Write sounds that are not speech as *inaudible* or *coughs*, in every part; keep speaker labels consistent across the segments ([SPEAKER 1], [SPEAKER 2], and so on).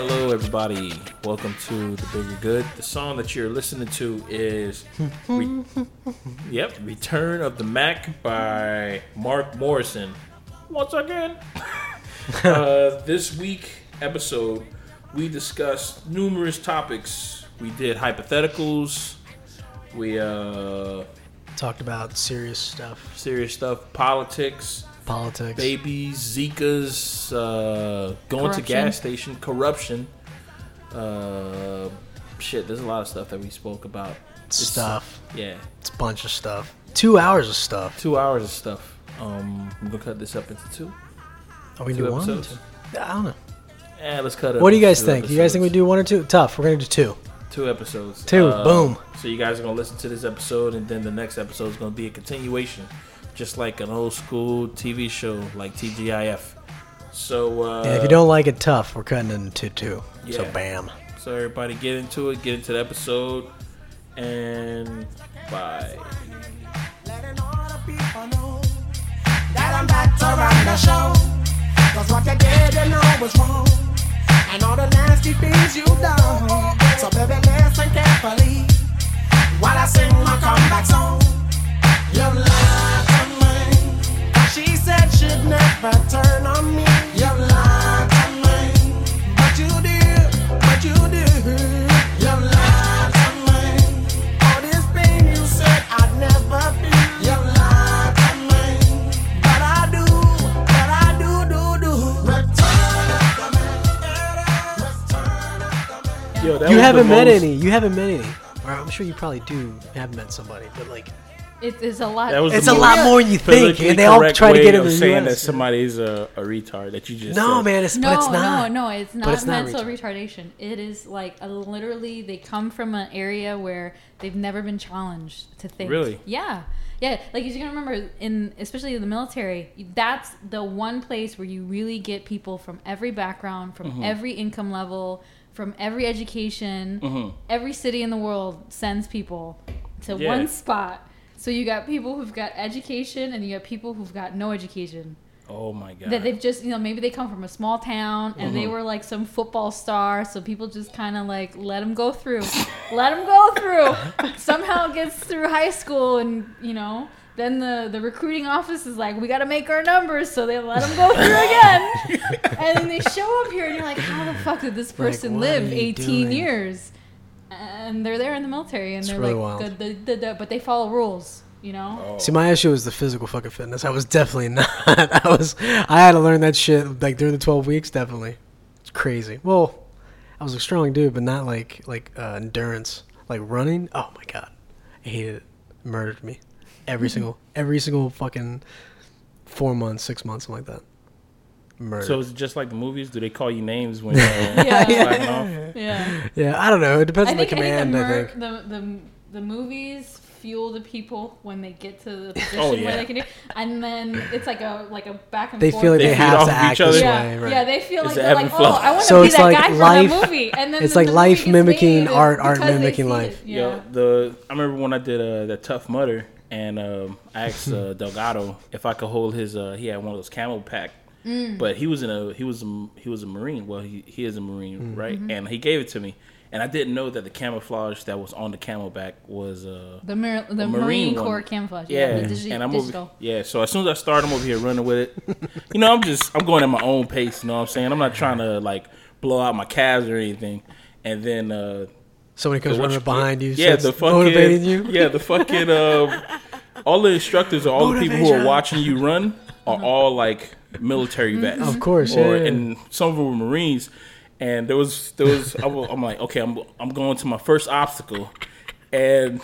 [SPEAKER 1] everybody. Welcome to The Bigger Good. The song that you're listening to is Re- Yep, Return of the Mac by Mark Morrison. Once *laughs* again, uh, this week episode, we discussed numerous topics. We did hypotheticals. We uh
[SPEAKER 2] Talked about serious stuff,
[SPEAKER 1] serious stuff, politics,
[SPEAKER 2] politics.
[SPEAKER 1] babies, Zika's, uh, going to
[SPEAKER 3] Corruption.
[SPEAKER 1] gas station, corruption. Uh, shit, there's a lot of stuff that we spoke about. It's-
[SPEAKER 2] Stuff.
[SPEAKER 1] Yeah,
[SPEAKER 2] It's a bunch of stuff. Two hours of stuff.
[SPEAKER 1] two hours of stuff. Um, we're gonna cut this up into two,
[SPEAKER 2] Are we
[SPEAKER 1] two
[SPEAKER 2] do one? or
[SPEAKER 1] episodes.
[SPEAKER 2] two? I don't know.
[SPEAKER 1] Eh, let's cut it.
[SPEAKER 2] What
[SPEAKER 1] up
[SPEAKER 2] do you guys
[SPEAKER 1] into two
[SPEAKER 2] think? You guys think we
[SPEAKER 1] episodes.
[SPEAKER 2] do one or two? Tough. We're gonna do two.
[SPEAKER 1] two episodes? Uh,
[SPEAKER 2] Two, boom.
[SPEAKER 1] So you guys are gonna listen to this episode, and then the next episode is gonna be a continuation, just like an old school TV show like TGIF. So uh,
[SPEAKER 2] And if you don't like it, tough. We're cutting it into two. So
[SPEAKER 1] Yeah.
[SPEAKER 2] bam.
[SPEAKER 1] So everybody get into it, get into the episode, and bye.
[SPEAKER 4] Letting all the people know that I'm back to run the show. Cause what you did you know was wrong. And all the nasty things you done. So baby, listen carefully while I sing my comeback song. You lied to me. She said she'd never turn on me. You lied to me. But you did, but you did. You lied to me. All this pain you said I'd never feel. You lied to me. But I do, but I do, do, do. Return of the man. Return of the man.
[SPEAKER 1] Yo, that
[SPEAKER 2] You
[SPEAKER 1] was
[SPEAKER 2] haven't
[SPEAKER 1] the
[SPEAKER 2] met
[SPEAKER 1] most-
[SPEAKER 2] any. You haven't met any. Or I'm sure you probably do have met somebody, but like
[SPEAKER 3] It is a lot.
[SPEAKER 1] That was
[SPEAKER 2] it's
[SPEAKER 1] the
[SPEAKER 2] a lot
[SPEAKER 1] most
[SPEAKER 2] more than you think,
[SPEAKER 1] politically
[SPEAKER 2] and they all
[SPEAKER 1] correct
[SPEAKER 2] try to
[SPEAKER 1] way
[SPEAKER 2] get in
[SPEAKER 1] of
[SPEAKER 2] the
[SPEAKER 1] saying that
[SPEAKER 2] US.
[SPEAKER 1] somebody's a, a retard that you just
[SPEAKER 2] no,
[SPEAKER 1] said.
[SPEAKER 2] man, it's
[SPEAKER 3] no,
[SPEAKER 2] but it's not.
[SPEAKER 3] no, no, it's not
[SPEAKER 2] it's not
[SPEAKER 3] mental retardation. It is like a, literally they come from an area where they've never been challenged to think.
[SPEAKER 1] Really?
[SPEAKER 3] Yeah. Yeah, like you can remember in especially in the military, that's the one place where you really get people from every background,
[SPEAKER 1] Mm-hmm.
[SPEAKER 3] from every income level, from every education. Every city in the world sends people to
[SPEAKER 1] Mm-hmm. Yeah.
[SPEAKER 3] one spot. So you got people who've got education and you got people who've got no education
[SPEAKER 1] Oh my god.
[SPEAKER 3] that they've just you know maybe they come from a small town and
[SPEAKER 2] Uh-huh.
[SPEAKER 3] they were like some football star so people just kind of like let them go through let them go
[SPEAKER 2] *laughs*
[SPEAKER 3] through somehow gets through high school and you know then the, the recruiting office is like we got to make our numbers so they let them go through
[SPEAKER 2] *laughs*
[SPEAKER 3] again and then they show up here and you're like how the fuck did this person
[SPEAKER 2] what are
[SPEAKER 3] live
[SPEAKER 2] you
[SPEAKER 3] 18
[SPEAKER 2] doing?
[SPEAKER 3] years and they're there in the military and
[SPEAKER 2] It's
[SPEAKER 3] they're
[SPEAKER 2] really
[SPEAKER 3] like
[SPEAKER 2] wild.
[SPEAKER 3] "Duh, duh, duh, duh," but they follow rules you know
[SPEAKER 2] See, my issue was the physical fucking fitness. I was definitely *laughs* not. I was. I had to learn that shit like during the twelve weeks. Definitely, it's crazy. Well, I was a strong dude, but not like like uh, endurance, like running. Oh my god, I hated it. Murdered me.
[SPEAKER 1] *laughs*
[SPEAKER 2] Every single, every single fucking four months, six months, something like that. Murdered.
[SPEAKER 1] so it's just like the movies. Do they call you names when
[SPEAKER 2] Oh.
[SPEAKER 1] you're
[SPEAKER 3] *laughs*
[SPEAKER 2] *laughs*
[SPEAKER 3] yeah yeah,
[SPEAKER 1] slacking off?
[SPEAKER 2] yeah, I don't know. It depends
[SPEAKER 3] I
[SPEAKER 2] on the
[SPEAKER 3] think,
[SPEAKER 2] command. I
[SPEAKER 3] I
[SPEAKER 2] think.
[SPEAKER 3] think the, mur- the, the the movies fuel the people when they get to
[SPEAKER 2] *laughs*
[SPEAKER 3] the position
[SPEAKER 1] Oh, yeah.
[SPEAKER 3] where they can do, and then it's like a like a back and
[SPEAKER 2] They
[SPEAKER 3] forth.
[SPEAKER 2] feel like
[SPEAKER 1] They
[SPEAKER 2] they,
[SPEAKER 1] feed
[SPEAKER 2] have
[SPEAKER 1] off
[SPEAKER 2] to
[SPEAKER 1] of
[SPEAKER 2] act
[SPEAKER 1] each other.
[SPEAKER 2] this
[SPEAKER 3] yeah,
[SPEAKER 2] way. Right.
[SPEAKER 3] yeah, they
[SPEAKER 1] It's
[SPEAKER 3] feel like
[SPEAKER 1] the
[SPEAKER 3] they're
[SPEAKER 1] ebb
[SPEAKER 3] like,
[SPEAKER 1] and
[SPEAKER 3] oh,
[SPEAKER 1] flow.
[SPEAKER 3] I want to
[SPEAKER 2] So
[SPEAKER 3] be
[SPEAKER 2] it's
[SPEAKER 3] that
[SPEAKER 2] like
[SPEAKER 3] guy
[SPEAKER 2] life-
[SPEAKER 3] from the movie, and then
[SPEAKER 2] it's
[SPEAKER 3] the,
[SPEAKER 2] like
[SPEAKER 3] the
[SPEAKER 2] life
[SPEAKER 3] movie gets
[SPEAKER 2] mimicking
[SPEAKER 3] made
[SPEAKER 2] art, art
[SPEAKER 3] because they
[SPEAKER 2] mimicking
[SPEAKER 3] see
[SPEAKER 2] life.
[SPEAKER 3] it,
[SPEAKER 1] Yo,
[SPEAKER 3] Yeah.
[SPEAKER 1] the I remember when I did uh, that Tough Mudder, and um, I asked
[SPEAKER 3] *laughs*
[SPEAKER 1] uh, Delgado if I could hold his. Uh, he had one of those camel pack,
[SPEAKER 3] Mm.
[SPEAKER 1] but he was in a he was a, he was a marine. Well, he he is a marine,
[SPEAKER 3] Mm.
[SPEAKER 1] right?
[SPEAKER 3] Mm-hmm.
[SPEAKER 1] And he gave it to me, and I didn't know that the camouflage that was on the camel back was. Uh,
[SPEAKER 3] The, mar- the,
[SPEAKER 1] Marine
[SPEAKER 3] Marine,
[SPEAKER 1] one.
[SPEAKER 3] Corps camouflage.
[SPEAKER 1] yeah,
[SPEAKER 3] Yeah, the digi-
[SPEAKER 1] and I'm
[SPEAKER 3] digital.
[SPEAKER 1] over. Yeah, so as soon as I start, I'm over here running with
[SPEAKER 3] *laughs*
[SPEAKER 1] it. you know, I'm just I'm going at my own pace. You know what I'm saying? I'm not trying to like blow out my calves or anything. And then uh,
[SPEAKER 2] Somebody comes running
[SPEAKER 1] what
[SPEAKER 2] up behind you.
[SPEAKER 1] yeah,
[SPEAKER 2] starts
[SPEAKER 1] the fucking
[SPEAKER 2] motivating you.
[SPEAKER 1] Yeah, the
[SPEAKER 2] *laughs*
[SPEAKER 1] fucking um, all the instructors or all the people who are
[SPEAKER 2] Motivation.
[SPEAKER 1] watching you run are all like military vets,
[SPEAKER 2] Mm-hmm. Of course, yeah,
[SPEAKER 1] or
[SPEAKER 2] yeah, yeah.
[SPEAKER 1] and some of them were Marines. And there was there was I wa- I'm like okay I'm I'm going to my first obstacle, and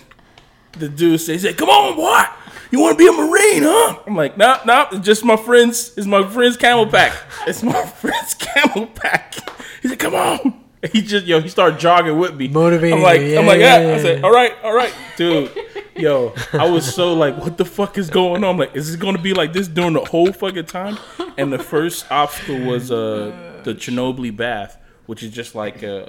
[SPEAKER 1] the dude says, he said, "Come on, boy, you want to be a Marine, huh?" I'm like, "Nah, nah, it's just my friends. It's my friend's camel pack. It's my *laughs* friend's camel pack." He said, "Come on." He just yo, he started jogging with me.
[SPEAKER 2] Motivating
[SPEAKER 1] I'm like,
[SPEAKER 2] you,
[SPEAKER 1] I'm
[SPEAKER 2] yeah,
[SPEAKER 1] like,
[SPEAKER 2] yeah,
[SPEAKER 1] "Ah." I
[SPEAKER 2] yeah,
[SPEAKER 1] said,
[SPEAKER 2] yeah.
[SPEAKER 1] "All right, all right, dude." Yo, I was so like, "What the fuck is going on?" I'm like, "Is this going to be like this during the whole fucking time?" And the first obstacle was uh the Chernobyl bath, which is just like uh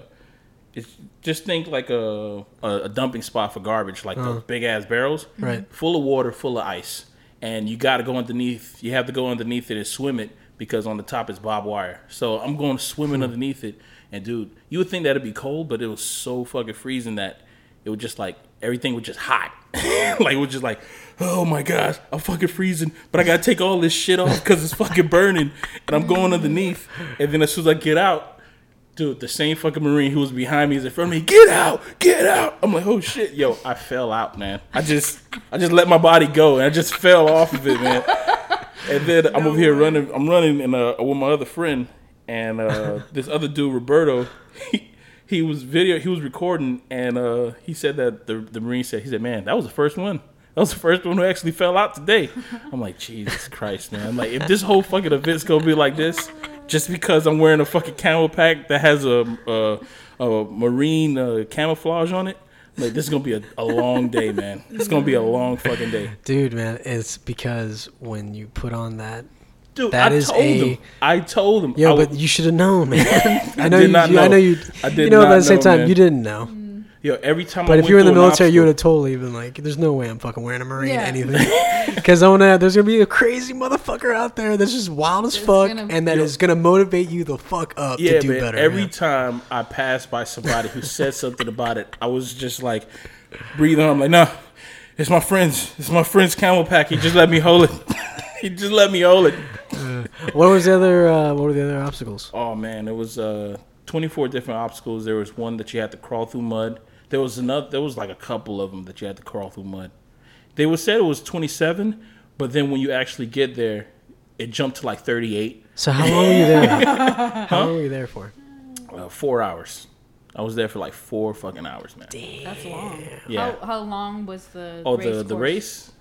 [SPEAKER 1] it's just think like a a, a dumping spot for garbage, like those big ass barrels,
[SPEAKER 2] Right.
[SPEAKER 1] Full of water, full of ice, and you got to go underneath. You have to go underneath it and swim it because on the top is barbed wire. So I'm going swimming underneath it, and dude, you would think that'd be cold, but it was so fucking freezing that it was just like everything was just hot. *laughs* like it was just like, oh my gosh, I'm fucking freezing, but I gotta take all this shit off because it's fucking burning, and I'm going underneath. And then as soon as I get out, dude, the same fucking marine who was behind me is in front of me. Get out, get out. I'm like, oh shit, yo, I fell out, man. I just, I just let my body go, and I just fell off of it, man. And then I'm over here running. I'm running, and uh, with my other friend, and uh, this other dude, Roberto. He, he was video. He was recording, and uh, he said that the the marine said he said, "Man, that was the first one. That was the first one who actually fell out today." I'm like, Jesus Christ, man! I'm like, if this whole fucking event's gonna be like this, just because I'm wearing a fucking camel pack that has a a, a marine uh, camouflage on it. I'm Like this is gonna be a, a long day, man. It's gonna be a long fucking day,
[SPEAKER 2] Dude, man, it's because when you put on that,
[SPEAKER 1] dude.
[SPEAKER 2] That
[SPEAKER 1] I
[SPEAKER 2] is
[SPEAKER 1] told
[SPEAKER 2] a-
[SPEAKER 1] him. I told him.
[SPEAKER 2] yo,
[SPEAKER 1] I,
[SPEAKER 2] but you should have known,
[SPEAKER 1] *laughs*
[SPEAKER 2] man. I know
[SPEAKER 1] did
[SPEAKER 2] you,
[SPEAKER 1] not
[SPEAKER 2] you- I
[SPEAKER 1] know.
[SPEAKER 2] know you.
[SPEAKER 1] I did
[SPEAKER 2] you know, but
[SPEAKER 1] not
[SPEAKER 2] at the same
[SPEAKER 1] know,
[SPEAKER 2] time,
[SPEAKER 1] man.
[SPEAKER 2] you didn't know.
[SPEAKER 3] Mm.
[SPEAKER 1] yo, every time. I
[SPEAKER 2] But if
[SPEAKER 1] went
[SPEAKER 2] you were in the
[SPEAKER 1] through an
[SPEAKER 2] military, you
[SPEAKER 1] obstacle-
[SPEAKER 2] would have totally been like, "There's no way I'm fucking wearing a marine
[SPEAKER 3] Yeah. *laughs*
[SPEAKER 2] anything," because I want to. There's gonna be a crazy motherfucker out there that's just wild as fuck,
[SPEAKER 3] gonna-
[SPEAKER 2] and that is gonna motivate you the fuck up to do
[SPEAKER 1] but
[SPEAKER 2] better.
[SPEAKER 1] Every
[SPEAKER 2] man.
[SPEAKER 1] time I passed by somebody who said something about it, I was just like breathing. I'm like, no, it's my friend's. It's my friend's camel pack. He just let me hold it. *laughs* he just let me hold it.
[SPEAKER 2] what was the other? Uh, what were the other obstacles?
[SPEAKER 1] Oh man, it was uh 24 different obstacles. There was one that you had to crawl through mud. There was another. There was like a couple of them that you had to crawl through mud. They would said it was 27, but then when you actually get there, it jumped to like 38.
[SPEAKER 2] So how long were you there?
[SPEAKER 3] *laughs*
[SPEAKER 2] How long were you there for?
[SPEAKER 1] Uh, four hours. I was there for like four fucking hours, man.
[SPEAKER 3] That's long.
[SPEAKER 1] Yeah.
[SPEAKER 3] How, how long was the
[SPEAKER 1] Oh,
[SPEAKER 3] race
[SPEAKER 1] the the
[SPEAKER 3] course?
[SPEAKER 1] race,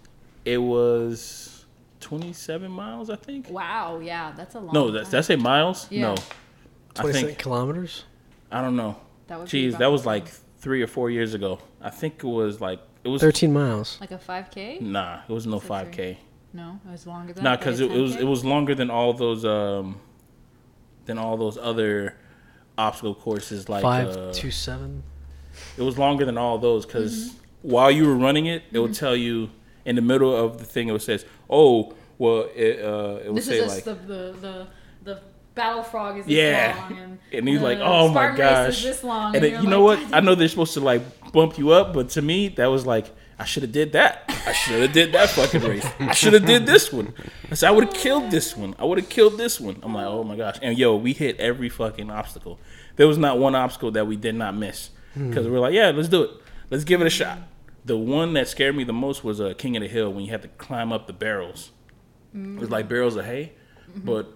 [SPEAKER 1] it was twenty seven miles, I think.
[SPEAKER 3] Wow, yeah, that's a long.
[SPEAKER 1] No, that's
[SPEAKER 3] time.
[SPEAKER 1] that's a miles. No,
[SPEAKER 3] Yeah.
[SPEAKER 1] I
[SPEAKER 2] Twenty-seven
[SPEAKER 1] think
[SPEAKER 2] kilometers.
[SPEAKER 1] I don't know.
[SPEAKER 3] That would be
[SPEAKER 1] Jeez,
[SPEAKER 3] about
[SPEAKER 1] that was
[SPEAKER 3] the same.
[SPEAKER 1] like three or four years ago. I think it was like it was
[SPEAKER 2] Thirteen miles.
[SPEAKER 3] like a 5K.
[SPEAKER 1] Nah, it was no
[SPEAKER 3] it
[SPEAKER 1] five k.
[SPEAKER 3] No, it was longer than
[SPEAKER 1] Hmm. Nah,
[SPEAKER 3] that, like
[SPEAKER 1] because
[SPEAKER 3] a
[SPEAKER 1] it, it was
[SPEAKER 3] 10K?
[SPEAKER 1] it was longer than all those um, than all those other obstacle courses like uh,
[SPEAKER 2] Five two seven.
[SPEAKER 1] it was longer than all those because
[SPEAKER 3] Mm-hmm.
[SPEAKER 1] while you were running it, it would tell you in the middle of the thing it would says, "Oh, well, it uh, it would
[SPEAKER 3] This
[SPEAKER 1] say
[SPEAKER 3] is
[SPEAKER 1] like
[SPEAKER 3] just the, the the the battle frog is this
[SPEAKER 1] Yeah.
[SPEAKER 3] long, and,
[SPEAKER 1] *laughs* And he's
[SPEAKER 3] the
[SPEAKER 1] like, oh my
[SPEAKER 3] Spartan race
[SPEAKER 1] gosh.
[SPEAKER 3] is this
[SPEAKER 1] and
[SPEAKER 3] long, and,
[SPEAKER 1] it, you
[SPEAKER 3] you're
[SPEAKER 1] know
[SPEAKER 3] like,
[SPEAKER 1] what? I know they're supposed to like bump you up, but to me, that was like, I should have did that. I should have did that fucking race. I should have did this one. I said, I would have killed this one. I would have killed this one. I'm like, oh my gosh. And yo, we hit every fucking obstacle. There was not one obstacle that we did not miss. Because we are like, yeah, let's do it. Let's give it a shot. The one that scared me the most was uh, King of the Hill when you had to climb up the barrels. It
[SPEAKER 3] Mm.
[SPEAKER 1] was like barrels of hay,
[SPEAKER 3] Mm-hmm.
[SPEAKER 1] but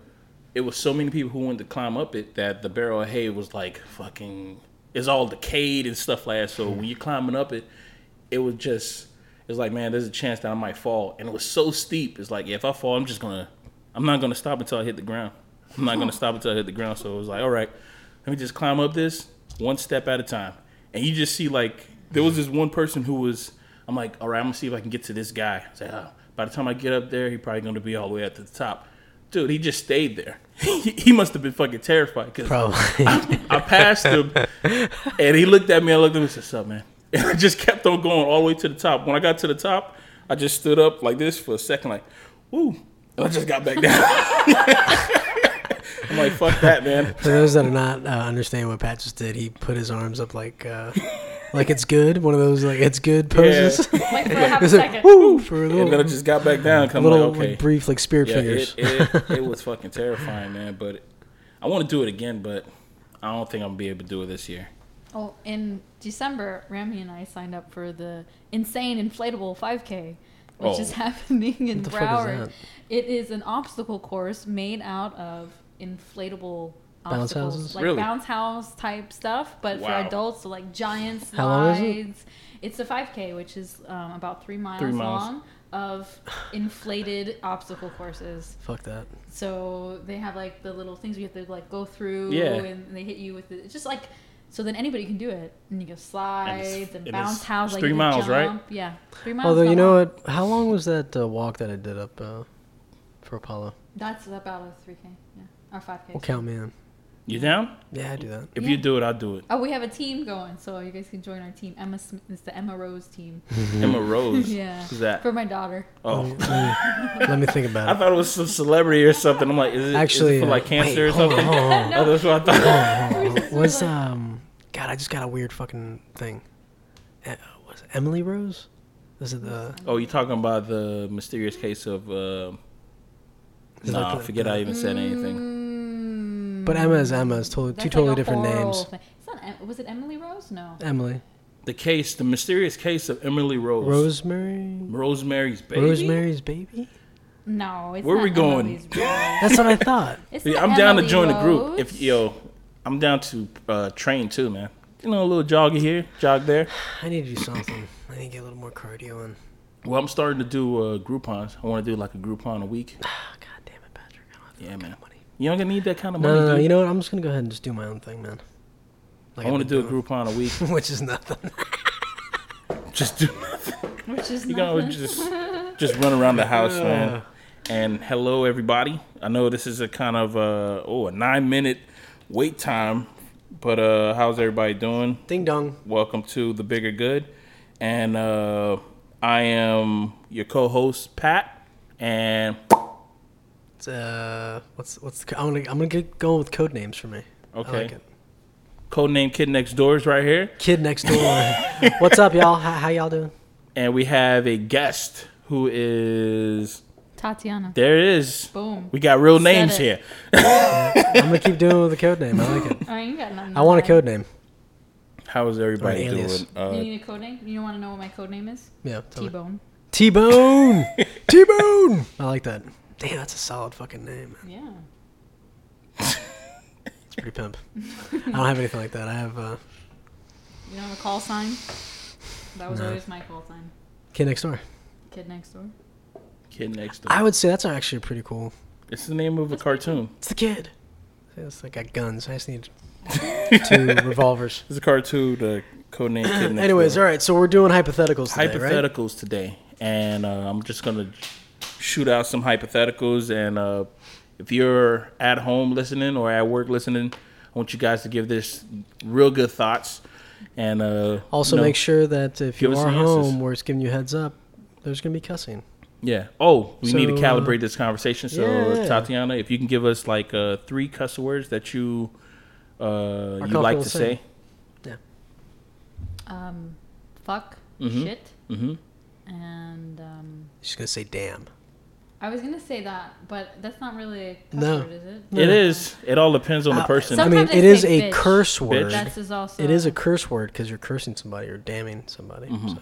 [SPEAKER 1] it was so many people who wanted to climb up it that the barrel of hay was like fucking. It's all decayed and stuff like that. So when you're climbing up it, it was just. It's like man, there's a chance that I might fall, and it was so steep. It's like if I fall, I'm just gonna. I'm not gonna stop until I hit the ground. I'm not gonna stop until I hit the ground. So it was like, all right, let me just climb up this one step at a time. And you just see like there was this one person who was. I'm like, all right, I'm gonna see if I can get to this guy. I said, oh, by the time I get up there, he probably gonna be all the way up to the top. Dude, he just stayed there. *laughs* he he must have been fucking terrified because *laughs*
[SPEAKER 2] Probably.
[SPEAKER 1] I passed him, and he looked at me. I looked at him and said, "Sup, man?" *laughs* And I just kept on going all the way to the top. When I got to the top, I just stood up like this for a second, like, "Woo!" And I just got back down. *laughs* I'm like, "Fuck that, man."
[SPEAKER 2] For those that are not uh, understanding what Pat just did, he put his arms up like,
[SPEAKER 3] *laughs*
[SPEAKER 2] uh, like it's good. One of those like it's good
[SPEAKER 1] *laughs*
[SPEAKER 2] poses.
[SPEAKER 3] like for a half
[SPEAKER 2] *laughs*
[SPEAKER 3] a
[SPEAKER 2] It's like,
[SPEAKER 3] second.
[SPEAKER 2] woo for a
[SPEAKER 1] And
[SPEAKER 2] little,
[SPEAKER 1] then I just got back down. 'cause I'm
[SPEAKER 2] little
[SPEAKER 1] like, "Okay."
[SPEAKER 2] brief like spear
[SPEAKER 1] Yeah,
[SPEAKER 2] fingers.
[SPEAKER 1] it,
[SPEAKER 2] *laughs*
[SPEAKER 1] it, it was fucking terrifying, man. But I want to do it again, but I don't think I'm gonna be able to do it this year.
[SPEAKER 3] Oh, in December, Rami and I signed up for the insane inflatable 5K, which
[SPEAKER 1] Oh.
[SPEAKER 3] is happening in
[SPEAKER 2] the fuck is
[SPEAKER 3] Broward.
[SPEAKER 2] that?
[SPEAKER 3] It is an obstacle course made out of inflatable
[SPEAKER 2] Bounce
[SPEAKER 3] obstacles,
[SPEAKER 2] houses?
[SPEAKER 3] like
[SPEAKER 1] Really?
[SPEAKER 3] bounce house type stuff, but
[SPEAKER 1] Wow.
[SPEAKER 3] for adults, so like giant slides.
[SPEAKER 2] How long is it?
[SPEAKER 3] It's a 5K, which is um, about three miles,
[SPEAKER 1] Three miles.
[SPEAKER 3] long of inflated obstacle courses.
[SPEAKER 2] Fuck that.
[SPEAKER 3] So they have like the little things you have to like go through,
[SPEAKER 1] Yeah.
[SPEAKER 3] and they hit you with it. It's just like so then anybody can do it, and you go slides and,
[SPEAKER 1] and
[SPEAKER 3] bounce
[SPEAKER 1] it's-
[SPEAKER 3] house.
[SPEAKER 1] it's
[SPEAKER 3] like
[SPEAKER 1] three
[SPEAKER 3] you can
[SPEAKER 1] miles, right?
[SPEAKER 3] jump. Yeah, three miles.
[SPEAKER 2] Although
[SPEAKER 3] not
[SPEAKER 2] you know
[SPEAKER 3] long.
[SPEAKER 2] what? How long was that uh, walk that I did up uh, for Apollo?
[SPEAKER 3] That's about a three k, yeah, or five k.
[SPEAKER 2] Well, count me in.
[SPEAKER 1] You down?
[SPEAKER 2] Yeah, I do that.
[SPEAKER 1] If
[SPEAKER 3] Yeah.
[SPEAKER 1] you do it, I'll do it.
[SPEAKER 3] Oh, we have a team going, so you guys can join our team. Emma Smith is the Emma Rose team.
[SPEAKER 2] Mm.
[SPEAKER 1] Emma Rose.
[SPEAKER 3] Yeah.
[SPEAKER 1] *laughs* Who's that?
[SPEAKER 3] For my daughter.
[SPEAKER 1] Oh,
[SPEAKER 2] Let me think
[SPEAKER 1] *laughs* I
[SPEAKER 2] about it.
[SPEAKER 1] thought it was some celebrity or something. I'm like, is it,
[SPEAKER 2] Actually,
[SPEAKER 1] Actually, is it for like
[SPEAKER 2] uh,
[SPEAKER 1] cancer
[SPEAKER 2] wait,
[SPEAKER 1] or something? *laughs*
[SPEAKER 2] Hold on, hold
[SPEAKER 3] *laughs*
[SPEAKER 2] on.
[SPEAKER 1] Oh, that's what I thought.
[SPEAKER 2] What's um? God, I just got a weird fucking thing. E- Was it Emily Rose? Is it the?
[SPEAKER 1] Oh, you talking about the mysterious case of? Uh,
[SPEAKER 2] Is it
[SPEAKER 1] nah,
[SPEAKER 2] like the-
[SPEAKER 1] forget I even said anything.
[SPEAKER 3] Mm,
[SPEAKER 2] But Emma is Emma. It's totally
[SPEAKER 3] that's
[SPEAKER 2] two
[SPEAKER 3] like
[SPEAKER 2] totally
[SPEAKER 3] a
[SPEAKER 2] different
[SPEAKER 3] horrible
[SPEAKER 2] names.
[SPEAKER 3] thing. It's not, Em- was it Emily Rose? No.
[SPEAKER 2] Emily,
[SPEAKER 1] The case, the mysterious case of Emily Rose.
[SPEAKER 2] Rosemary,
[SPEAKER 1] Rosemary's Baby.
[SPEAKER 2] Rosemary's Baby.
[SPEAKER 3] No. It's
[SPEAKER 1] Where
[SPEAKER 3] not
[SPEAKER 1] we going?
[SPEAKER 3] Emily's
[SPEAKER 1] *laughs*
[SPEAKER 3] Rose.
[SPEAKER 2] That's what I thought.
[SPEAKER 3] It's
[SPEAKER 1] Yeah, I'm
[SPEAKER 3] not
[SPEAKER 1] down to
[SPEAKER 3] Emily
[SPEAKER 1] join the group.
[SPEAKER 3] Rose.
[SPEAKER 1] If yo, I'm down to uh, train too, man. You know, a little jog here, jog there.
[SPEAKER 2] I need to do something. I need to get a little more cardio in.
[SPEAKER 1] Well, I'm starting to do uh, Groupon's. I want to do like a Groupon a week.
[SPEAKER 2] Oh, God damn it, Patrick! I don't have that
[SPEAKER 1] Yeah, man.
[SPEAKER 2] kind of money.
[SPEAKER 1] You don't gonna need that kind of
[SPEAKER 2] No,
[SPEAKER 1] money.
[SPEAKER 2] no, no.
[SPEAKER 1] dude.
[SPEAKER 2] You know what? I'm just gonna go ahead and just do my own thing, man. Like
[SPEAKER 1] I
[SPEAKER 2] I've
[SPEAKER 1] want to
[SPEAKER 2] been
[SPEAKER 1] do a
[SPEAKER 2] doing.
[SPEAKER 1] Groupon
[SPEAKER 2] *laughs*
[SPEAKER 1] a week.
[SPEAKER 2] which is nothing.
[SPEAKER 1] just do.
[SPEAKER 3] Which
[SPEAKER 1] *laughs*
[SPEAKER 3] is
[SPEAKER 1] You
[SPEAKER 3] not
[SPEAKER 1] know, just
[SPEAKER 2] *laughs*
[SPEAKER 1] just run around the house, man. And hello, everybody. I know this is a kind of uh oh a nine minute wait time, but uh, how's everybody doing?
[SPEAKER 2] Ding dong.
[SPEAKER 1] Welcome to the bigger good, and uh, I am your co-host Pat, and
[SPEAKER 2] It's, uh, what's what's the, co- I'm gonna I'm gonna get going with code names for me. I
[SPEAKER 1] Okay.
[SPEAKER 2] like it.
[SPEAKER 1] codename Kid Next Door is right here,
[SPEAKER 2] Kid next door. *laughs* what's up, y'all? How, how y'all doing?
[SPEAKER 1] and we have a guest who is
[SPEAKER 3] Tatiana.
[SPEAKER 1] there. It is
[SPEAKER 3] Boom.
[SPEAKER 1] we got real
[SPEAKER 3] Said
[SPEAKER 1] names
[SPEAKER 3] it.
[SPEAKER 1] here.
[SPEAKER 2] I'm gonna keep doing it with a code name. I like it.
[SPEAKER 3] Oh, you got nothing.
[SPEAKER 2] I want a
[SPEAKER 3] to
[SPEAKER 2] code name.
[SPEAKER 1] How's everybody
[SPEAKER 2] Or an alias.
[SPEAKER 1] doing? Uh,
[SPEAKER 3] hide. You need a code name? You want to know what my code name is?
[SPEAKER 2] Yeah. tell me.
[SPEAKER 3] T-Bone.
[SPEAKER 1] *laughs*
[SPEAKER 2] T-Bone. T-Bone. I like that. Damn, that's a solid fucking name. man.
[SPEAKER 3] Yeah.
[SPEAKER 2] It's pretty pimp. I don't have anything like that. I have uh,
[SPEAKER 3] You know the call sign? That was
[SPEAKER 2] No.
[SPEAKER 3] always my call sign.
[SPEAKER 2] kid next door.
[SPEAKER 3] Kid next door.
[SPEAKER 1] Kid Next Door.
[SPEAKER 2] I would say that's actually pretty cool.
[SPEAKER 1] It's the name of a cartoon.
[SPEAKER 2] It's the kid. See, It's like got guns. I just need
[SPEAKER 1] *laughs*
[SPEAKER 2] two revolvers.
[SPEAKER 1] It's a cartoon, the codename Kid Next
[SPEAKER 2] Anyways,
[SPEAKER 1] Door.
[SPEAKER 2] all right. So we're doing hypotheticals today, right?
[SPEAKER 1] hypotheticals today, and uh, I'm just gonna shoot out some hypotheticals. And uh, if you're at home listening or at work listening, I want you guys to give this real good thoughts. And uh,
[SPEAKER 2] Also,
[SPEAKER 1] you know-
[SPEAKER 2] make sure that if
[SPEAKER 1] Give
[SPEAKER 2] you
[SPEAKER 1] us
[SPEAKER 2] are
[SPEAKER 1] some answers.
[SPEAKER 2] home, we're just giving you a heads up. There's gonna be cussing.
[SPEAKER 1] yeah. Oh, we need to
[SPEAKER 2] So, uh,
[SPEAKER 1] calibrate this conversation. So uh,
[SPEAKER 2] yeah.
[SPEAKER 1] Tatiana, if you can give us like uh, three cuss words that you uh, you like
[SPEAKER 2] comfortable
[SPEAKER 1] to say.
[SPEAKER 3] Um, fuck,
[SPEAKER 2] Mm-hmm.
[SPEAKER 1] Mhm.
[SPEAKER 3] shit,
[SPEAKER 1] hmm
[SPEAKER 3] and um,
[SPEAKER 2] She's gonna say "damn."
[SPEAKER 3] I was gonna say that, but that's not really a cuss
[SPEAKER 2] No.
[SPEAKER 3] word, is it?
[SPEAKER 1] It is. It all depends on the
[SPEAKER 2] Uh,
[SPEAKER 1] person.
[SPEAKER 2] I
[SPEAKER 3] Some-
[SPEAKER 2] mean,
[SPEAKER 3] Sometimes
[SPEAKER 2] it
[SPEAKER 3] they
[SPEAKER 2] is
[SPEAKER 3] say
[SPEAKER 2] a
[SPEAKER 3] bitch.
[SPEAKER 2] curse word.
[SPEAKER 3] That's is also.
[SPEAKER 2] It is a curse word because you're cursing somebody or damning somebody.
[SPEAKER 1] Mm-hmm.
[SPEAKER 2] So.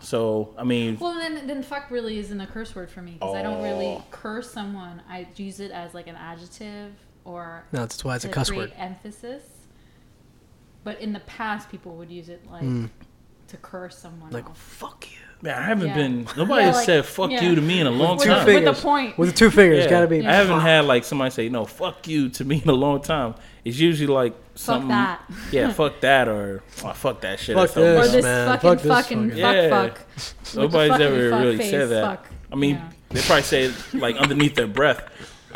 [SPEAKER 1] so I mean,
[SPEAKER 3] Well, then, then fuck really isn't a curse word for me because I don't really curse someone. I use it as like an adjective or
[SPEAKER 2] No, that's why it's a
[SPEAKER 3] to
[SPEAKER 2] cuss
[SPEAKER 3] create
[SPEAKER 2] word.
[SPEAKER 3] emphasis. But in the past, people would use it like to curse someone.
[SPEAKER 2] Like
[SPEAKER 3] else.
[SPEAKER 2] fuck you.
[SPEAKER 1] man, I haven't
[SPEAKER 3] Yeah.
[SPEAKER 1] been. Nobody
[SPEAKER 3] Yeah,
[SPEAKER 1] has
[SPEAKER 3] like-
[SPEAKER 1] said "fuck
[SPEAKER 3] yeah.
[SPEAKER 1] you" to me in a long
[SPEAKER 3] With
[SPEAKER 2] Two
[SPEAKER 3] a-
[SPEAKER 1] time.
[SPEAKER 3] with a
[SPEAKER 2] fingers.
[SPEAKER 3] point.
[SPEAKER 2] With the two fingers,
[SPEAKER 1] Yeah.
[SPEAKER 2] gotta be.
[SPEAKER 1] I haven't
[SPEAKER 2] fuck.
[SPEAKER 1] had like somebody say no, fuck you to me in a long time. It's usually like something.
[SPEAKER 3] that. *laughs*
[SPEAKER 1] Yeah, fuck that or oh, fuck that shit.
[SPEAKER 2] Fuck
[SPEAKER 1] or something.
[SPEAKER 2] this.
[SPEAKER 3] Or
[SPEAKER 2] Yes,
[SPEAKER 3] this
[SPEAKER 2] man.
[SPEAKER 3] fucking
[SPEAKER 2] Fuck this
[SPEAKER 3] fucking
[SPEAKER 2] fucking-
[SPEAKER 3] fuck
[SPEAKER 1] Yeah.
[SPEAKER 3] fuck.
[SPEAKER 1] Nobody's
[SPEAKER 3] fucking
[SPEAKER 1] ever
[SPEAKER 3] fuck
[SPEAKER 1] really
[SPEAKER 3] face,
[SPEAKER 1] said that.
[SPEAKER 3] fuck.
[SPEAKER 1] I mean,
[SPEAKER 3] Yeah.
[SPEAKER 1] they probably say it, like underneath their breath.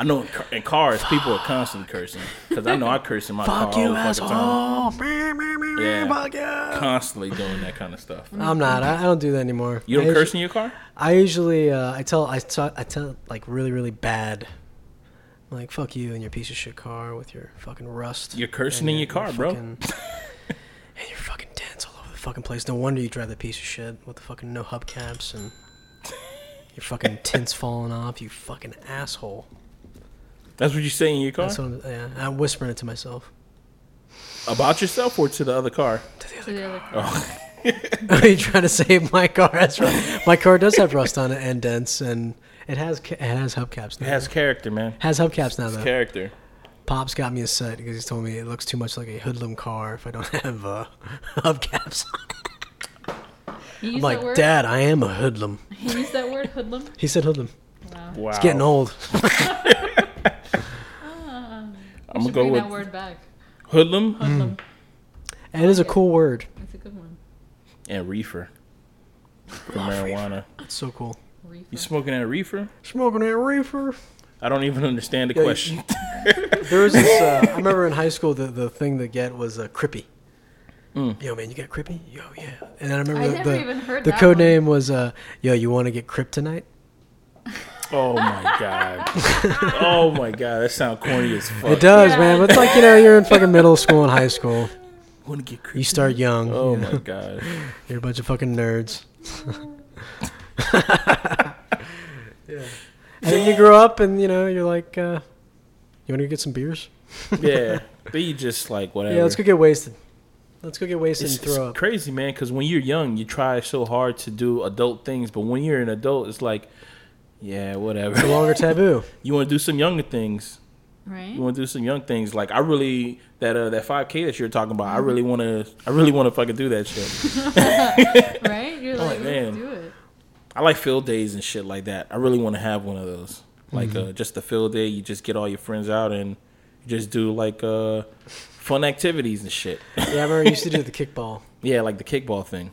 [SPEAKER 1] I know in, car- in cars people are constantly cursing because I know I curse in my
[SPEAKER 2] Fuck
[SPEAKER 1] car
[SPEAKER 2] you,
[SPEAKER 1] all the fucking time.
[SPEAKER 2] asshole. Meow, meow, meow, meow,
[SPEAKER 1] Yeah.
[SPEAKER 2] Fuck you.
[SPEAKER 1] Constantly doing that kind of stuff.
[SPEAKER 2] I'm not. I, I don't do that anymore.
[SPEAKER 1] You don't
[SPEAKER 2] I
[SPEAKER 1] curse in your car?
[SPEAKER 2] I usually uh, I tell I tell I tell like really really bad, like fuck you and your piece of shit car with your fucking rust.
[SPEAKER 1] You're cursing in your car, bro.
[SPEAKER 2] fucking, and your fucking dents all over the fucking place. No wonder you drive that piece of shit with the fucking no hubcaps and your
[SPEAKER 1] *laughs*
[SPEAKER 2] fucking tints falling off. You fucking asshole.
[SPEAKER 1] That's what you say in your car
[SPEAKER 2] That's what I'm, yeah, I'm whispering it to myself.
[SPEAKER 1] about yoself or to the other car?
[SPEAKER 2] To the *laughs*
[SPEAKER 3] To the other
[SPEAKER 1] Oh.
[SPEAKER 2] Are you trying to save my car? That's right. My car does have rust on it and dents, and it has ca- it has hubcaps. Now.
[SPEAKER 1] It has character, man.
[SPEAKER 2] has hubcaps now though.
[SPEAKER 1] It's character.
[SPEAKER 2] Pops got me a set because he's told me it looks too much like a hoodlum car if I don't *laughs* have uh, hubcaps.
[SPEAKER 3] You
[SPEAKER 2] I'm
[SPEAKER 3] use that
[SPEAKER 2] like,
[SPEAKER 3] word?
[SPEAKER 2] Dad, I am a hoodlum.
[SPEAKER 3] You use that word hoodlum?
[SPEAKER 2] He said hoodlum.
[SPEAKER 3] Wow.
[SPEAKER 2] *laughs*
[SPEAKER 1] Wow.
[SPEAKER 2] It's getting old.
[SPEAKER 1] I'm gonna
[SPEAKER 3] Should
[SPEAKER 1] go
[SPEAKER 3] bring
[SPEAKER 1] with
[SPEAKER 3] that word back.
[SPEAKER 1] hoodlum
[SPEAKER 3] Hoodlum.
[SPEAKER 2] And it is a cool word.
[SPEAKER 3] That's a good one.
[SPEAKER 1] and reefer for marijuana.
[SPEAKER 2] It's so cool.
[SPEAKER 3] Reefer.
[SPEAKER 1] You smoking that reefer?
[SPEAKER 2] Smoking that reefer.
[SPEAKER 1] I don't even understand the
[SPEAKER 2] Yeah, you-
[SPEAKER 1] question. *laughs*
[SPEAKER 2] There was this. Uh, I remember in high school, the, the thing to get was uh, Crippy.
[SPEAKER 1] Hmm.
[SPEAKER 2] Yo, man, you got Crippy? Yo, yeah. And then I remember
[SPEAKER 3] I
[SPEAKER 2] the,
[SPEAKER 3] never
[SPEAKER 2] the,
[SPEAKER 3] even heard
[SPEAKER 2] the
[SPEAKER 3] that
[SPEAKER 2] code
[SPEAKER 3] one.
[SPEAKER 2] name was uh, Yo, you want to get Kryptonite?
[SPEAKER 1] oh my god. Oh my god. That sounds corny as fuck.
[SPEAKER 2] It does,
[SPEAKER 3] Yeah.
[SPEAKER 2] man. But it's like you know, you're in fucking *laughs* middle school and high school.
[SPEAKER 1] Want to get
[SPEAKER 2] You
[SPEAKER 1] creepy?
[SPEAKER 2] start young.
[SPEAKER 1] Oh
[SPEAKER 2] you
[SPEAKER 1] my
[SPEAKER 2] know, *laughs*
[SPEAKER 1] god.
[SPEAKER 2] You're a bunch of fucking *laughs* nerds. And then you grow up, and you know, you're like, uh, you want to get some beers?
[SPEAKER 1] Yeah. Be just like whatever.
[SPEAKER 2] Yeah, let's go get wasted. Let's go get wasted
[SPEAKER 1] It's,
[SPEAKER 2] and throw
[SPEAKER 1] it's
[SPEAKER 2] up.
[SPEAKER 1] crazy, man. Because when you're young, you try so hard to do adult things, but when you're an adult, it's like, yeah, whatever.
[SPEAKER 2] no longer taboo.
[SPEAKER 1] *laughs* you want to do some younger things. *laughs* You
[SPEAKER 3] Right?
[SPEAKER 1] want to do some young things. Like I really that uh, that 5K that you're talking about. I really want to. I really want to fucking do that shit.
[SPEAKER 3] Right? You're like,
[SPEAKER 1] Oh, man.
[SPEAKER 3] let's do it.
[SPEAKER 1] I like field days and shit like that. I really want to have one of those. Like uh, just the field day, you just get all your friends out and you just do like uh, fun activities and shit. *laughs*
[SPEAKER 2] Yeah, I remember I used to do the kickball.
[SPEAKER 1] yeah, like the kickball thing.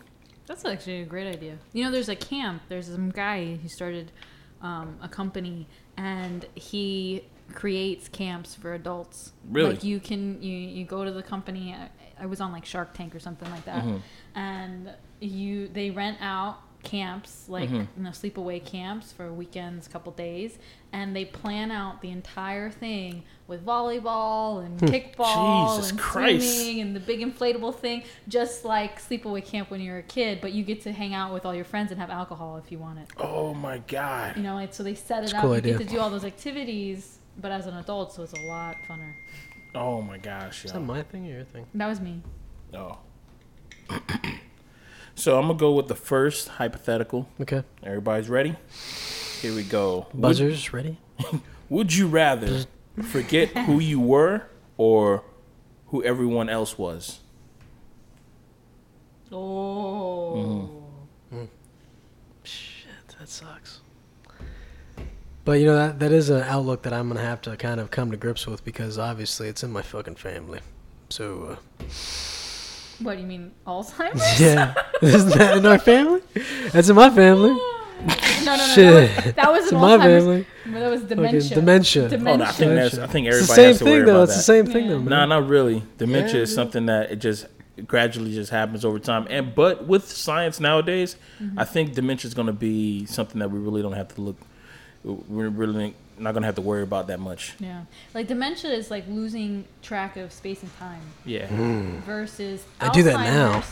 [SPEAKER 3] That's actually a great idea. You know, there's a camp. There's some guy who started um, a company, and he creates camps for adults.
[SPEAKER 1] Really?
[SPEAKER 3] Like you can you you go to the company. I, I was on like Shark Tank or something like that, and you they rent out camps like you know sleepaway camps for weekends couple days and they plan out the entire thing with volleyball and kickball
[SPEAKER 1] Jesus
[SPEAKER 3] and
[SPEAKER 1] Christ.
[SPEAKER 3] swimming thing and the big inflatable thing, just like sleepaway camp when you're a kid, but you get to hang out with all your friends and have alcohol if you want it.
[SPEAKER 1] Oh my god.
[SPEAKER 3] You know, and so they set it
[SPEAKER 2] a
[SPEAKER 3] up.
[SPEAKER 2] cool
[SPEAKER 3] you
[SPEAKER 2] idea.
[SPEAKER 3] get to do all those activities, but as an adult, so it's a lot funner.
[SPEAKER 1] Oh my gosh.
[SPEAKER 2] Is
[SPEAKER 1] yo.
[SPEAKER 2] that my thing or your thing?
[SPEAKER 3] That was me.
[SPEAKER 1] Oh. *clears throat* so I'm gonna go with the first hypothetical.
[SPEAKER 2] Okay.
[SPEAKER 1] Everybody's ready? Here we go. Would,
[SPEAKER 2] Buzzers ready?
[SPEAKER 1] would you rather forget who you were or who everyone else was?
[SPEAKER 3] Oh.
[SPEAKER 2] Mm-hmm. Shit, that sucks. But you know that that is an outlook that I'm gonna have to kind of come to grips with because obviously it's in my fucking family. So uh, *laughs*
[SPEAKER 3] What do you mean, Alzheimer's?
[SPEAKER 2] yeah, *laughs* isn't that in our family? That's in my family.
[SPEAKER 3] *laughs* No, no, no.
[SPEAKER 2] *laughs* Shit.
[SPEAKER 3] That was,
[SPEAKER 2] It's
[SPEAKER 3] that was an
[SPEAKER 2] in *laughs* my
[SPEAKER 3] Alzheimer's.
[SPEAKER 2] family.
[SPEAKER 3] No, That was
[SPEAKER 2] Fucking
[SPEAKER 3] dementia.
[SPEAKER 2] dementia.
[SPEAKER 1] Oh, no, I think that's I think everybody
[SPEAKER 2] It's the same
[SPEAKER 1] has to worry
[SPEAKER 2] thing though.
[SPEAKER 1] about
[SPEAKER 2] It's
[SPEAKER 1] that.
[SPEAKER 2] the same thing though.
[SPEAKER 3] Yeah.
[SPEAKER 2] Man.
[SPEAKER 1] No, not really. Dementia
[SPEAKER 2] Yeah,
[SPEAKER 1] is
[SPEAKER 2] dude.
[SPEAKER 1] something that it just gradually just happens over time. And but with science nowadays,
[SPEAKER 3] Mm-hmm.
[SPEAKER 1] I think dementia is going to be something that we really don't have to look. We're really not going to have to worry about that much.
[SPEAKER 3] Yeah. Like dementia is like losing track of space and time.
[SPEAKER 1] Yeah.
[SPEAKER 3] Mm. versus
[SPEAKER 2] I do that now.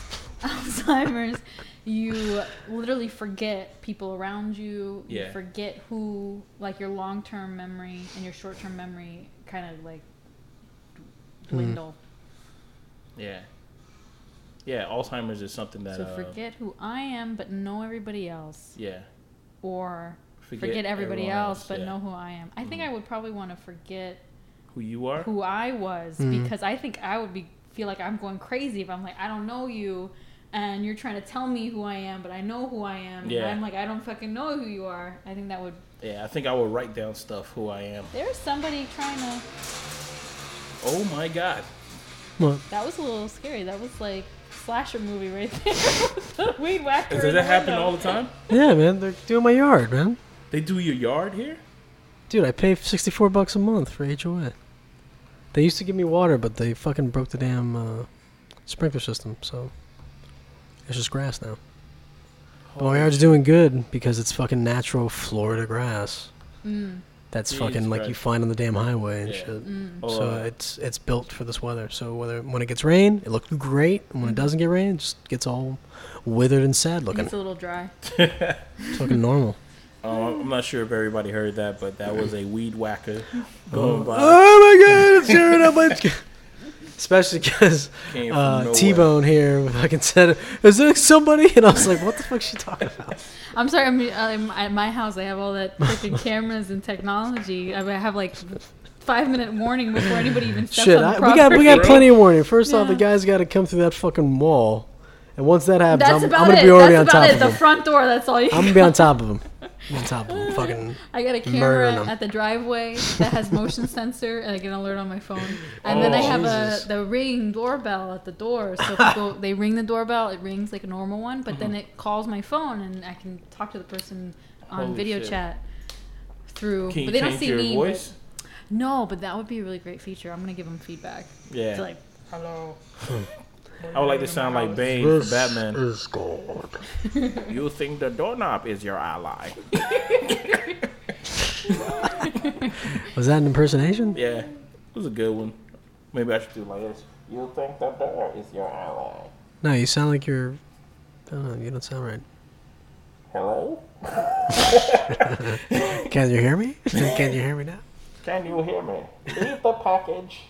[SPEAKER 3] Alzheimer's, *laughs* Alzheimer's, you literally forget people around you. You
[SPEAKER 1] Yeah.
[SPEAKER 3] forget who, like your long-term memory and your short-term memory kind of like
[SPEAKER 2] Mm-hmm.
[SPEAKER 3] dwindle.
[SPEAKER 1] Yeah. Yeah. Alzheimer's is something that.
[SPEAKER 3] So
[SPEAKER 1] uh,
[SPEAKER 3] forget who I am, but know everybody else,
[SPEAKER 1] Yeah.
[SPEAKER 3] or
[SPEAKER 1] Forget
[SPEAKER 3] forget, everybody
[SPEAKER 1] everyone
[SPEAKER 3] else,
[SPEAKER 1] else,
[SPEAKER 3] but
[SPEAKER 1] yeah. Mm-hmm.
[SPEAKER 3] know who I am. I think I would probably want to forget
[SPEAKER 1] Who you are?
[SPEAKER 3] who I was
[SPEAKER 2] Mm-hmm.
[SPEAKER 3] because I think I would be feel like I'm going crazy if I'm like I don't know you and you're trying to tell me who I am but I know who I am
[SPEAKER 1] Yeah.
[SPEAKER 3] and I'm like I don't fucking know who you are. I think that would
[SPEAKER 1] Yeah, I think I will write down stuff who I am.
[SPEAKER 3] there's somebody trying to
[SPEAKER 1] Oh my god.
[SPEAKER 2] Well,
[SPEAKER 3] that was a little scary. That was like slasher movie right *laughs* there. *laughs* with the weed whacker.
[SPEAKER 1] Does
[SPEAKER 3] in
[SPEAKER 1] that happen
[SPEAKER 3] window.
[SPEAKER 1] all the time?
[SPEAKER 2] yeah, man, they're doing my yard, man.
[SPEAKER 1] They do your yard here?
[SPEAKER 2] Dude, I pay sixty-four bucks a month for HOA. They used to give me water, but they fucking broke the damn uh, sprinkler system, so it's just grass now. But my yard's doing good because it's fucking natural Florida grass. That's
[SPEAKER 1] Jesus
[SPEAKER 2] fucking like you
[SPEAKER 1] Christ.
[SPEAKER 2] find on the damn highway and
[SPEAKER 1] Yeah.
[SPEAKER 2] shit.
[SPEAKER 1] Oh,
[SPEAKER 2] So
[SPEAKER 1] uh,
[SPEAKER 2] it's it's built for this weather. So whether when it gets rain, it looks great, and when it doesn't get rain, it just gets all withered and sad looking.
[SPEAKER 3] It's a little dry.
[SPEAKER 2] It's fucking normal.
[SPEAKER 1] oh, I'm not sure if everybody heard that, but that was a weed whacker *laughs* going by.
[SPEAKER 2] *laughs* Oh my god, it's tearing up my. *laughs* Especially because
[SPEAKER 1] Came from
[SPEAKER 2] uh,
[SPEAKER 1] nowhere.
[SPEAKER 2] T Bone here fucking said, "Is there somebody?" And I was like, "What the fuck is she
[SPEAKER 3] *laughs*
[SPEAKER 2] talking about?"
[SPEAKER 3] I'm sorry. I'm, uh, I'm at my house. I have all that
[SPEAKER 2] *laughs*
[SPEAKER 3] fucking cameras and technology. I mean, I have like five minute warning before anybody even steps
[SPEAKER 2] Shit,
[SPEAKER 3] on the
[SPEAKER 2] I, we got we
[SPEAKER 3] property.
[SPEAKER 2] got plenty of warning. First off, the
[SPEAKER 3] Yeah.
[SPEAKER 2] guy's got to come through that fucking wall, and once that happens,
[SPEAKER 3] That's
[SPEAKER 2] I'm, I'm
[SPEAKER 3] about
[SPEAKER 2] gonna
[SPEAKER 3] it.
[SPEAKER 2] be already
[SPEAKER 3] that's
[SPEAKER 2] on top
[SPEAKER 3] about it.
[SPEAKER 2] of
[SPEAKER 3] The
[SPEAKER 2] him.
[SPEAKER 3] front door. That's all you.
[SPEAKER 2] I'm gonna be on top of him. I'm on top of him. Fucking
[SPEAKER 3] *laughs* I got a
[SPEAKER 2] murdering
[SPEAKER 3] camera
[SPEAKER 2] 'em.
[SPEAKER 3] at the driveway that has motion sensor and I get an alert on my phone. And then I
[SPEAKER 1] Oh.
[SPEAKER 3] have
[SPEAKER 2] Jesus.
[SPEAKER 3] a the ring doorbell at the door.
[SPEAKER 2] *laughs*
[SPEAKER 3] So people they ring the doorbell, it rings like a normal one,
[SPEAKER 2] Uh-huh.
[SPEAKER 3] but then it calls my phone and I can talk to the person on
[SPEAKER 1] Holy
[SPEAKER 3] video
[SPEAKER 1] shit.
[SPEAKER 3] chat True,
[SPEAKER 1] Can you
[SPEAKER 3] but they don't
[SPEAKER 1] change
[SPEAKER 3] see
[SPEAKER 1] your
[SPEAKER 3] me. but-
[SPEAKER 1] voice?
[SPEAKER 3] No, but that would be a really great feature. I'm gonna give them feedback.
[SPEAKER 1] Yeah.
[SPEAKER 3] It's like,
[SPEAKER 5] Hello.
[SPEAKER 1] *laughs* I would like to sound like Bane for Batman. You think the doorknob is your ally?
[SPEAKER 2] Was that an impersonation?
[SPEAKER 1] Yeah, it was a good one. Maybe I should do like this. You think the door is your ally?
[SPEAKER 2] No, you sound like you're. I don't know. You don't sound right.
[SPEAKER 1] Hello?
[SPEAKER 2] Can you hear me? *laughs* Can you hear me now?
[SPEAKER 1] Can you hear me? Leave the package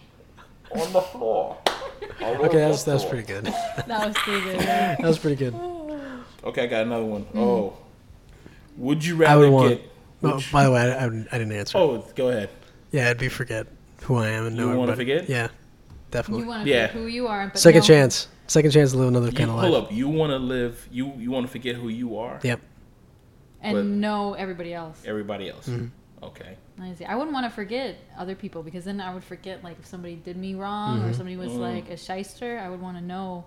[SPEAKER 1] on the floor.
[SPEAKER 2] *laughs* Okay, that's that's pretty good. that
[SPEAKER 3] that was pretty
[SPEAKER 2] *laughs*
[SPEAKER 3] good. yeah.
[SPEAKER 2] was pretty
[SPEAKER 1] *laughs*
[SPEAKER 2] good. Oh,
[SPEAKER 1] Okay, I got another one. Oh, would you
[SPEAKER 2] Hmm. I
[SPEAKER 1] rather
[SPEAKER 2] would want.
[SPEAKER 1] get?
[SPEAKER 2] Oh,
[SPEAKER 1] would you-
[SPEAKER 2] by the way, I, I, wouldn't- I didn't answer.
[SPEAKER 1] oh, go ahead.
[SPEAKER 2] Yeah, I'd be forget who I am and know
[SPEAKER 1] You wanna
[SPEAKER 2] everybody.
[SPEAKER 1] forget?
[SPEAKER 2] Yeah,
[SPEAKER 3] You
[SPEAKER 2] definitely.
[SPEAKER 3] want to
[SPEAKER 1] Yeah.
[SPEAKER 3] yeah. who you are, but
[SPEAKER 2] Second
[SPEAKER 3] no.
[SPEAKER 2] chance. Second chance to live another
[SPEAKER 1] You
[SPEAKER 2] kind of
[SPEAKER 1] pull
[SPEAKER 2] life.
[SPEAKER 1] up. You want to live. You you want to forget who you are.
[SPEAKER 2] Yep.
[SPEAKER 3] and
[SPEAKER 1] But-
[SPEAKER 3] know everybody else.
[SPEAKER 1] Everybody else.
[SPEAKER 2] Mm-hmm.
[SPEAKER 1] Okay.
[SPEAKER 3] I see. I wouldn't want to forget other people because then I would forget like if somebody did me wrong or somebody
[SPEAKER 1] Mm.
[SPEAKER 3] was like a shyster. I would want to know,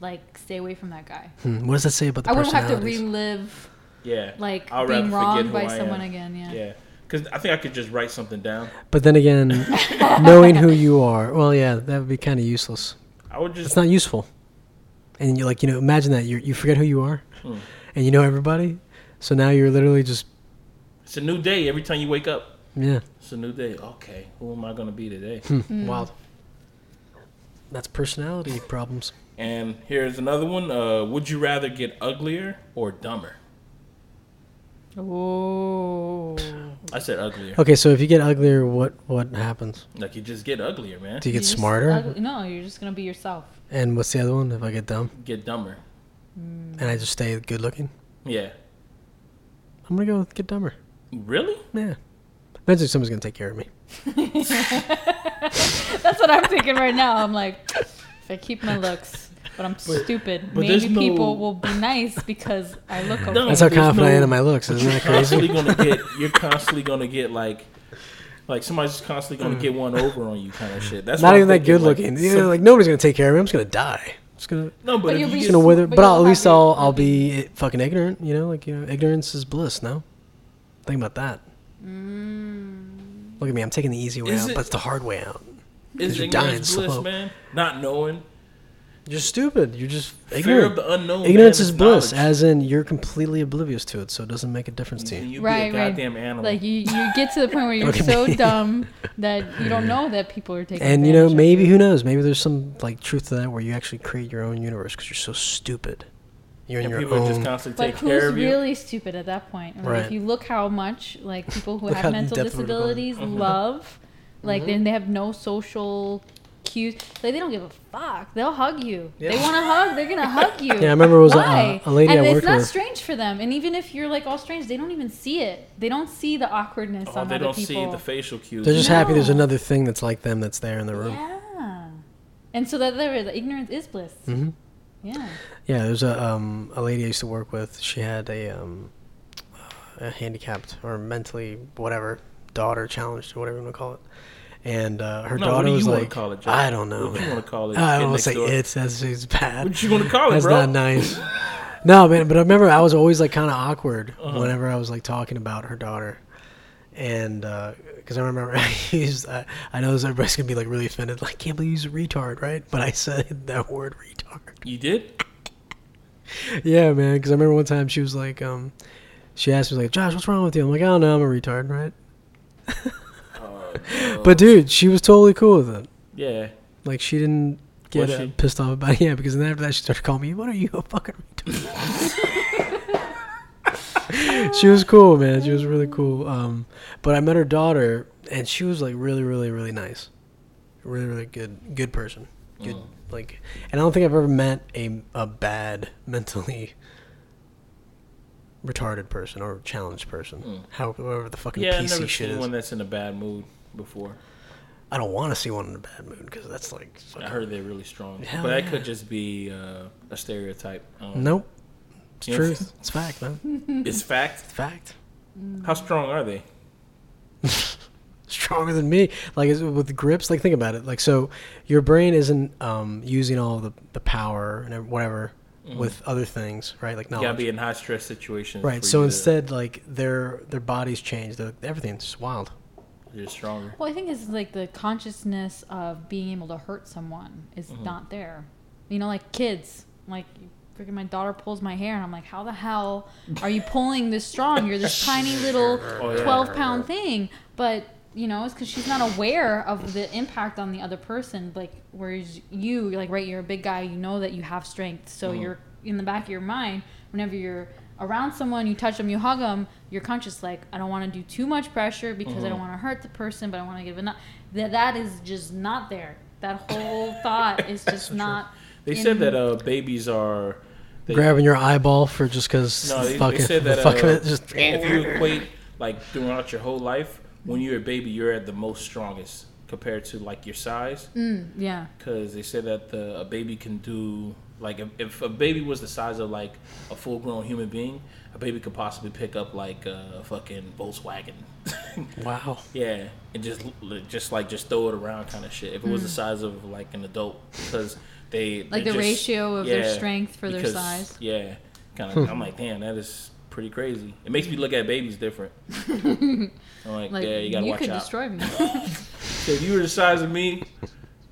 [SPEAKER 3] like, stay away from that guy.
[SPEAKER 2] Hmm, What does that say about the
[SPEAKER 3] I wouldn't have to
[SPEAKER 2] personalities?
[SPEAKER 3] relive
[SPEAKER 1] Yeah.
[SPEAKER 3] like
[SPEAKER 1] I'd rather
[SPEAKER 3] being
[SPEAKER 1] forget
[SPEAKER 3] wronged
[SPEAKER 1] who
[SPEAKER 3] by
[SPEAKER 1] I am.
[SPEAKER 3] someone again. Yeah.
[SPEAKER 1] Yeah. Because I think I could just write something down.
[SPEAKER 2] but then
[SPEAKER 3] *laughs*
[SPEAKER 2] again, knowing who you are, well, yeah, that would be kind of useless.
[SPEAKER 1] I would just.
[SPEAKER 2] It's not useful. And you like you know, imagine that you you forget who you are,
[SPEAKER 3] Hmm.
[SPEAKER 2] and you know everybody. So now you're literally just
[SPEAKER 1] It's a new day every time you wake up.
[SPEAKER 2] yeah
[SPEAKER 1] It's a new day. Okay, who am I gonna be today?
[SPEAKER 3] Hmm.
[SPEAKER 2] wild. That's personality problems.
[SPEAKER 1] *laughs* and here's another one. Uh, would you rather get uglier or dumber?
[SPEAKER 3] Oh.
[SPEAKER 1] I said uglier.
[SPEAKER 2] Okay, so if you get uglier, what what happens?
[SPEAKER 1] Like you just get uglier, man.
[SPEAKER 2] Do you get smarter?
[SPEAKER 3] no, you're just gonna be yourself. *laughs*
[SPEAKER 2] And what's the other one? If I get dumb
[SPEAKER 1] Get dumber.
[SPEAKER 2] and I just stay good looking,
[SPEAKER 1] Yeah.
[SPEAKER 2] I'm gonna go with get dumber.
[SPEAKER 1] Really?
[SPEAKER 2] Yeah. Eventually, someone's gonna take care of me.
[SPEAKER 3] That's what I'm thinking right now. I'm like, if I keep my looks, but I'm stupid,
[SPEAKER 1] there's
[SPEAKER 3] maybe
[SPEAKER 1] no-
[SPEAKER 3] people will be nice because I look okay.
[SPEAKER 2] That's how
[SPEAKER 1] there's
[SPEAKER 2] confident I
[SPEAKER 1] no-
[SPEAKER 2] am in my looks. Isn't that
[SPEAKER 1] Constantly
[SPEAKER 2] crazy?
[SPEAKER 1] gonna get. You're constantly gonna get like. Like somebody's just constantly gonna get one over on you, kind of shit. That's what
[SPEAKER 2] *laughs* Mm. Not
[SPEAKER 1] I'm
[SPEAKER 2] even that
[SPEAKER 1] thinking,
[SPEAKER 2] good looking.
[SPEAKER 1] Like,
[SPEAKER 2] You know,
[SPEAKER 1] some-
[SPEAKER 2] like nobody's gonna take care of me. I'm just gonna die. I'm just gonna
[SPEAKER 1] no, but,
[SPEAKER 3] But
[SPEAKER 1] if
[SPEAKER 3] you'll
[SPEAKER 1] you get
[SPEAKER 3] be
[SPEAKER 2] just gonna wither.
[SPEAKER 3] but
[SPEAKER 2] But, I'll, at
[SPEAKER 3] you'll
[SPEAKER 2] least
[SPEAKER 3] have
[SPEAKER 2] I'll
[SPEAKER 3] your-
[SPEAKER 2] I'll be i- fucking ignorant. You know, like you know, ignorance is bliss. No, think about that. Look at me. I'm taking the easy way
[SPEAKER 1] Is
[SPEAKER 2] out,
[SPEAKER 1] it-
[SPEAKER 2] but it's the hard way out.
[SPEAKER 1] is
[SPEAKER 2] you're
[SPEAKER 1] ignorance
[SPEAKER 2] dying
[SPEAKER 1] bliss,
[SPEAKER 2] slow.
[SPEAKER 1] man. Not knowing,
[SPEAKER 2] You're stupid. You're just
[SPEAKER 1] fear of
[SPEAKER 2] ignorant.
[SPEAKER 1] the unknown.
[SPEAKER 2] Ignorance
[SPEAKER 1] man,
[SPEAKER 2] is
[SPEAKER 1] is
[SPEAKER 2] bliss,
[SPEAKER 1] knowledge.
[SPEAKER 2] as in you're completely oblivious to it, so it doesn't make a difference to
[SPEAKER 1] And
[SPEAKER 2] you.
[SPEAKER 1] you
[SPEAKER 3] right,
[SPEAKER 1] be a goddamn
[SPEAKER 3] right.
[SPEAKER 1] animal.
[SPEAKER 3] Like you, you get to
[SPEAKER 2] *laughs*
[SPEAKER 3] the point where you're
[SPEAKER 2] Look at
[SPEAKER 3] so
[SPEAKER 2] me.
[SPEAKER 3] dumb that you don't know that people are taking.
[SPEAKER 2] And you know,
[SPEAKER 3] advantage of
[SPEAKER 2] maybe
[SPEAKER 3] you.
[SPEAKER 2] who knows? Maybe there's some like truth to that, where you actually create your own universe because you're so stupid. You're in
[SPEAKER 1] and
[SPEAKER 2] your
[SPEAKER 1] people are just
[SPEAKER 2] own.
[SPEAKER 1] constantly
[SPEAKER 3] But
[SPEAKER 1] taking care
[SPEAKER 3] who's
[SPEAKER 1] of you.
[SPEAKER 3] really stupid at that point? I mean,
[SPEAKER 2] Right.
[SPEAKER 3] If you look how much like people who
[SPEAKER 2] Look
[SPEAKER 3] have
[SPEAKER 2] how
[SPEAKER 3] mental
[SPEAKER 2] in-depth we're going.
[SPEAKER 3] disabilities
[SPEAKER 1] Mm-hmm.
[SPEAKER 3] love, like then they have no social cues. Like they don't give a fuck. They'll hug you. They want to hug. They're gonna
[SPEAKER 2] *laughs*
[SPEAKER 3] hug you.
[SPEAKER 2] Yeah, I remember it was a- uh,
[SPEAKER 3] Why?
[SPEAKER 2] a lady
[SPEAKER 3] and
[SPEAKER 2] I
[SPEAKER 3] it's
[SPEAKER 2] worked
[SPEAKER 3] not
[SPEAKER 2] with.
[SPEAKER 3] strange for them. And even if you're like all strange, they don't even see it. They don't see the awkwardness
[SPEAKER 1] oh,
[SPEAKER 3] on
[SPEAKER 1] they
[SPEAKER 3] other
[SPEAKER 1] don't
[SPEAKER 3] people.
[SPEAKER 1] see the facial cues.
[SPEAKER 2] They're just
[SPEAKER 3] No.
[SPEAKER 2] happy there's another thing that's like them that's there in the room.
[SPEAKER 3] Yeah. And so that there is ignorance is bliss. Yeah.
[SPEAKER 2] Yeah, there's a um, a lady I used to work with. She had a um, a handicapped or mentally whatever daughter challenged or whatever you want to call it. And uh, her
[SPEAKER 1] No, what
[SPEAKER 2] daughter
[SPEAKER 1] do you
[SPEAKER 2] was
[SPEAKER 1] wanna
[SPEAKER 2] like,
[SPEAKER 1] call it, Joe?
[SPEAKER 2] I don't know.
[SPEAKER 1] What do you
[SPEAKER 2] man.
[SPEAKER 1] wanna call it?
[SPEAKER 2] I
[SPEAKER 1] Kid
[SPEAKER 2] don't want
[SPEAKER 1] next
[SPEAKER 2] to say
[SPEAKER 1] door?
[SPEAKER 2] it's. That's it's bad.
[SPEAKER 1] What you gonna call it,
[SPEAKER 2] That's
[SPEAKER 1] bro?
[SPEAKER 2] not nice. no, man. But I remember I was always like kind of awkward whenever I was like talking about her daughter. And because I remember *laughs* I used, I, I know this- everybody's gonna be like really offended, like, can't believe you use retard, right? But I *laughs* said that word retard.
[SPEAKER 1] You did?
[SPEAKER 2] Yeah, man. Because I remember one time she was like, um, she asked me like, Josh, what's wrong with you? I'm like, oh no, I'm a retard, right? *laughs* But dude, she was totally cool with it.
[SPEAKER 1] Yeah.
[SPEAKER 2] Like she didn't get
[SPEAKER 1] Was
[SPEAKER 2] uh,
[SPEAKER 1] she?
[SPEAKER 2] pissed off about it. *laughs* Yeah, because then after that she started calling me, "What are you a fucking *laughs* retard?" *laughs* she was cool, man. She was really cool. Um, but I met her daughter, and she was like really, really, really nice, really, really good, good person. Good,
[SPEAKER 1] Mm.
[SPEAKER 2] like, and I don't think I've ever met a a bad mentally retarded person or challenged person. However, the fucking
[SPEAKER 1] Mm. Yeah, I've
[SPEAKER 2] PC
[SPEAKER 1] never
[SPEAKER 2] shit
[SPEAKER 1] seen
[SPEAKER 2] is.
[SPEAKER 1] one that's in a bad mood before.
[SPEAKER 2] I don't want to see one in a bad mood because that's like.
[SPEAKER 1] I
[SPEAKER 2] fucking-
[SPEAKER 1] heard they're really strong.
[SPEAKER 2] Hell
[SPEAKER 1] but that
[SPEAKER 2] yeah. Mm-hmm.
[SPEAKER 1] could just be uh, a stereotype. I don't know.
[SPEAKER 2] Nope. It's
[SPEAKER 1] Yeah.
[SPEAKER 2] truth. It's fact, man.
[SPEAKER 1] It's fact.
[SPEAKER 2] fact.
[SPEAKER 1] How strong are they?
[SPEAKER 2] Stronger than me. Like is it with grips. Like think about it. Like so, your brain isn't um, using all the the power and ev- whatever with other things, right? Like
[SPEAKER 1] You
[SPEAKER 2] knowledge.
[SPEAKER 1] Mm-hmm. gotta be in high stress situations.
[SPEAKER 2] right.
[SPEAKER 1] for
[SPEAKER 2] So
[SPEAKER 1] you to-
[SPEAKER 2] instead, like their their bodies change. Their, everything's just wild.
[SPEAKER 1] you're stronger.
[SPEAKER 3] Well, I think it's like the consciousness of being able to hurt someone is
[SPEAKER 1] Mm-hmm.
[SPEAKER 3] not there. You know, like kids. Like, freaking my daughter pulls my hair, and I'm like, how the hell are you pulling this strong? You're this tiny little
[SPEAKER 1] *laughs* Oh, yeah.
[SPEAKER 3] 12 pound thing. But, you know, it's because she's not aware of the impact on the other person. Like, whereas you, you're like, right, you're a big guy, you know that you have strength. So
[SPEAKER 1] Mm-hmm.
[SPEAKER 3] you're in the back of your mind, whenever you're around someone, you touch them, you hug them, you're conscious, like, I don't want to do too much pressure because
[SPEAKER 1] Mm-hmm.
[SPEAKER 3] I don't want to hurt the person, but I want to give enough. That, that is just not there. That whole
[SPEAKER 1] *laughs*
[SPEAKER 3] thought is just not.
[SPEAKER 1] They
[SPEAKER 3] in-
[SPEAKER 1] said that uh, babies are. They,
[SPEAKER 2] Grabbing your eyeball for just because
[SPEAKER 1] No, they,
[SPEAKER 2] fuck
[SPEAKER 1] they
[SPEAKER 2] it,
[SPEAKER 1] said
[SPEAKER 2] *laughs*
[SPEAKER 1] that
[SPEAKER 2] the fuck of
[SPEAKER 1] uh,
[SPEAKER 2] it, just
[SPEAKER 1] if you equate like throughout your whole life, when you're a baby, you're at the most strongest compared to like your size,
[SPEAKER 3] Yeah.
[SPEAKER 1] because they said that the, a baby can do like if, if a baby was the size of like a full-grown human being, a baby could possibly pick up like a fucking Volkswagen. *laughs*
[SPEAKER 2] wow.
[SPEAKER 1] Yeah, and just li- just like just throw it around kind of shit. If it was the size of like an adult, because they
[SPEAKER 3] Mm. Like
[SPEAKER 1] they
[SPEAKER 3] the
[SPEAKER 1] just-
[SPEAKER 3] ratio of their strength for their size.
[SPEAKER 1] Yeah, kind of. I'm like, damn, that is pretty crazy. It makes me look at babies
[SPEAKER 3] *laughs*
[SPEAKER 1] different. I'm like,
[SPEAKER 3] Like,
[SPEAKER 1] yeah, you
[SPEAKER 3] you,
[SPEAKER 1] gotta watch
[SPEAKER 3] could
[SPEAKER 1] out. *laughs*
[SPEAKER 3] destroy me. *laughs*
[SPEAKER 1] So if you were the size of me,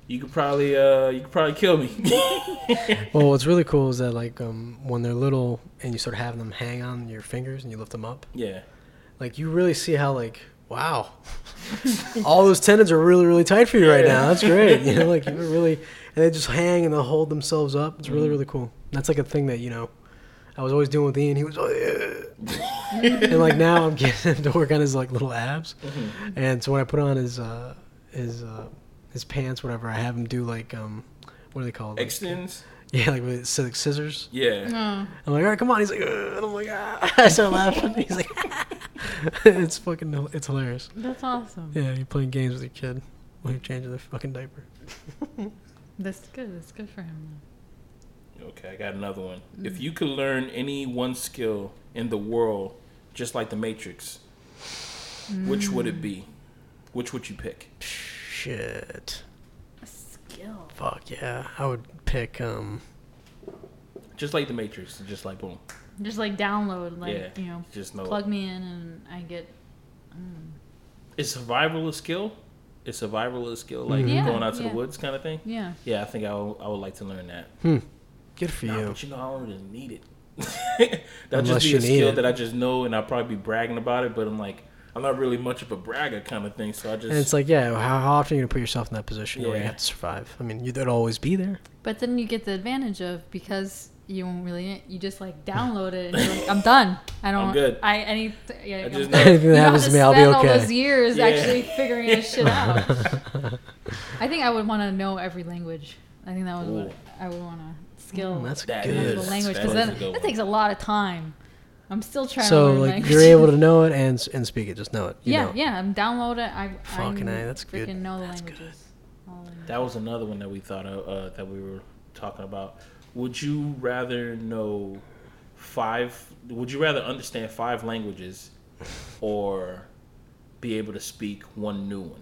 [SPEAKER 1] you could probably uh you could probably kill me. *laughs*
[SPEAKER 2] Well, what's really cool is that like um, when they're little and you start having them hang on your fingers and you lift them up,
[SPEAKER 1] yeah,
[SPEAKER 2] like you really see how like wow, *laughs* all those tendons are really really tight for you right now. That's great. *laughs* You know, like you really and they just hang and they hold themselves up. It's really really cool. That's like a thing that you know. I was always doing with Ian. He was, *laughs* and like now I'm *laughs* getting him to work on his like little abs, and so when I put on his uh, his uh, his pants, whatever, I have him do like um, what are they called? Like-
[SPEAKER 1] extends.
[SPEAKER 2] yeah, like with sc- like scissors.
[SPEAKER 1] Yeah,
[SPEAKER 3] Oh,
[SPEAKER 2] I'm like, all right, come on. He's like, Ugh. and I'm like, ah. *laughs* I start laughing. He's like, "Ah." *laughs* it's fucking, hil- it's hilarious.
[SPEAKER 3] That's awesome.
[SPEAKER 2] Yeah, you're playing games with your kid when you're changing their fucking diaper.
[SPEAKER 3] That's good. That's good for him.
[SPEAKER 1] Okay, I got another one. If you could learn any one skill in the world, just like the Matrix, which would it be? Which would you pick?
[SPEAKER 2] Shit.
[SPEAKER 3] Skill.
[SPEAKER 2] Fuck yeah. I would pick um
[SPEAKER 1] Just like the Matrix, just like boom.
[SPEAKER 3] Just like download, like,
[SPEAKER 1] yeah,
[SPEAKER 3] you know,
[SPEAKER 1] just know
[SPEAKER 3] plug me in and I get.
[SPEAKER 1] Is survival a skill? Is survival a skill like
[SPEAKER 3] Yeah,
[SPEAKER 1] going out to
[SPEAKER 3] yeah.
[SPEAKER 1] the woods kind of thing?
[SPEAKER 3] Yeah.
[SPEAKER 1] Yeah, I think I would, I would like to learn that.
[SPEAKER 2] good for
[SPEAKER 1] Nah,
[SPEAKER 2] you.
[SPEAKER 1] but you know, I don't really need *laughs* it. That'd
[SPEAKER 2] Unless
[SPEAKER 1] just be
[SPEAKER 2] you
[SPEAKER 1] a
[SPEAKER 2] need
[SPEAKER 1] skill
[SPEAKER 2] it.
[SPEAKER 1] that I just know, and I'll probably be bragging about it. But I'm like, I'm not really much of a bragger kind of thing, so I just
[SPEAKER 2] And it's like, yeah, how, how often are you gonna put yourself in that position where you
[SPEAKER 1] Yeah.
[SPEAKER 2] have to survive? I mean, you, that'd always be there.
[SPEAKER 1] *laughs*
[SPEAKER 3] But then you get the advantage of because you won't really you just like download it and you're like I'm done. I don't.
[SPEAKER 1] good.
[SPEAKER 3] I any. Yeah, I'm
[SPEAKER 1] just
[SPEAKER 3] done.
[SPEAKER 1] know-
[SPEAKER 2] Anything
[SPEAKER 3] You
[SPEAKER 2] that
[SPEAKER 3] don't
[SPEAKER 2] happens
[SPEAKER 3] have
[SPEAKER 2] to me, I'll be
[SPEAKER 3] spend all
[SPEAKER 2] *laughs*
[SPEAKER 3] those
[SPEAKER 2] okay.
[SPEAKER 3] years
[SPEAKER 1] Yeah.
[SPEAKER 3] actually figuring this shit out.
[SPEAKER 1] *laughs*
[SPEAKER 3] I think I would want to know every language. I think that was
[SPEAKER 1] Ooh.
[SPEAKER 3] what I would want to skill.
[SPEAKER 2] Oh, Mm, That's
[SPEAKER 1] That
[SPEAKER 2] good.
[SPEAKER 3] multiple
[SPEAKER 1] is-
[SPEAKER 3] language
[SPEAKER 1] that
[SPEAKER 3] because
[SPEAKER 1] is
[SPEAKER 3] that,
[SPEAKER 1] a good
[SPEAKER 3] that
[SPEAKER 1] one.
[SPEAKER 3] takes a lot of time. I'm still trying to
[SPEAKER 2] So
[SPEAKER 3] learn
[SPEAKER 2] like,
[SPEAKER 3] language.
[SPEAKER 2] you're able to know it and s- and speak it. Just know it. You
[SPEAKER 3] yeah,
[SPEAKER 2] know.
[SPEAKER 3] yeah. I'm download it. I
[SPEAKER 2] Fucking
[SPEAKER 3] I
[SPEAKER 2] A, that's
[SPEAKER 3] freaking
[SPEAKER 2] good.
[SPEAKER 3] know the
[SPEAKER 2] That's good.
[SPEAKER 3] languages. All the-
[SPEAKER 1] That was another one that we thought of uh, that we were talking about. Would you rather know five? Would you rather understand five languages, or be able to speak one new one?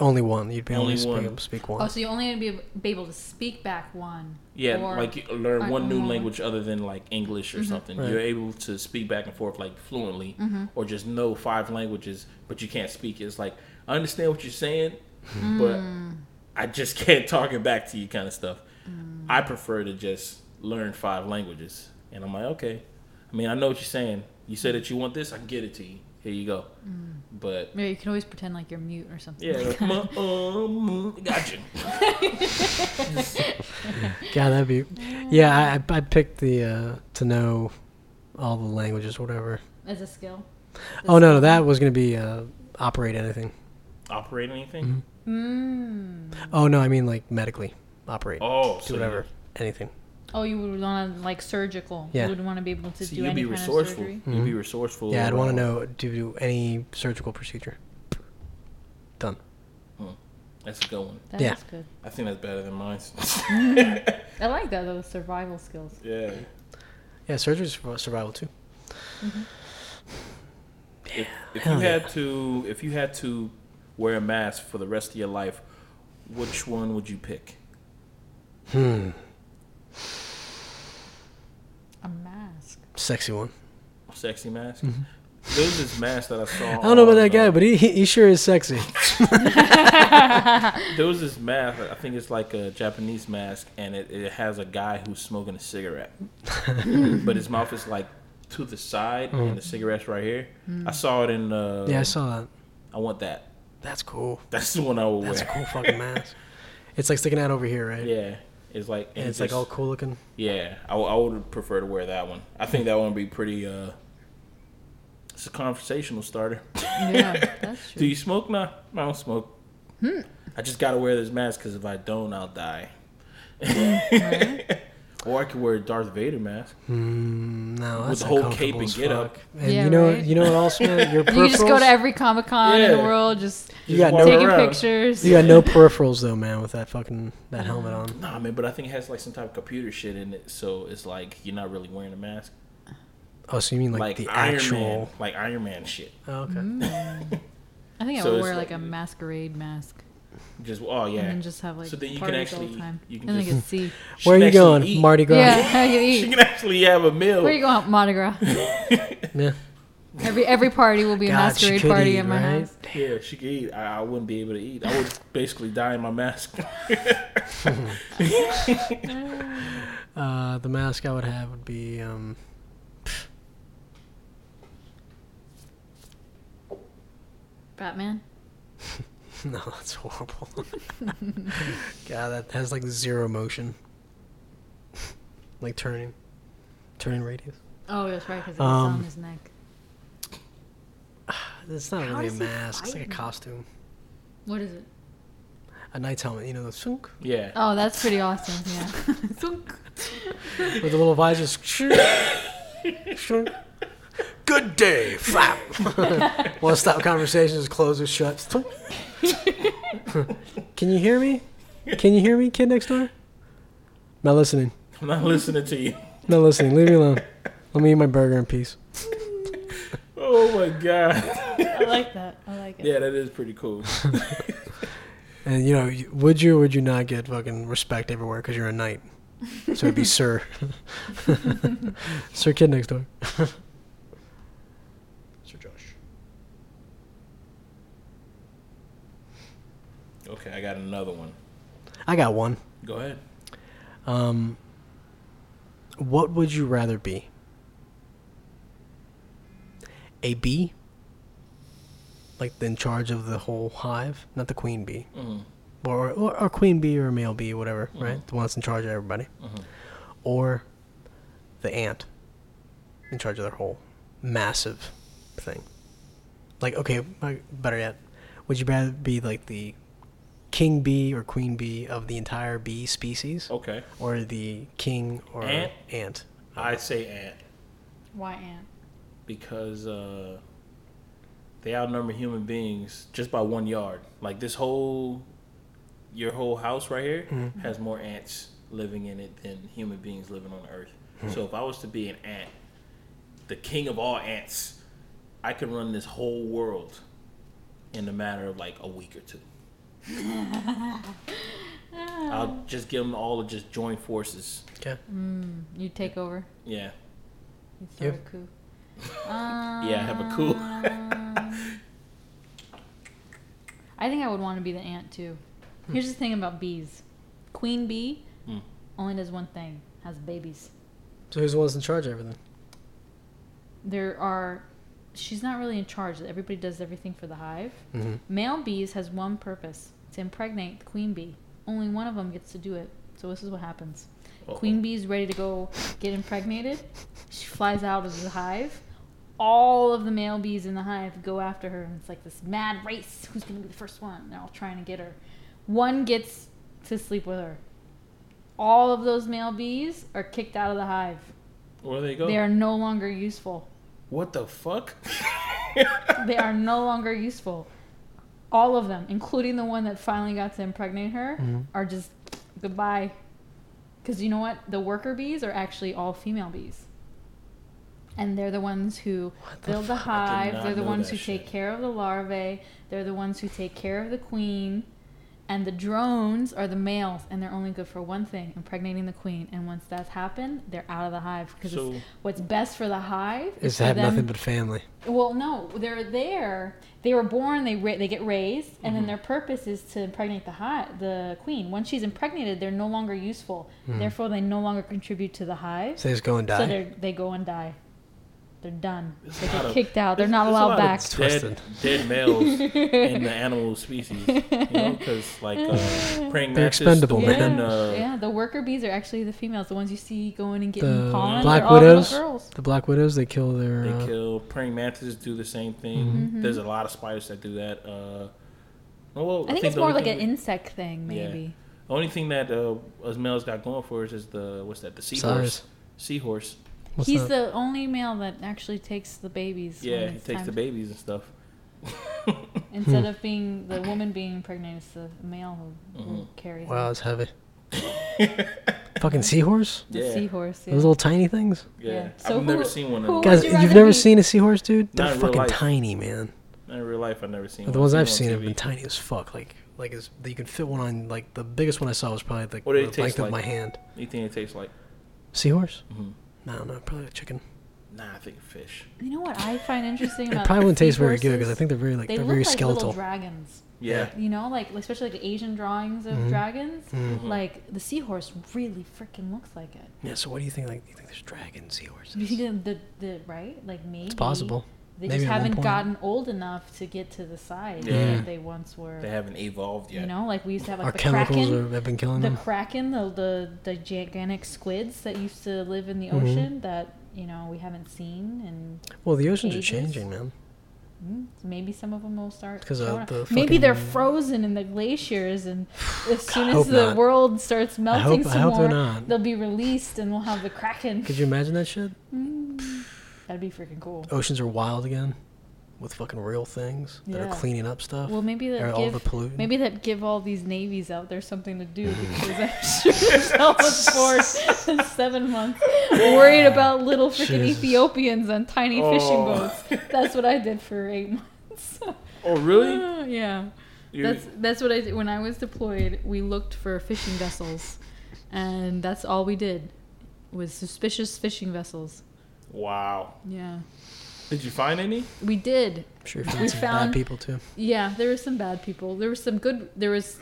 [SPEAKER 2] Only one. You'd be only,
[SPEAKER 1] Only
[SPEAKER 2] speak,
[SPEAKER 1] one.
[SPEAKER 2] speak
[SPEAKER 3] Oh,
[SPEAKER 2] one.
[SPEAKER 3] so you only gonna be ab- be able to speak back one.
[SPEAKER 1] Yeah,
[SPEAKER 3] or-
[SPEAKER 1] like you learn
[SPEAKER 3] I- Mm-hmm.
[SPEAKER 1] one new
[SPEAKER 3] mhm.
[SPEAKER 1] language other than like English or something.
[SPEAKER 2] Right.
[SPEAKER 1] You're able to speak back and forth like fluently,
[SPEAKER 3] Mm-hmm.
[SPEAKER 1] or just know five languages, but you can't speak. it. It's like I understand what you're saying,
[SPEAKER 3] Mm.
[SPEAKER 1] but I just *laughs* can't talk it back to you, kind of stuff.
[SPEAKER 3] Mm.
[SPEAKER 1] I prefer to just learn five languages, and I'm like, okay. I mean, I know what you're saying. You said that you want this, I can get it to you. Here you go.
[SPEAKER 3] Mm. *laughs*
[SPEAKER 1] But
[SPEAKER 3] Yeah, you can always pretend like you're mute or something.
[SPEAKER 1] yeah, like, "Ma, uh, ma,"
[SPEAKER 3] *laughs*
[SPEAKER 1] gotcha.
[SPEAKER 2] God, that'd be. Yeah, I, I picked the uh, to know all the languages, whatever.
[SPEAKER 3] As a skill.
[SPEAKER 2] Oh no, no, that was gonna be uh, operate anything.
[SPEAKER 1] Operate anything?
[SPEAKER 2] Mm-hmm.
[SPEAKER 3] Mm.
[SPEAKER 2] Oh no, I mean like medically operate,
[SPEAKER 1] Oh,
[SPEAKER 2] do
[SPEAKER 1] so
[SPEAKER 2] whatever, anything.
[SPEAKER 3] Oh, you would want to like surgical.
[SPEAKER 2] Yeah.
[SPEAKER 3] You would want to be able to
[SPEAKER 1] So
[SPEAKER 3] do
[SPEAKER 1] you'd be
[SPEAKER 3] any kind of
[SPEAKER 1] resourceful.
[SPEAKER 3] surgery.
[SPEAKER 1] You'd be resourceful.
[SPEAKER 2] Yeah, I'd want to
[SPEAKER 1] around-
[SPEAKER 2] know do any surgical procedure. Done.
[SPEAKER 1] That's a good one.
[SPEAKER 3] That
[SPEAKER 2] Yeah.
[SPEAKER 3] is good.
[SPEAKER 1] I think that's better than mine. *laughs*
[SPEAKER 3] I like that though. Survival skills.
[SPEAKER 1] yeah.
[SPEAKER 2] Yeah, surgery's for survival too.
[SPEAKER 1] If, if you
[SPEAKER 2] Hell yeah.
[SPEAKER 1] had to, if you had to wear a mask for the rest of your life, which one would you pick?
[SPEAKER 2] Sexy one.
[SPEAKER 1] Sexy mask. There's this mask that I saw.
[SPEAKER 2] Mm-hmm. I
[SPEAKER 1] uh,
[SPEAKER 2] don't know about that
[SPEAKER 1] Oh,
[SPEAKER 2] guy, but he, he, he sure is
[SPEAKER 1] *laughs*
[SPEAKER 2] sexy.
[SPEAKER 1] There was this mask. I think it's like a Japanese mask, and it, it has a guy who's smoking
[SPEAKER 2] *laughs*
[SPEAKER 1] a cigarette, but his mouth is like to the side, and the cigarette's right here.
[SPEAKER 3] Mm.
[SPEAKER 1] I saw it in. Uh,
[SPEAKER 2] Mm. Yeah, I saw that.
[SPEAKER 1] I want that. *laughs*
[SPEAKER 2] That's cool.
[SPEAKER 1] That's the one I will
[SPEAKER 2] That's a
[SPEAKER 1] wear.
[SPEAKER 2] cool fucking
[SPEAKER 1] *laughs*
[SPEAKER 2] mask. It's like sticking out over here, right?
[SPEAKER 1] Yeah, it's like and
[SPEAKER 2] And it's like all
[SPEAKER 1] just-
[SPEAKER 2] cool looking.
[SPEAKER 1] Yeah, I, w- I would prefer to wear that one. I think that one would be pretty. uh It's a conversational
[SPEAKER 2] *laughs*
[SPEAKER 1] starter.
[SPEAKER 3] Yeah, that's
[SPEAKER 1] Do
[SPEAKER 3] true.
[SPEAKER 1] you smoke? Nah, I don't smoke.
[SPEAKER 3] Hmm.
[SPEAKER 1] I just gotta wear this mask because if I don't, I'll
[SPEAKER 3] *laughs*
[SPEAKER 1] die. or I could wear a Darth Vader mask.
[SPEAKER 2] Mm, No, that's
[SPEAKER 1] the whole
[SPEAKER 2] uncomfortable
[SPEAKER 1] cape and
[SPEAKER 2] as
[SPEAKER 1] get up.
[SPEAKER 2] fuck. And
[SPEAKER 3] Yeah,
[SPEAKER 2] you know,
[SPEAKER 3] right?
[SPEAKER 2] you know what else, man? Your
[SPEAKER 3] *laughs* You just go to
[SPEAKER 2] peripherals-
[SPEAKER 3] every Comic Con in the
[SPEAKER 1] Yeah.
[SPEAKER 3] world, just
[SPEAKER 2] You got
[SPEAKER 1] Just
[SPEAKER 2] no-
[SPEAKER 1] walk
[SPEAKER 3] taking
[SPEAKER 1] around.
[SPEAKER 3] pictures.
[SPEAKER 2] You got
[SPEAKER 3] *laughs*
[SPEAKER 2] no peripherals though, man, with that fucking that helmet on.
[SPEAKER 1] Nah, man, but I think it has like some type of computer shit in it, so it's like you're not really wearing a mask.
[SPEAKER 2] Oh, so you mean like,
[SPEAKER 1] Like,
[SPEAKER 2] the
[SPEAKER 1] Iron Man,
[SPEAKER 2] actual?
[SPEAKER 1] like Iron Man shit.
[SPEAKER 2] Oh, okay.
[SPEAKER 3] Mm-hmm. I think I
[SPEAKER 1] So
[SPEAKER 3] would
[SPEAKER 1] it's
[SPEAKER 3] wear like
[SPEAKER 1] like-
[SPEAKER 3] a masquerade mask
[SPEAKER 1] Just oh yeah.
[SPEAKER 3] and then Mm, just have like
[SPEAKER 1] So then you can
[SPEAKER 3] parties all the
[SPEAKER 1] actually-
[SPEAKER 3] time.
[SPEAKER 1] you can
[SPEAKER 3] and
[SPEAKER 1] just-
[SPEAKER 3] I can see.
[SPEAKER 1] She
[SPEAKER 2] Where are
[SPEAKER 1] can
[SPEAKER 2] you
[SPEAKER 1] actually
[SPEAKER 2] going,
[SPEAKER 1] eat.
[SPEAKER 2] Mardi Gras?
[SPEAKER 3] Yeah, *laughs* how you
[SPEAKER 1] She
[SPEAKER 3] eat.
[SPEAKER 1] can actually have a meal.
[SPEAKER 3] Where you going, Mardi Gras?
[SPEAKER 2] Yeah.
[SPEAKER 3] Every every party will be a
[SPEAKER 2] God, she
[SPEAKER 3] masquerade
[SPEAKER 2] could
[SPEAKER 3] party
[SPEAKER 2] eat,
[SPEAKER 3] at my
[SPEAKER 2] right?
[SPEAKER 3] house.
[SPEAKER 1] *laughs* Yeah, she could eat. I, I wouldn't be able to eat. I would basically die in my mask. *laughs*
[SPEAKER 2] Uh, the mask I would have would be um, *laughs*
[SPEAKER 3] Batman.
[SPEAKER 2] no, that's
[SPEAKER 3] *laughs*
[SPEAKER 2] horrible. God, that has like zero motion, like turning, turning radius.
[SPEAKER 3] Oh, that's right, because it's
[SPEAKER 2] Um,
[SPEAKER 3] on his neck.
[SPEAKER 2] It's not
[SPEAKER 3] How
[SPEAKER 2] really a
[SPEAKER 3] does he
[SPEAKER 2] mask. It's
[SPEAKER 3] fight
[SPEAKER 2] like a
[SPEAKER 3] him?
[SPEAKER 2] costume,
[SPEAKER 3] What is it?
[SPEAKER 2] a knight's helmet. You know, the sunk
[SPEAKER 1] yeah.
[SPEAKER 3] Oh, that's pretty awesome. Yeah. *laughs*
[SPEAKER 2] with the little visors. Good day, *laughs* flap. Want to stop conversations? Close or shut. Can you hear me? Can you hear me, kid next door? Not listening.
[SPEAKER 1] I'm not listening to you.
[SPEAKER 2] Not listening. Leave me alone. Let me eat my burger in peace.
[SPEAKER 1] Oh my god.
[SPEAKER 3] I like that. I like it.
[SPEAKER 1] Yeah, that is pretty cool. *laughs*
[SPEAKER 2] And you know, you- would you or would you not get fucking respect everywhere because you're a knight? So it'd *laughs* be sir, sir, kid next door, Sir Josh.
[SPEAKER 1] Okay, I got another one.
[SPEAKER 2] I got one.
[SPEAKER 1] Go ahead.
[SPEAKER 2] Um, what would you rather be? A bee? Like in charge of the whole hive? Not the queen bee. Or, or, or queen bee or male bee, whatever, right? The one that's in charge of everybody. Or the ant in charge of their whole massive thing. Like, okay, like, better yet, would you rather be like the king bee or queen bee of the entire bee species?
[SPEAKER 1] Okay.
[SPEAKER 2] or the king or
[SPEAKER 1] Ant?
[SPEAKER 2] ant.
[SPEAKER 1] I say ant
[SPEAKER 3] Why ant?
[SPEAKER 1] because uh, they outnumber human beings just by one yard. Like this whole, your whole house right here has more ants living in it than human beings living on the earth. So if I was to be an ant, the king of all ants, I could run this whole world in a matter of like a week or
[SPEAKER 3] *laughs*
[SPEAKER 1] two. I'll just give them all to just join forces.
[SPEAKER 2] Okay.
[SPEAKER 3] Mm-hmm. You take over.
[SPEAKER 1] Yeah.
[SPEAKER 3] You throw
[SPEAKER 2] Yeah.
[SPEAKER 3] a coup.
[SPEAKER 1] *laughs* Yeah, I have a cool.
[SPEAKER 3] *laughs* I think I would want to be the ant too.
[SPEAKER 2] Hmm.
[SPEAKER 3] Here's the thing about bees. Queen bee
[SPEAKER 1] Hmm.
[SPEAKER 3] only does one thing: has babies.
[SPEAKER 2] So who's the ones in charge of everything?
[SPEAKER 3] There are. She's not really in charge. Everybody does everything for the hive. Male bees has one purpose: to impregnate the queen bee. Only one of them gets to do it. So this is what happens. Queen bee's ready to go get impregnated. She flies out of the hive. All of the male bees in the hive go after her, and it's like this mad race. Who's going to be the first one? They're all trying to get her. One gets to sleep with her. All of those male bees are kicked out of the hive.
[SPEAKER 1] Where they go?
[SPEAKER 3] They are no longer useful.
[SPEAKER 1] What the fuck?
[SPEAKER 3] They are no longer useful. All of them, including the one that finally got to impregnate her,
[SPEAKER 1] Mm-hmm.
[SPEAKER 3] are just goodbye. Because you know what? The worker bees are actually all female bees. And they're the ones who build the hive,
[SPEAKER 1] not
[SPEAKER 3] they're the
[SPEAKER 1] know
[SPEAKER 3] ones who
[SPEAKER 1] that
[SPEAKER 3] take
[SPEAKER 1] shit.
[SPEAKER 3] care of the larvae, they're the ones who take care of the queen. And and the drones are the males, and they're only good for one thing: impregnating the queen. And once that's happened, they're out of the hive because
[SPEAKER 1] So-
[SPEAKER 3] it's, what's best for the hive
[SPEAKER 2] Is
[SPEAKER 3] for
[SPEAKER 2] to have
[SPEAKER 3] them-
[SPEAKER 2] nothing but family.
[SPEAKER 3] Well, no, they're there. They were born. They ra- they get raised, and
[SPEAKER 2] Mm-hmm.
[SPEAKER 3] then their purpose is to impregnate the hive, the queen. Once she's impregnated, they're no longer useful. Therefore, they no longer contribute to the hive.
[SPEAKER 2] Mm-hmm. So they just go and
[SPEAKER 3] So
[SPEAKER 2] die.
[SPEAKER 3] they they go and die. They're done.
[SPEAKER 1] There's
[SPEAKER 3] They
[SPEAKER 1] a lot
[SPEAKER 3] get
[SPEAKER 1] of-
[SPEAKER 3] kicked out. Oh, They're
[SPEAKER 1] there's-
[SPEAKER 3] not
[SPEAKER 1] there's a
[SPEAKER 3] allowed
[SPEAKER 1] lot of Dead,
[SPEAKER 3] back.
[SPEAKER 1] dead
[SPEAKER 3] *laughs*
[SPEAKER 1] males in the animal species, you know, because like
[SPEAKER 3] *laughs*
[SPEAKER 1] uh, praying
[SPEAKER 2] They're
[SPEAKER 1] mantis,
[SPEAKER 2] expendable,
[SPEAKER 1] the
[SPEAKER 3] Yeah.
[SPEAKER 2] man.
[SPEAKER 1] women, uh,
[SPEAKER 3] yeah, the worker bees are actually the females, the ones you see going and getting
[SPEAKER 2] The
[SPEAKER 3] pollen.
[SPEAKER 2] black
[SPEAKER 3] they're all little
[SPEAKER 2] widows.
[SPEAKER 3] girls.
[SPEAKER 2] The black widows. They kill their.
[SPEAKER 1] They
[SPEAKER 2] uh,
[SPEAKER 1] kill praying mantises. Do the same thing. There's a lot of spiders that do that. Uh, well,
[SPEAKER 3] Mm-hmm. I think it's
[SPEAKER 1] the
[SPEAKER 3] more
[SPEAKER 1] only
[SPEAKER 3] like an
[SPEAKER 1] thing-
[SPEAKER 3] insect thing,
[SPEAKER 1] Yeah.
[SPEAKER 3] maybe.
[SPEAKER 1] The only thing that uh, us males got going for us is the what's that? The seahorse.
[SPEAKER 2] Size.
[SPEAKER 1] Seahorse.
[SPEAKER 2] what's
[SPEAKER 3] He's
[SPEAKER 2] that?
[SPEAKER 3] the only male that actually takes the babies. when
[SPEAKER 1] Yeah, he
[SPEAKER 3] it's
[SPEAKER 1] takes
[SPEAKER 3] time
[SPEAKER 1] the
[SPEAKER 3] to-
[SPEAKER 1] babies and stuff. *laughs*
[SPEAKER 3] Instead
[SPEAKER 2] Hmm.
[SPEAKER 3] of being the woman being pregnant, it's the male who, who
[SPEAKER 1] Mm-hmm.
[SPEAKER 3] carries
[SPEAKER 2] Wow, it's
[SPEAKER 1] *laughs*
[SPEAKER 2] heavy. Fucking seahorse.
[SPEAKER 3] the
[SPEAKER 1] Yeah.
[SPEAKER 3] seahorse. Yeah.
[SPEAKER 2] Those little tiny things.
[SPEAKER 1] Yeah,
[SPEAKER 3] Yeah. So
[SPEAKER 1] I've never
[SPEAKER 3] who-
[SPEAKER 1] seen one.
[SPEAKER 3] who-
[SPEAKER 1] In,
[SPEAKER 2] Guys,
[SPEAKER 3] you
[SPEAKER 2] if
[SPEAKER 3] rather
[SPEAKER 2] you've never
[SPEAKER 3] be-
[SPEAKER 2] seen a seahorse, dude,
[SPEAKER 1] Not
[SPEAKER 2] they're
[SPEAKER 1] in real
[SPEAKER 2] fucking
[SPEAKER 1] life.
[SPEAKER 2] tiny, man.
[SPEAKER 1] in real life, I've never seen
[SPEAKER 2] But
[SPEAKER 1] one.
[SPEAKER 2] the ones
[SPEAKER 1] I've
[SPEAKER 2] I've seen
[SPEAKER 1] on
[SPEAKER 2] have been
[SPEAKER 1] TV.
[SPEAKER 2] tiny as fuck. Like, like is you can fit one on like the biggest one I saw was probably like
[SPEAKER 1] What do they
[SPEAKER 2] the length
[SPEAKER 1] taste
[SPEAKER 2] of
[SPEAKER 1] like?
[SPEAKER 2] my hand.
[SPEAKER 1] You think it tastes like?
[SPEAKER 2] Seahorse?
[SPEAKER 1] Mhm.
[SPEAKER 2] No, no, probably a chicken.
[SPEAKER 1] Nah, I think fish.
[SPEAKER 3] You know what I find interesting about
[SPEAKER 2] It probably wouldn't taste very good
[SPEAKER 3] seahorses?
[SPEAKER 2] because I think they're very like
[SPEAKER 3] they
[SPEAKER 2] they are
[SPEAKER 3] look
[SPEAKER 2] very
[SPEAKER 3] like little
[SPEAKER 2] skeletal.
[SPEAKER 3] dragons.
[SPEAKER 1] Yeah.
[SPEAKER 3] You know, like especially like Asian drawings of
[SPEAKER 2] Mm-hmm.
[SPEAKER 3] dragons. Like the seahorse really freaking looks like it.
[SPEAKER 2] yeah. So what do you think? Like, you think there's dragon seahorses?
[SPEAKER 3] You think the, the, the right? Like maybe
[SPEAKER 2] It's possible.
[SPEAKER 3] They
[SPEAKER 2] Maybe
[SPEAKER 3] just
[SPEAKER 2] at one
[SPEAKER 3] haven't
[SPEAKER 2] point.
[SPEAKER 3] gotten old enough to get to the size
[SPEAKER 1] Yeah.
[SPEAKER 3] that they once were.
[SPEAKER 1] They haven't evolved yet.
[SPEAKER 3] You know, like we used to have like
[SPEAKER 2] Our
[SPEAKER 3] the
[SPEAKER 2] chemicals
[SPEAKER 3] kraken.
[SPEAKER 2] are, have been killing
[SPEAKER 3] the
[SPEAKER 2] them.
[SPEAKER 3] kraken, the, the the gigantic squids that used to live in the
[SPEAKER 2] Mm-hmm.
[SPEAKER 3] ocean that you know we haven't seen, and
[SPEAKER 2] Well, the oceans are
[SPEAKER 3] ages.
[SPEAKER 2] changing, man.
[SPEAKER 3] mm, maybe some of them will start.
[SPEAKER 2] 'Cause, uh,
[SPEAKER 3] showing up.
[SPEAKER 2] the
[SPEAKER 3] maybe
[SPEAKER 2] fucking-
[SPEAKER 3] they're frozen in the
[SPEAKER 2] *sighs*
[SPEAKER 3] glaciers, and as soon
[SPEAKER 2] hope
[SPEAKER 3] as the
[SPEAKER 2] not.
[SPEAKER 3] world starts melting
[SPEAKER 2] hope- I
[SPEAKER 3] some
[SPEAKER 2] hope they're
[SPEAKER 3] more,
[SPEAKER 2] not.
[SPEAKER 3] they'll be released, and we'll have
[SPEAKER 2] *laughs*
[SPEAKER 3] the kraken.
[SPEAKER 2] Could you imagine that shit?
[SPEAKER 3] That'd be freaking cool.
[SPEAKER 2] Oceans are wild again, with fucking real things that
[SPEAKER 3] Yeah.
[SPEAKER 2] are cleaning up stuff.
[SPEAKER 3] Well, maybe
[SPEAKER 2] They're
[SPEAKER 3] that
[SPEAKER 2] all the
[SPEAKER 3] give
[SPEAKER 2] pollutant.
[SPEAKER 3] maybe that give all these navies out there something
[SPEAKER 1] *laughs*
[SPEAKER 3] to do because I'm sure Shell was bored in seven months worried about little freaking
[SPEAKER 2] Jesus.
[SPEAKER 3] Ethiopians on tiny fishing
[SPEAKER 1] Oh.
[SPEAKER 3] boats. That's what I did for eight months. *laughs*
[SPEAKER 1] Oh, really?
[SPEAKER 3] yeah,
[SPEAKER 1] You-
[SPEAKER 3] Uh, that's that's what I did when I was deployed. We looked for fishing vessels, and that's all we did was suspicious fishing vessels.
[SPEAKER 1] wow.
[SPEAKER 3] Yeah,
[SPEAKER 1] Did you find any?
[SPEAKER 3] we did.
[SPEAKER 2] I'm sure you
[SPEAKER 3] we
[SPEAKER 2] find some
[SPEAKER 3] found-
[SPEAKER 2] bad people too.
[SPEAKER 3] Yeah, there were some bad people. There was some good. There was.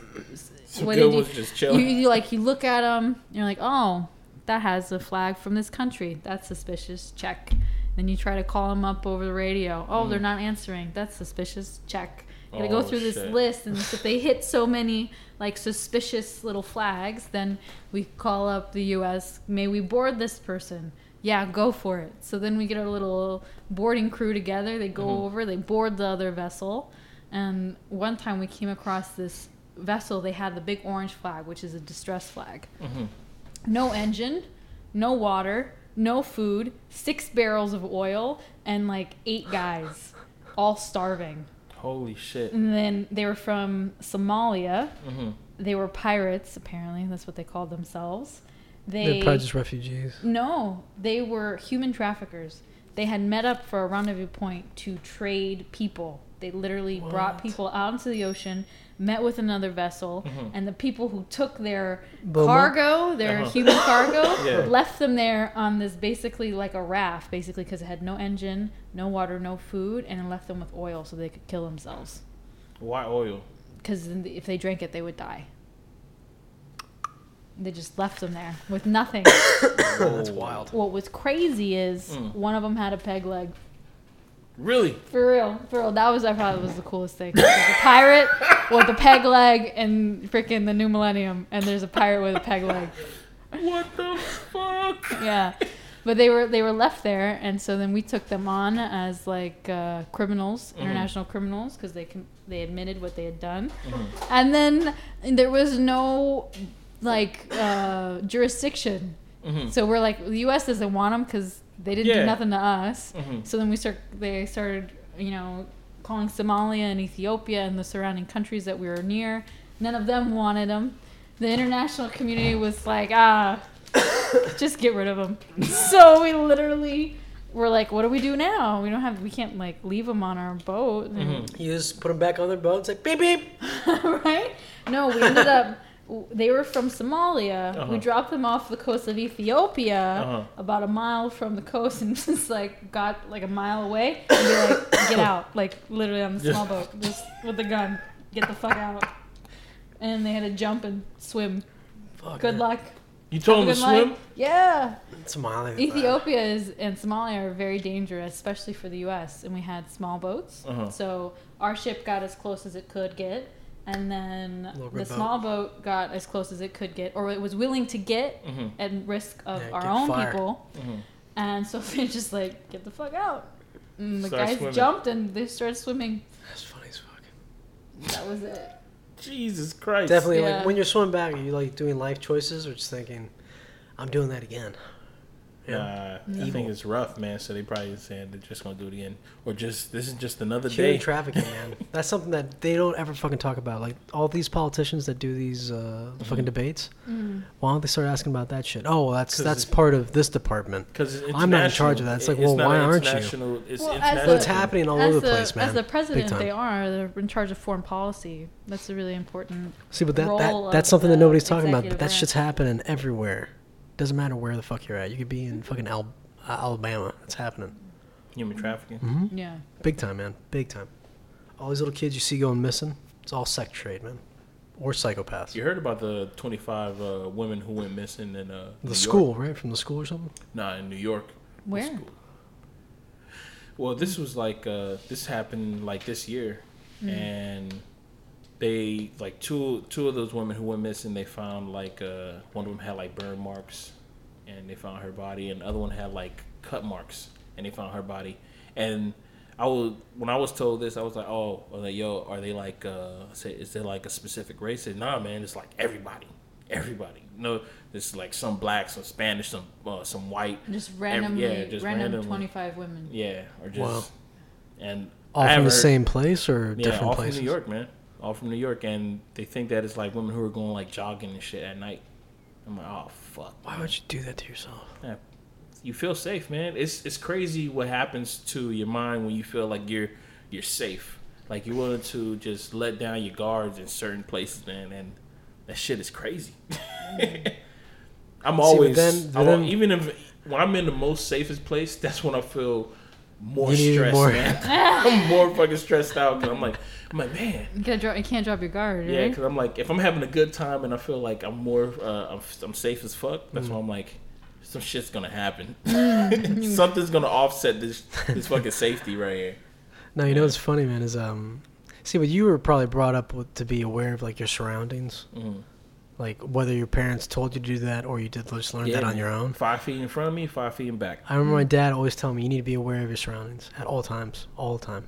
[SPEAKER 1] Some
[SPEAKER 3] what
[SPEAKER 1] good
[SPEAKER 3] did you-
[SPEAKER 1] ones just
[SPEAKER 3] you,
[SPEAKER 1] chilling.
[SPEAKER 3] you like you look at them you're like oh that has a flag from this country that's suspicious check then you try to call them up over the radio oh they're not answering that's suspicious check you gotta
[SPEAKER 1] Hmm. Oh,
[SPEAKER 3] go through this
[SPEAKER 1] shit.
[SPEAKER 3] list and if they
[SPEAKER 1] *laughs*
[SPEAKER 3] hit so many like suspicious little flags then we call up the us may we board this person yeah go for it so then we get our little boarding crew together they go
[SPEAKER 1] Mm-hmm.
[SPEAKER 3] over they board the other vessel and one time we came across this vessel, they had the big orange flag, which is a distress flag. No engine, no water, no food, six barrels of oil, and like eight guys, all starving.
[SPEAKER 1] Holy shit.
[SPEAKER 3] And then they were from Somalia.
[SPEAKER 1] Mhm.
[SPEAKER 3] They were pirates, apparently. That's what they called themselves.
[SPEAKER 2] They're
[SPEAKER 3] They
[SPEAKER 2] probably just refugees.
[SPEAKER 3] no, they were human traffickers. They had met up for a rendezvous point to trade people. They literally brought people out into the ocean, met with another vessel,
[SPEAKER 1] Mm-hmm.
[SPEAKER 3] and the people who took their
[SPEAKER 2] Boma?
[SPEAKER 3] cargo, their
[SPEAKER 1] Uh-huh.
[SPEAKER 3] human cargo,
[SPEAKER 1] *laughs* Yeah.
[SPEAKER 3] left them there on this basically like a raft, basically because it had no engine, no water, no food, and it left them with oil so they could kill themselves.
[SPEAKER 1] Why
[SPEAKER 2] *laughs*
[SPEAKER 1] oil?
[SPEAKER 3] Because if they drank it, they would die. They just left them there with nothing.
[SPEAKER 1] That's
[SPEAKER 2] wild.
[SPEAKER 3] What was crazy is one of them had a peg leg.
[SPEAKER 1] Really?
[SPEAKER 3] For real, for real. That was I probably was the coolest thing. There's a pirate with a peg leg and freaking the new millennium, and there's a pirate with a peg leg.
[SPEAKER 1] What
[SPEAKER 3] *laughs*
[SPEAKER 1] the fuck?
[SPEAKER 3] Yeah, but they were they were left there, and so then we took them on as like uh, criminals, international criminals, because they com- they admitted what they had done, and then there was no like uh, jurisdiction.
[SPEAKER 1] Mm-hmm.
[SPEAKER 3] So we're like the U.S. doesn't want them because they didn't
[SPEAKER 1] Yeah.
[SPEAKER 3] do nothing to us. So then we start they started you know calling Somalia and Ethiopia and the surrounding countries that we were near. None of them wanted them. The international *coughs* community was like, ah, just get rid of them. so we literally we're like, what do we do now? We don't have, we can't like leave them on our boat, and-
[SPEAKER 2] You just put them back on their boat. It's like beep beep.
[SPEAKER 3] *laughs* right? No, we ended up. They were from Somalia. We dropped them off the coast of Ethiopia,
[SPEAKER 1] Uh-huh.
[SPEAKER 3] about a mile from the coast, and *laughs* just like got like a mile away. And they're like, "Get
[SPEAKER 1] *coughs*
[SPEAKER 3] out!" Like literally on the small boat, just with the gun, get the fuck out. And they had to jump and swim.
[SPEAKER 2] Fuck,
[SPEAKER 3] Good
[SPEAKER 2] man.
[SPEAKER 3] luck.
[SPEAKER 1] You told
[SPEAKER 3] Have a
[SPEAKER 1] him to
[SPEAKER 3] good life.
[SPEAKER 1] swim?
[SPEAKER 3] Yeah.
[SPEAKER 2] Somalia. man.
[SPEAKER 3] Ethiopia is and Somalia are very dangerous, especially for the U.S. And we had small boats,
[SPEAKER 1] Uh-huh.
[SPEAKER 3] so our ship got as close as it could get, and then
[SPEAKER 2] Little
[SPEAKER 3] the
[SPEAKER 2] good boat.
[SPEAKER 3] small boat got as close as it could get, or it was willing to get
[SPEAKER 1] Mm. Mm-hmm,
[SPEAKER 3] at risk of
[SPEAKER 2] Yeah,
[SPEAKER 3] our
[SPEAKER 2] get
[SPEAKER 3] own
[SPEAKER 2] fire.
[SPEAKER 3] people. And so *laughs* they just like get the fuck out. And the
[SPEAKER 1] Start
[SPEAKER 3] guys
[SPEAKER 1] swimming.
[SPEAKER 3] jumped and they started swimming.
[SPEAKER 2] That's funny as fuck.
[SPEAKER 3] That was
[SPEAKER 2] *laughs*
[SPEAKER 3] it.
[SPEAKER 1] Jesus Christ.
[SPEAKER 2] Definitely,
[SPEAKER 3] Yeah.
[SPEAKER 2] like when you're swimming back, are you like doing life choices or just thinking, "I'm doing that again"?
[SPEAKER 1] Nah, I think it's rough, man. So they probably said they're just gonna do it again, or just this is just another
[SPEAKER 2] Human
[SPEAKER 1] day.
[SPEAKER 2] trafficking, man.
[SPEAKER 1] *laughs*
[SPEAKER 2] That's something that they don't ever fucking talk about. Like all these politicians that do these uh, fucking debates,
[SPEAKER 3] Mm-hmm.
[SPEAKER 2] why don't they start asking about that shit? Oh, well, that's
[SPEAKER 1] Mm-hmm. 'Cause
[SPEAKER 2] that's
[SPEAKER 1] it's-
[SPEAKER 2] part of this department.
[SPEAKER 1] Because
[SPEAKER 2] I'm not in charge of that. It's like, well, why aren't you?
[SPEAKER 1] It's
[SPEAKER 3] Well, as
[SPEAKER 1] international.
[SPEAKER 3] a-
[SPEAKER 2] It's happening all
[SPEAKER 3] as
[SPEAKER 2] over the
[SPEAKER 3] the-
[SPEAKER 2] place, man.
[SPEAKER 3] As the
[SPEAKER 2] Big
[SPEAKER 3] president,
[SPEAKER 2] time.
[SPEAKER 3] they are. They're in charge of foreign policy. That's a really important.
[SPEAKER 2] See, but that,
[SPEAKER 3] role
[SPEAKER 2] that that's
[SPEAKER 3] of
[SPEAKER 2] something that
[SPEAKER 3] the
[SPEAKER 2] nobody's talking about. But
[SPEAKER 3] executive
[SPEAKER 2] that
[SPEAKER 3] branch.
[SPEAKER 2] shit's happening everywhere. Doesn't matter where the fuck you're at. You could be in fucking Al- uh, Alabama. It's happening.
[SPEAKER 1] human trafficking.
[SPEAKER 2] Mm-hmm.
[SPEAKER 3] Yeah.
[SPEAKER 2] Big time, man. Big time. All these little kids you see going missing, it's all sex trade, man. Or psychopaths.
[SPEAKER 1] You heard about the 25 uh, women who went missing in uh,
[SPEAKER 2] the
[SPEAKER 1] New York?
[SPEAKER 2] school, right? From the school or something?
[SPEAKER 1] Nah, in New York. The
[SPEAKER 3] Where?
[SPEAKER 1] school. Well, this was like uh, this happened like this year,
[SPEAKER 3] Mm-hmm.
[SPEAKER 1] and they like two two of those women who went missing. They found like uh, one of them had like burn marks, and they found her body, and the other one had like cut marks, and they found her body. And I was when I was told this, I was like, oh, I was like, yo, are they like uh, I said, is there like a specific race? I said, nah, man, it's like everybody, everybody. No, it's like some black, some Spanish, some uh, some white,
[SPEAKER 3] Just
[SPEAKER 1] Every-
[SPEAKER 3] randomly, random
[SPEAKER 1] randomly.
[SPEAKER 3] 25 women.
[SPEAKER 1] Yeah, or just
[SPEAKER 2] Wow.
[SPEAKER 1] and
[SPEAKER 2] All
[SPEAKER 1] I
[SPEAKER 2] from the
[SPEAKER 1] haven't heard-
[SPEAKER 2] same place or
[SPEAKER 1] yeah,
[SPEAKER 2] different
[SPEAKER 1] all
[SPEAKER 2] places?
[SPEAKER 1] from New York, man. All from New York, and they think that it's like women who are going like jogging and shit at night. I'm like, oh fuck,
[SPEAKER 2] Why would you do that to yourself?
[SPEAKER 1] Yeah. you feel safe, man. It's it's crazy what happens to your mind when you feel like you're you're safe, like you're willing to just let down your guards in certain places, man. And that shit is crazy. *laughs* I'm always
[SPEAKER 2] then-
[SPEAKER 1] I won't-
[SPEAKER 2] then-
[SPEAKER 1] even if when I'm in the most safest place, that's when I feel more
[SPEAKER 2] You need
[SPEAKER 1] stressed,
[SPEAKER 2] more- *laughs*
[SPEAKER 1] man. *laughs* I'm more fucking stressed out because I'm like, I'm like, man,
[SPEAKER 3] You, gotta drop, you can't drop your guard,
[SPEAKER 1] yeah,
[SPEAKER 3] right?
[SPEAKER 1] because I'm like, if I'm having a good time and I feel like I'm more, uh, I'm, I'm safe as fuck. That's
[SPEAKER 3] Mm-hmm.
[SPEAKER 1] why I'm like, some shit's gonna happen. *laughs* Something's gonna offset this this fucking safety right here.
[SPEAKER 2] No, you know what's funny, man, is um, see, but you were probably brought up with, to be aware of like your surroundings,
[SPEAKER 1] Mm-hmm.
[SPEAKER 2] like whether your parents told you to do that or you did just learn that on
[SPEAKER 1] man.
[SPEAKER 2] your own.
[SPEAKER 1] Five feet in front of me, five feet in back.
[SPEAKER 2] I remember my
[SPEAKER 3] Mm.
[SPEAKER 2] dad always telling me you need to be aware of your surroundings at all times, all the time.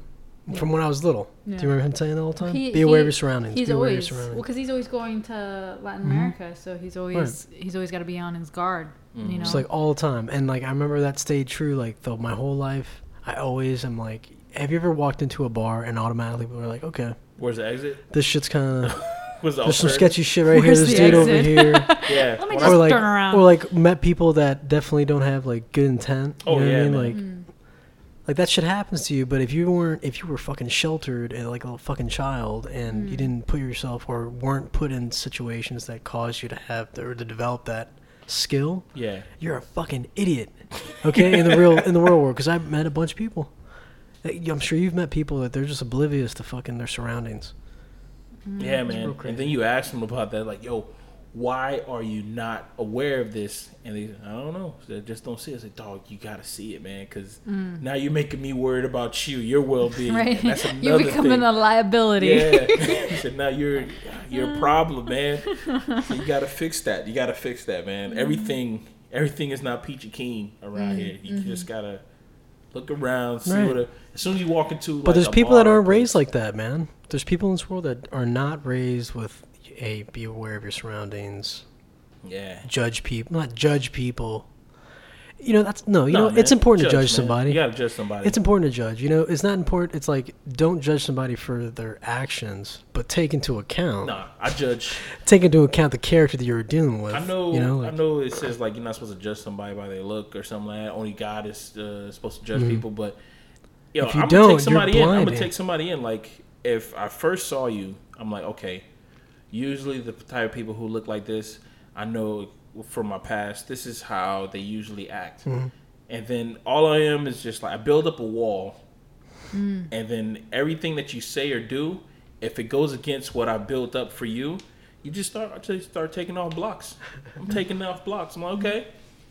[SPEAKER 2] From when I was little, do you
[SPEAKER 3] Yeah.
[SPEAKER 2] remember him saying that all the time?
[SPEAKER 3] He-
[SPEAKER 2] be aware of
[SPEAKER 3] he-
[SPEAKER 2] your surroundings.
[SPEAKER 3] He's
[SPEAKER 2] be aware of
[SPEAKER 3] always
[SPEAKER 2] your surroundings. Mm-hmm.
[SPEAKER 3] well, because he's always going to Latin America, so he's always he's always got to be on his guard.
[SPEAKER 1] Mm-hmm.
[SPEAKER 3] You know,
[SPEAKER 2] It's like all the time, and like I remember that stayed true like the, my whole life. I always am like, have you ever walked into a bar and automatically we were like, okay,
[SPEAKER 1] Where's the exit?
[SPEAKER 2] this shit's kind
[SPEAKER 1] *laughs*
[SPEAKER 2] of
[SPEAKER 1] Where's the
[SPEAKER 2] there's some
[SPEAKER 1] alternative?
[SPEAKER 2] sketchy shit right
[SPEAKER 3] Where's
[SPEAKER 2] here. This
[SPEAKER 3] the
[SPEAKER 2] dude over
[SPEAKER 3] exit? *laughs*
[SPEAKER 2] here.
[SPEAKER 1] Yeah.
[SPEAKER 3] Let me
[SPEAKER 1] when I-
[SPEAKER 2] or like
[SPEAKER 3] turn around.
[SPEAKER 2] or like met people that definitely don't have like good intent. You
[SPEAKER 1] Oh,
[SPEAKER 2] know what
[SPEAKER 1] yeah,
[SPEAKER 2] I mean?
[SPEAKER 1] man.
[SPEAKER 2] Like
[SPEAKER 3] Mm-hmm.
[SPEAKER 2] like that shit happens to you, but if you weren't if you were fucking sheltered and like a fucking child and
[SPEAKER 3] Mm.
[SPEAKER 2] you didn't put yourself or weren't put in situations that caused you to have or to develop that skill,
[SPEAKER 1] yeah.
[SPEAKER 2] you're a fucking idiot. Okay, in the real in the real world, because I've met a bunch of people. Uh, I'm sure you've met people that they're just oblivious to fucking their surroundings.
[SPEAKER 3] Mm-hmm.
[SPEAKER 1] Yeah, man.
[SPEAKER 2] crazy.
[SPEAKER 1] And then you ask them about that, like, yo, why are you not aware of this? And they, I don't know. They just don't see it. It's like, dog, you gotta see it, man, because now you're making me worried about you, your well being.
[SPEAKER 3] Mm. *laughs* right?
[SPEAKER 1] That's another
[SPEAKER 3] You're becoming
[SPEAKER 1] thing.
[SPEAKER 3] a liability. *laughs*
[SPEAKER 2] *laughs*
[SPEAKER 1] Yeah. *laughs* he said, now you're you're a problem, man. So you gotta fix that. You gotta fix that, man.
[SPEAKER 2] Mm-hmm.
[SPEAKER 1] Everything everything is not peachy keen around here. You just gotta look around, see
[SPEAKER 2] Mm-hmm. Right.
[SPEAKER 1] what. A, as soon as you walk into, like,
[SPEAKER 2] But there's
[SPEAKER 1] a
[SPEAKER 2] people that
[SPEAKER 1] bar or
[SPEAKER 2] aren't
[SPEAKER 1] place-
[SPEAKER 2] raised like that, man. There's people in this world that are not raised with a be aware of your surroundings,
[SPEAKER 1] Yeah.
[SPEAKER 2] judge people, not judge people. you know that's no you
[SPEAKER 1] Nah,
[SPEAKER 2] know
[SPEAKER 1] man,
[SPEAKER 2] it's important to judge
[SPEAKER 1] man.
[SPEAKER 2] somebody
[SPEAKER 1] You gotta judge somebody.
[SPEAKER 2] it's important to judge you know it's not important it's like don't judge somebody for their actions but take into account
[SPEAKER 1] nah, I judge.
[SPEAKER 2] take into account the character that you're dealing with
[SPEAKER 1] I know.
[SPEAKER 2] you know like,
[SPEAKER 1] I
[SPEAKER 2] *laughs*
[SPEAKER 1] know. It says like you're not supposed to judge somebody by their look or something like that. Only God is uh, supposed to judge people. But yo,
[SPEAKER 2] Mm-hmm. If you
[SPEAKER 1] I'm
[SPEAKER 2] don't,
[SPEAKER 1] gonna
[SPEAKER 2] you're
[SPEAKER 1] take somebody in. I'm gonna
[SPEAKER 2] blinded.
[SPEAKER 1] take somebody in. Like if I first saw you, I'm like, okay. Usually the type of people who look like this, I know from my past. This is how they usually act.
[SPEAKER 2] Mm-hmm.
[SPEAKER 1] And then all I am is just like I build up a wall and then everything that you say or do, if it goes against what I built up for you, you just start I just start taking off blocks. I'm taking off blocks. I'm like, okay,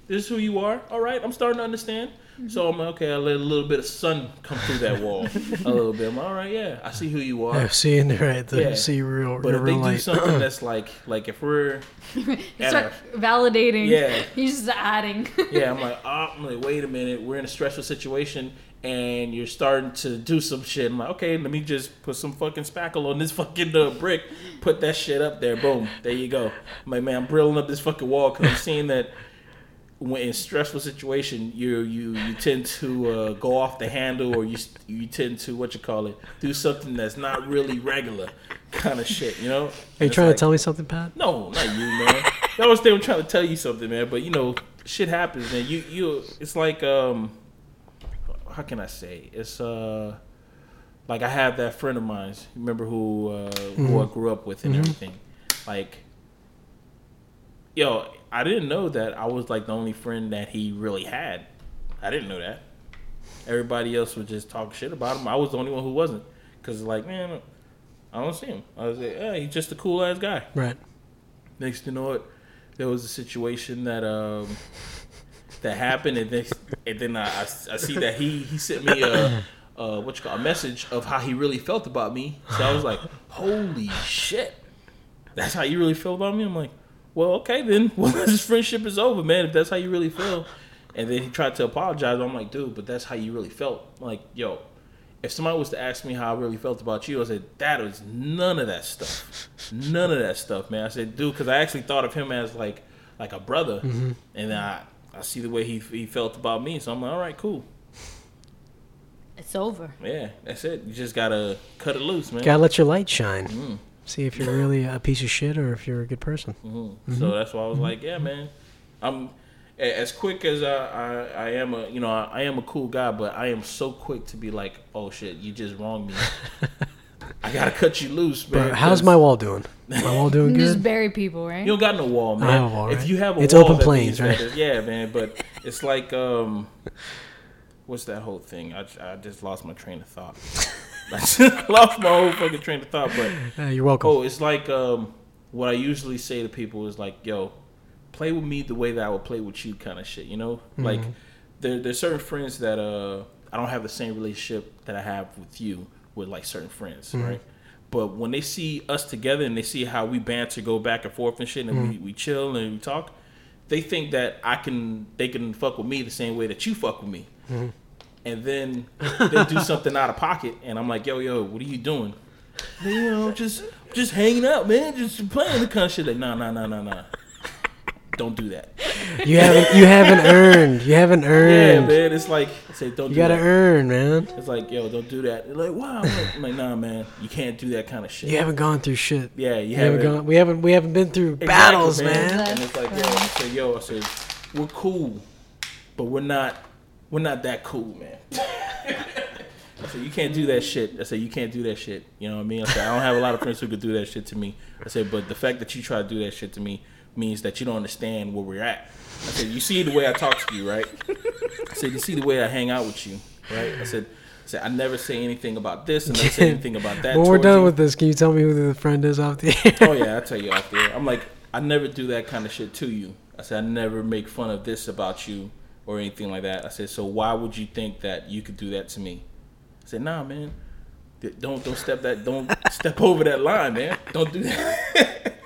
[SPEAKER 1] this is who you are. All right, I'm starting to understand. So I'm like, okay, I let a little bit of sun come through that wall, a little bit. I'm like, all right, yeah, I see who you
[SPEAKER 2] yeah,
[SPEAKER 1] are.
[SPEAKER 2] see in the right the,
[SPEAKER 1] Yeah.
[SPEAKER 2] see real
[SPEAKER 1] But
[SPEAKER 2] your
[SPEAKER 1] if they
[SPEAKER 2] real
[SPEAKER 1] do
[SPEAKER 2] light *clears throat*
[SPEAKER 1] something that's like, like if we're,
[SPEAKER 3] You start validating.
[SPEAKER 1] Yeah.
[SPEAKER 3] *laughs* You're just adding.
[SPEAKER 1] yeah, I'm like, ah, I'm like, wait a minute, we're in a stressful situation, and you're starting to do some shit. I'm like, okay, let me just put some fucking spackle on this fucking uh, brick, put that shit up there, boom, there you go. I'm like, man, I'm brilling up this fucking wall because I'm seeing that when in stressful situation, you you you tend to uh, go off the handle, or you you tend to what you call it, do something that's not really regular kind of shit, you know?
[SPEAKER 2] are you trying to tell me something pat
[SPEAKER 1] No, not you, man. that was them trying to tell you something, man. But you know, shit happens, man. You you, it's like um, how can I say? It's uh, like I have that friend of mine. Remember who uh, who I grew up with and everything. Like, yo, I didn't know that I was like the only friend that he really had. I didn't know that. Everybody else was just talking shit about him. I was the only one who wasn't. Cause like, man, I don't see him. I was like, yeah, he's just a cool ass guy.
[SPEAKER 2] right
[SPEAKER 1] Next you know it, there was a situation that um that happened, and then and then I, I, I see that he he sent me a uh what you call a message of how he really felt about me. So I was like, holy shit, that's how you really feel about me. I'm like, well, okay then, *laughs* well this friendship is over, man. If that's how you really feel. And then he tried to apologize. I'm like, dude, but that's how you really felt. I'm like, yo, if somebody was to ask me how I really felt about you, I said that was none of that stuff, none of that stuff, man. I said, dude, because I actually thought of him as like like a brother,
[SPEAKER 2] Mm-hmm.
[SPEAKER 1] and then I I see the way he he felt about me, so I'm like, all right, cool,
[SPEAKER 3] it's over.
[SPEAKER 1] yeah, that's it. You just gotta cut it loose, man.
[SPEAKER 2] gotta let your light shine
[SPEAKER 1] Mm.
[SPEAKER 2] see if you're really a piece of shit or if you're a good person
[SPEAKER 1] So that's why I
[SPEAKER 2] Mm-hmm.
[SPEAKER 1] was like, yeah, man, I'm a- as quick as I, I, I am a you know I, I am a cool guy, but I am so quick to be like, oh shit, you just
[SPEAKER 2] *laughs*
[SPEAKER 1] wronged me. I gotta cut you loose, man.
[SPEAKER 2] but how's
[SPEAKER 1] 'cause-
[SPEAKER 2] my wall doing my wall doing
[SPEAKER 3] *laughs* You just
[SPEAKER 2] good
[SPEAKER 3] bury people, right?
[SPEAKER 1] You don't got no wall, man.
[SPEAKER 2] have a wall,
[SPEAKER 1] If
[SPEAKER 2] right?
[SPEAKER 1] you have a
[SPEAKER 2] It's
[SPEAKER 1] wall,
[SPEAKER 2] open
[SPEAKER 1] that
[SPEAKER 2] plains,
[SPEAKER 1] means that
[SPEAKER 2] right?
[SPEAKER 1] it's- Yeah, man. But it's like, um, what's that whole thing? I, I just lost my train of thought. *laughs* I just lost my whole fucking train of thought. But
[SPEAKER 2] uh, you're welcome
[SPEAKER 1] oh, it's like um, what I usually say to people is like, yo, play with me the way that I would play with you, kind of shit. You know, like there, there's certain friends that uh, I don't have the same relationship that I have with you with like certain friends, right? But when they see us together and they see how we banter, go back and forth and shit, and we, we chill and we talk, they think that I can, they can fuck with me the same way that you fuck with me and then they do something out of pocket, and I'm like, yo, yo, what are you doing? They, you know, just just hanging out, man, just playing the kind of shit. Like, nah, nah, nah, nah, nah. Don't do that.
[SPEAKER 2] you haven't you
[SPEAKER 1] *laughs*
[SPEAKER 2] haven't earned you haven't
[SPEAKER 1] Yeah,
[SPEAKER 2] earned
[SPEAKER 1] man. It's like I say, don't.
[SPEAKER 2] you
[SPEAKER 1] do
[SPEAKER 2] gotta
[SPEAKER 1] that.
[SPEAKER 2] earn man
[SPEAKER 1] It's like, yo, don't do that. They're like, wow. I'm like, I'm like, nah, man, you can't do that kind of shit.
[SPEAKER 2] you haven't gone through shit
[SPEAKER 1] yeah, you
[SPEAKER 2] we haven't
[SPEAKER 1] haven't-
[SPEAKER 2] gone we haven't we haven't been through
[SPEAKER 1] Exactly,
[SPEAKER 2] battles man
[SPEAKER 1] And it's like, yo, I said, yo, I said, we're cool, but we're not, we're not that cool, man. *laughs* I said, you can't do that shit. I said, you can't do that shit. You know what I mean? I said, I don't have a lot of friends who could do that shit to me. I said, but the fact that you try to do that shit to me means that you don't understand where we're at. I said, you see the way I talk to you, right? I said, you see the way I hang out with you, right? I said, I said, I never say anything about this, and never
[SPEAKER 2] *laughs*
[SPEAKER 1] say anything about that.
[SPEAKER 2] when we're
[SPEAKER 1] towards
[SPEAKER 2] done
[SPEAKER 1] you."
[SPEAKER 2] with this, can you tell me who the friend is off the air?
[SPEAKER 1] *laughs* oh yeah, I tell you off there. I'm like, I never do that kind of shit to you. I said, I never make fun of this about you or anything like that. I said, so why would you think that you could do that to me? I said, nah, man, D- don't don't step that don't step over that line, man. Don't do that.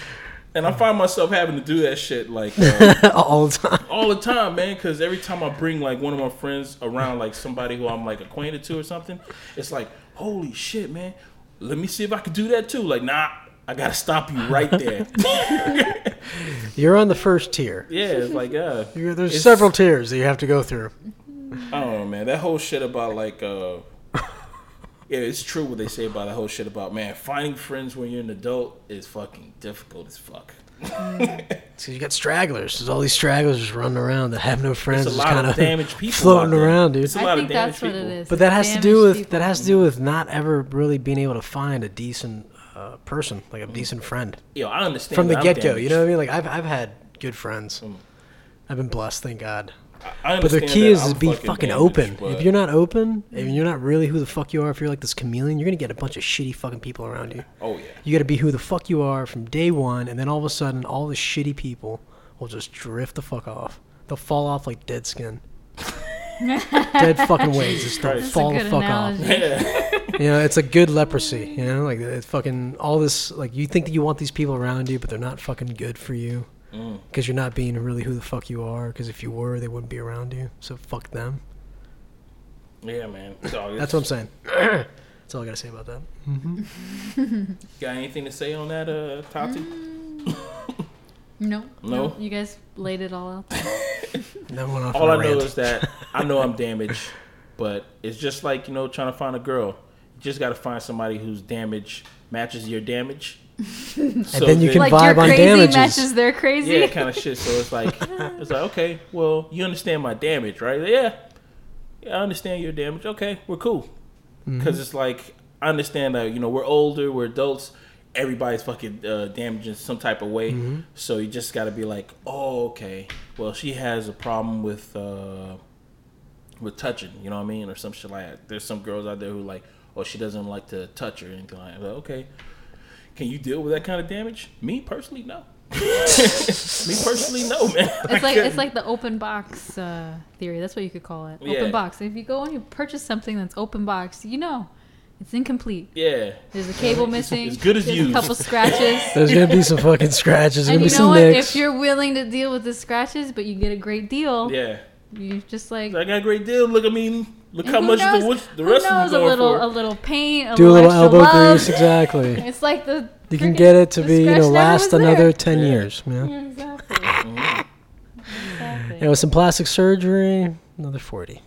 [SPEAKER 1] *laughs* and I find myself having to do that shit like. uh,
[SPEAKER 2] *laughs* All the time.
[SPEAKER 1] all the time, man. Because every time I bring like one of my friends around, like somebody who I'm like acquainted to or something, it's like, holy shit, man. Let me see if I could do that too. Like, nah, I gotta stop you
[SPEAKER 2] *laughs*
[SPEAKER 1] right there.
[SPEAKER 2] You're on the first tier.
[SPEAKER 1] yeah, it's like uh,
[SPEAKER 2] You're, there's
[SPEAKER 1] it's-
[SPEAKER 2] several tiers that you have to go through.
[SPEAKER 1] I don't know, man. That whole shit about like, uh, yeah, it's true what they say about the whole shit about man finding friends when you're an adult is fucking difficult as fuck.
[SPEAKER 2] So you got stragglers. There's all these stragglers just running around that have no friends.
[SPEAKER 1] It's a
[SPEAKER 2] just
[SPEAKER 1] lot
[SPEAKER 2] kind
[SPEAKER 1] of damaged
[SPEAKER 2] *laughs*
[SPEAKER 1] people
[SPEAKER 2] floating
[SPEAKER 1] out there.
[SPEAKER 2] around, dude.
[SPEAKER 1] It's a
[SPEAKER 3] I
[SPEAKER 1] lot
[SPEAKER 3] think
[SPEAKER 1] of damaged
[SPEAKER 3] that's what
[SPEAKER 1] people.
[SPEAKER 3] it is.
[SPEAKER 2] But that has to do
[SPEAKER 3] Damaged
[SPEAKER 2] with
[SPEAKER 3] people.
[SPEAKER 2] that has to do with not ever really being able to find a decent uh, person, like a decent friend
[SPEAKER 1] Yo, I understand
[SPEAKER 2] from the
[SPEAKER 1] that I'm
[SPEAKER 2] get go. You
[SPEAKER 1] damaged. Hmm.
[SPEAKER 2] know what I mean? Like I've I've had good friends. I've been blessed, thank God.
[SPEAKER 1] I
[SPEAKER 2] But the
[SPEAKER 1] understand
[SPEAKER 2] key
[SPEAKER 1] that
[SPEAKER 2] is
[SPEAKER 1] I'm
[SPEAKER 2] to be fucking, open.
[SPEAKER 1] damaged, but Hmm.
[SPEAKER 2] If you're not open, if you're not really who the fuck you are, if you're like this chameleon, you're gonna get a bunch of shitty fucking people around you.
[SPEAKER 1] oh yeah,
[SPEAKER 2] You gotta be who the fuck you are from day one, and then all of a sudden, all the shitty people will just drift the fuck off. They'll fall off like dead
[SPEAKER 3] *laughs*
[SPEAKER 2] skin. dead fucking waves. Just they'll
[SPEAKER 1] Christ.
[SPEAKER 2] fall the
[SPEAKER 3] That's a
[SPEAKER 2] fuck
[SPEAKER 3] good
[SPEAKER 2] off.
[SPEAKER 1] *laughs*
[SPEAKER 3] analogy.
[SPEAKER 1] yeah,
[SPEAKER 2] You know, it's a good leprosy. You know, like it's fucking all this. Like you think that you want these people around you, but they're not fucking good for you
[SPEAKER 1] Mm.
[SPEAKER 2] because you're not being really who the fuck you are. Because if you were, they wouldn't be around you. So fuck them.
[SPEAKER 1] yeah, man. Dog,
[SPEAKER 2] That's what I'm saying. *clears throat* That's all I gotta say about that.
[SPEAKER 1] Got anything to say on that, uh, Tati?
[SPEAKER 2] Mm.
[SPEAKER 3] No,
[SPEAKER 1] No?
[SPEAKER 3] You guys laid it all out. there.
[SPEAKER 2] That went off.
[SPEAKER 1] All
[SPEAKER 2] on a
[SPEAKER 1] I know
[SPEAKER 2] rant. *laughs*
[SPEAKER 1] is that I know I'm damaged, but it's just like you know trying to find a girl. You just got to find somebody whose damage matches
[SPEAKER 2] *laughs*
[SPEAKER 1] your damage. so
[SPEAKER 2] then you
[SPEAKER 1] that-
[SPEAKER 2] can
[SPEAKER 3] Like
[SPEAKER 2] vibe
[SPEAKER 3] your
[SPEAKER 2] on
[SPEAKER 3] crazy
[SPEAKER 2] damages.
[SPEAKER 3] matches their crazy.
[SPEAKER 1] yeah, kind of shit. So it's like it's like okay, well you understand my damage, right? Yeah, yeah, I understand your damage. Okay, we're cool. Because it's like I understand that you know we're older, we're adults. Everybody's fucking uh, damaged in some type of way. So you just got to be like, oh okay, well she has a problem with. Uh, with touching, you know what I mean, or some shit like that. There's some girls out there who like, oh, she doesn't like to touch or anything like that. Well, okay, can you deal with that kind of damage? Me personally, no. *laughs* Me personally, no, man. *laughs*
[SPEAKER 3] It's like it's like the open box uh, theory. That's what you could call it.
[SPEAKER 1] Yeah.
[SPEAKER 3] Open box. If you go and you purchase something that's open box, you know it's incomplete.
[SPEAKER 1] yeah,
[SPEAKER 3] There's a cable missing.
[SPEAKER 1] as good as
[SPEAKER 3] There's
[SPEAKER 1] used.
[SPEAKER 3] a
[SPEAKER 1] *laughs*
[SPEAKER 3] couple scratches.
[SPEAKER 2] There's gonna be some fucking scratches. There's
[SPEAKER 3] and
[SPEAKER 2] gonna
[SPEAKER 3] you
[SPEAKER 2] be
[SPEAKER 3] know
[SPEAKER 2] some
[SPEAKER 3] what?
[SPEAKER 2] nicks.
[SPEAKER 3] If you're willing to deal with the scratches, but you get a great deal,
[SPEAKER 1] yeah.
[SPEAKER 3] you just like.
[SPEAKER 1] I got a great deal. Look, I mean, look
[SPEAKER 3] and
[SPEAKER 1] how
[SPEAKER 3] who
[SPEAKER 1] much the,
[SPEAKER 3] knows-
[SPEAKER 1] what's- the
[SPEAKER 3] who
[SPEAKER 1] rest
[SPEAKER 3] knows
[SPEAKER 1] of them
[SPEAKER 3] a
[SPEAKER 1] going
[SPEAKER 3] little
[SPEAKER 1] for.
[SPEAKER 3] a little paint, a
[SPEAKER 2] Do a
[SPEAKER 3] little,
[SPEAKER 2] little
[SPEAKER 3] extra
[SPEAKER 2] elbow
[SPEAKER 3] love.
[SPEAKER 2] grease,
[SPEAKER 3] *laughs*
[SPEAKER 2] exactly.
[SPEAKER 3] It's like the
[SPEAKER 2] You can
[SPEAKER 3] friggin-
[SPEAKER 2] get it to be you
[SPEAKER 3] the scratch
[SPEAKER 2] know
[SPEAKER 3] never
[SPEAKER 2] last
[SPEAKER 3] was there.
[SPEAKER 2] another ten years. Yeah.
[SPEAKER 3] Yeah, *laughs*
[SPEAKER 1] *laughs*
[SPEAKER 3] Exactly.
[SPEAKER 1] Oh.
[SPEAKER 3] exactly.
[SPEAKER 2] And with some plastic surgery, another forty.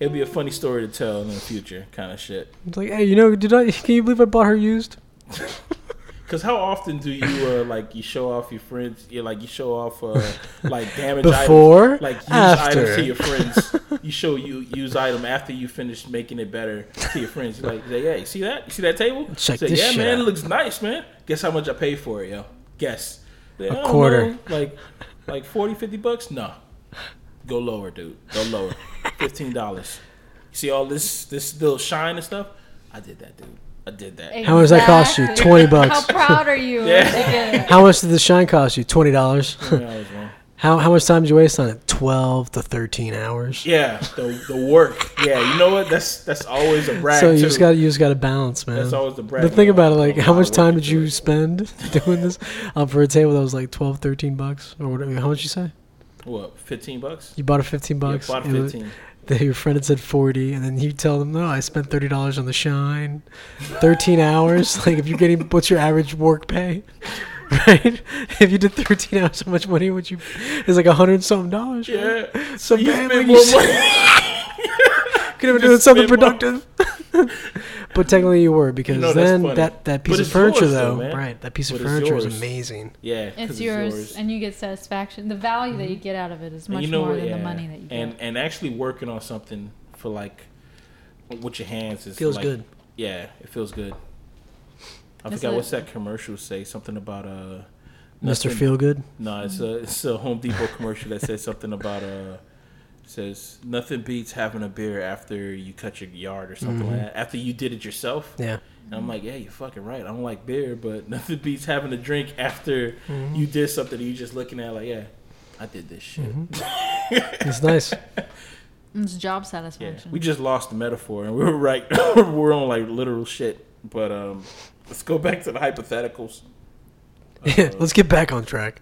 [SPEAKER 1] It'll be a funny story to tell in the future, kind of shit.
[SPEAKER 2] It's like, hey, you know, did I? *laughs* Can you believe I bought her used?
[SPEAKER 1] Cause how often do you uh, like you show off your friends? You like you show off uh, like
[SPEAKER 2] *laughs*
[SPEAKER 1] damage
[SPEAKER 2] Before,
[SPEAKER 1] items, like used
[SPEAKER 2] after.
[SPEAKER 1] items to your friends. you show you use item after you finish making it better to your friends. You're like, yeah, you see that? You see that table?
[SPEAKER 2] Check
[SPEAKER 1] Say,
[SPEAKER 2] this
[SPEAKER 1] yeah,
[SPEAKER 2] shit
[SPEAKER 1] man, it
[SPEAKER 2] out."
[SPEAKER 1] looks nice, man. Guess how much I paid for it, yo? Guess They, "I don't
[SPEAKER 2] quarter.
[SPEAKER 1] know, like like 40, 50 bucks? No, go lower, dude. Go lower, fifteen dollars. You see all this this little shine and stuff? I did that, dude. I did that.
[SPEAKER 2] How much does that cost you?
[SPEAKER 3] Exactly.
[SPEAKER 2] 20 bucks.
[SPEAKER 3] How proud are
[SPEAKER 1] *laughs*
[SPEAKER 3] you?
[SPEAKER 1] Yeah.
[SPEAKER 3] to get it?
[SPEAKER 2] How much did the shine cost you? Twenty
[SPEAKER 1] *laughs*
[SPEAKER 2] dollars.
[SPEAKER 1] I was wrong.
[SPEAKER 2] how how much time did you waste on it? Twelve to thirteen hours.
[SPEAKER 1] Yeah, the the work. Yeah, you know what? That's that's always a brag.
[SPEAKER 2] so you
[SPEAKER 1] too.
[SPEAKER 2] just got you just got to balance, man.
[SPEAKER 1] That's always the brag.
[SPEAKER 2] But think about it, like
[SPEAKER 1] A
[SPEAKER 2] how
[SPEAKER 1] lot
[SPEAKER 2] much
[SPEAKER 1] of
[SPEAKER 2] time
[SPEAKER 1] work
[SPEAKER 2] did
[SPEAKER 1] into *laughs*
[SPEAKER 2] you
[SPEAKER 1] it.
[SPEAKER 2] spend *laughs* doing this um, for a table that was like 12, 13 bucks or whatever? How much you say?
[SPEAKER 1] What, fifteen bucks?
[SPEAKER 2] You bought it fifteen bucks.
[SPEAKER 1] Yeah, bought
[SPEAKER 2] It was-
[SPEAKER 1] fifteen.
[SPEAKER 2] that your friend had said 40 and then you tell them no i spent $30 on the shine 13 hours *laughs* like if you're getting what's your average work pay *laughs* right if you did 13 hours how much money would you it's like a hundred and something dollars right? *laughs*
[SPEAKER 1] Yeah.
[SPEAKER 2] so
[SPEAKER 1] You
[SPEAKER 2] man,
[SPEAKER 1] spend
[SPEAKER 2] like, you
[SPEAKER 1] more
[SPEAKER 2] s- *laughs*
[SPEAKER 1] money.
[SPEAKER 2] could have been
[SPEAKER 1] you
[SPEAKER 2] doing
[SPEAKER 1] just
[SPEAKER 2] something
[SPEAKER 1] spent more.
[SPEAKER 2] productive *laughs* but technically you were because
[SPEAKER 1] know, that's
[SPEAKER 2] then
[SPEAKER 1] funny.
[SPEAKER 2] that, that piece
[SPEAKER 1] But
[SPEAKER 2] of
[SPEAKER 1] it's
[SPEAKER 2] furniture
[SPEAKER 1] yours, though,
[SPEAKER 2] though
[SPEAKER 1] man.
[SPEAKER 2] right that piece of
[SPEAKER 1] But it's
[SPEAKER 2] furniture
[SPEAKER 1] yours.
[SPEAKER 2] is amazing
[SPEAKER 1] Yeah, 'cause
[SPEAKER 3] It's yours, and you get satisfaction. The value that you get out of it is
[SPEAKER 1] Mm-hmm. And
[SPEAKER 3] much
[SPEAKER 1] you know
[SPEAKER 3] more
[SPEAKER 1] what,
[SPEAKER 3] than
[SPEAKER 1] yeah.
[SPEAKER 3] the money that you get.
[SPEAKER 1] And and actually working on something for like with your hands is
[SPEAKER 2] Feels
[SPEAKER 1] like-
[SPEAKER 2] good.
[SPEAKER 1] Yeah, it feels good. I
[SPEAKER 3] That's
[SPEAKER 1] forgot
[SPEAKER 3] what-
[SPEAKER 1] what's that commercial say? Something about uh,
[SPEAKER 2] mr
[SPEAKER 1] nothing-
[SPEAKER 2] feelgood
[SPEAKER 1] No, it's a it's a Home Depot commercial that says something about uh says nothing beats having a beer after you cut your yard or
[SPEAKER 2] Mm-hmm.
[SPEAKER 1] something like that. After you did it yourself.
[SPEAKER 2] yeah
[SPEAKER 1] And I'm like, yeah, you're fucking right. I don't like beer, but *laughs* nothing beats having a drink after
[SPEAKER 2] Mm-hmm.
[SPEAKER 1] you did something and you just looking at it like, yeah, I did this shit.
[SPEAKER 2] Mm-hmm. it's
[SPEAKER 1] *laughs*
[SPEAKER 2] nice *laughs*
[SPEAKER 3] it's job
[SPEAKER 1] Yeah.
[SPEAKER 3] satisfaction.
[SPEAKER 1] We just lost the metaphor and we were right. *laughs* we're on like literal shit. But um let's go back to the hypotheticals.
[SPEAKER 2] Yeah, let's get back on track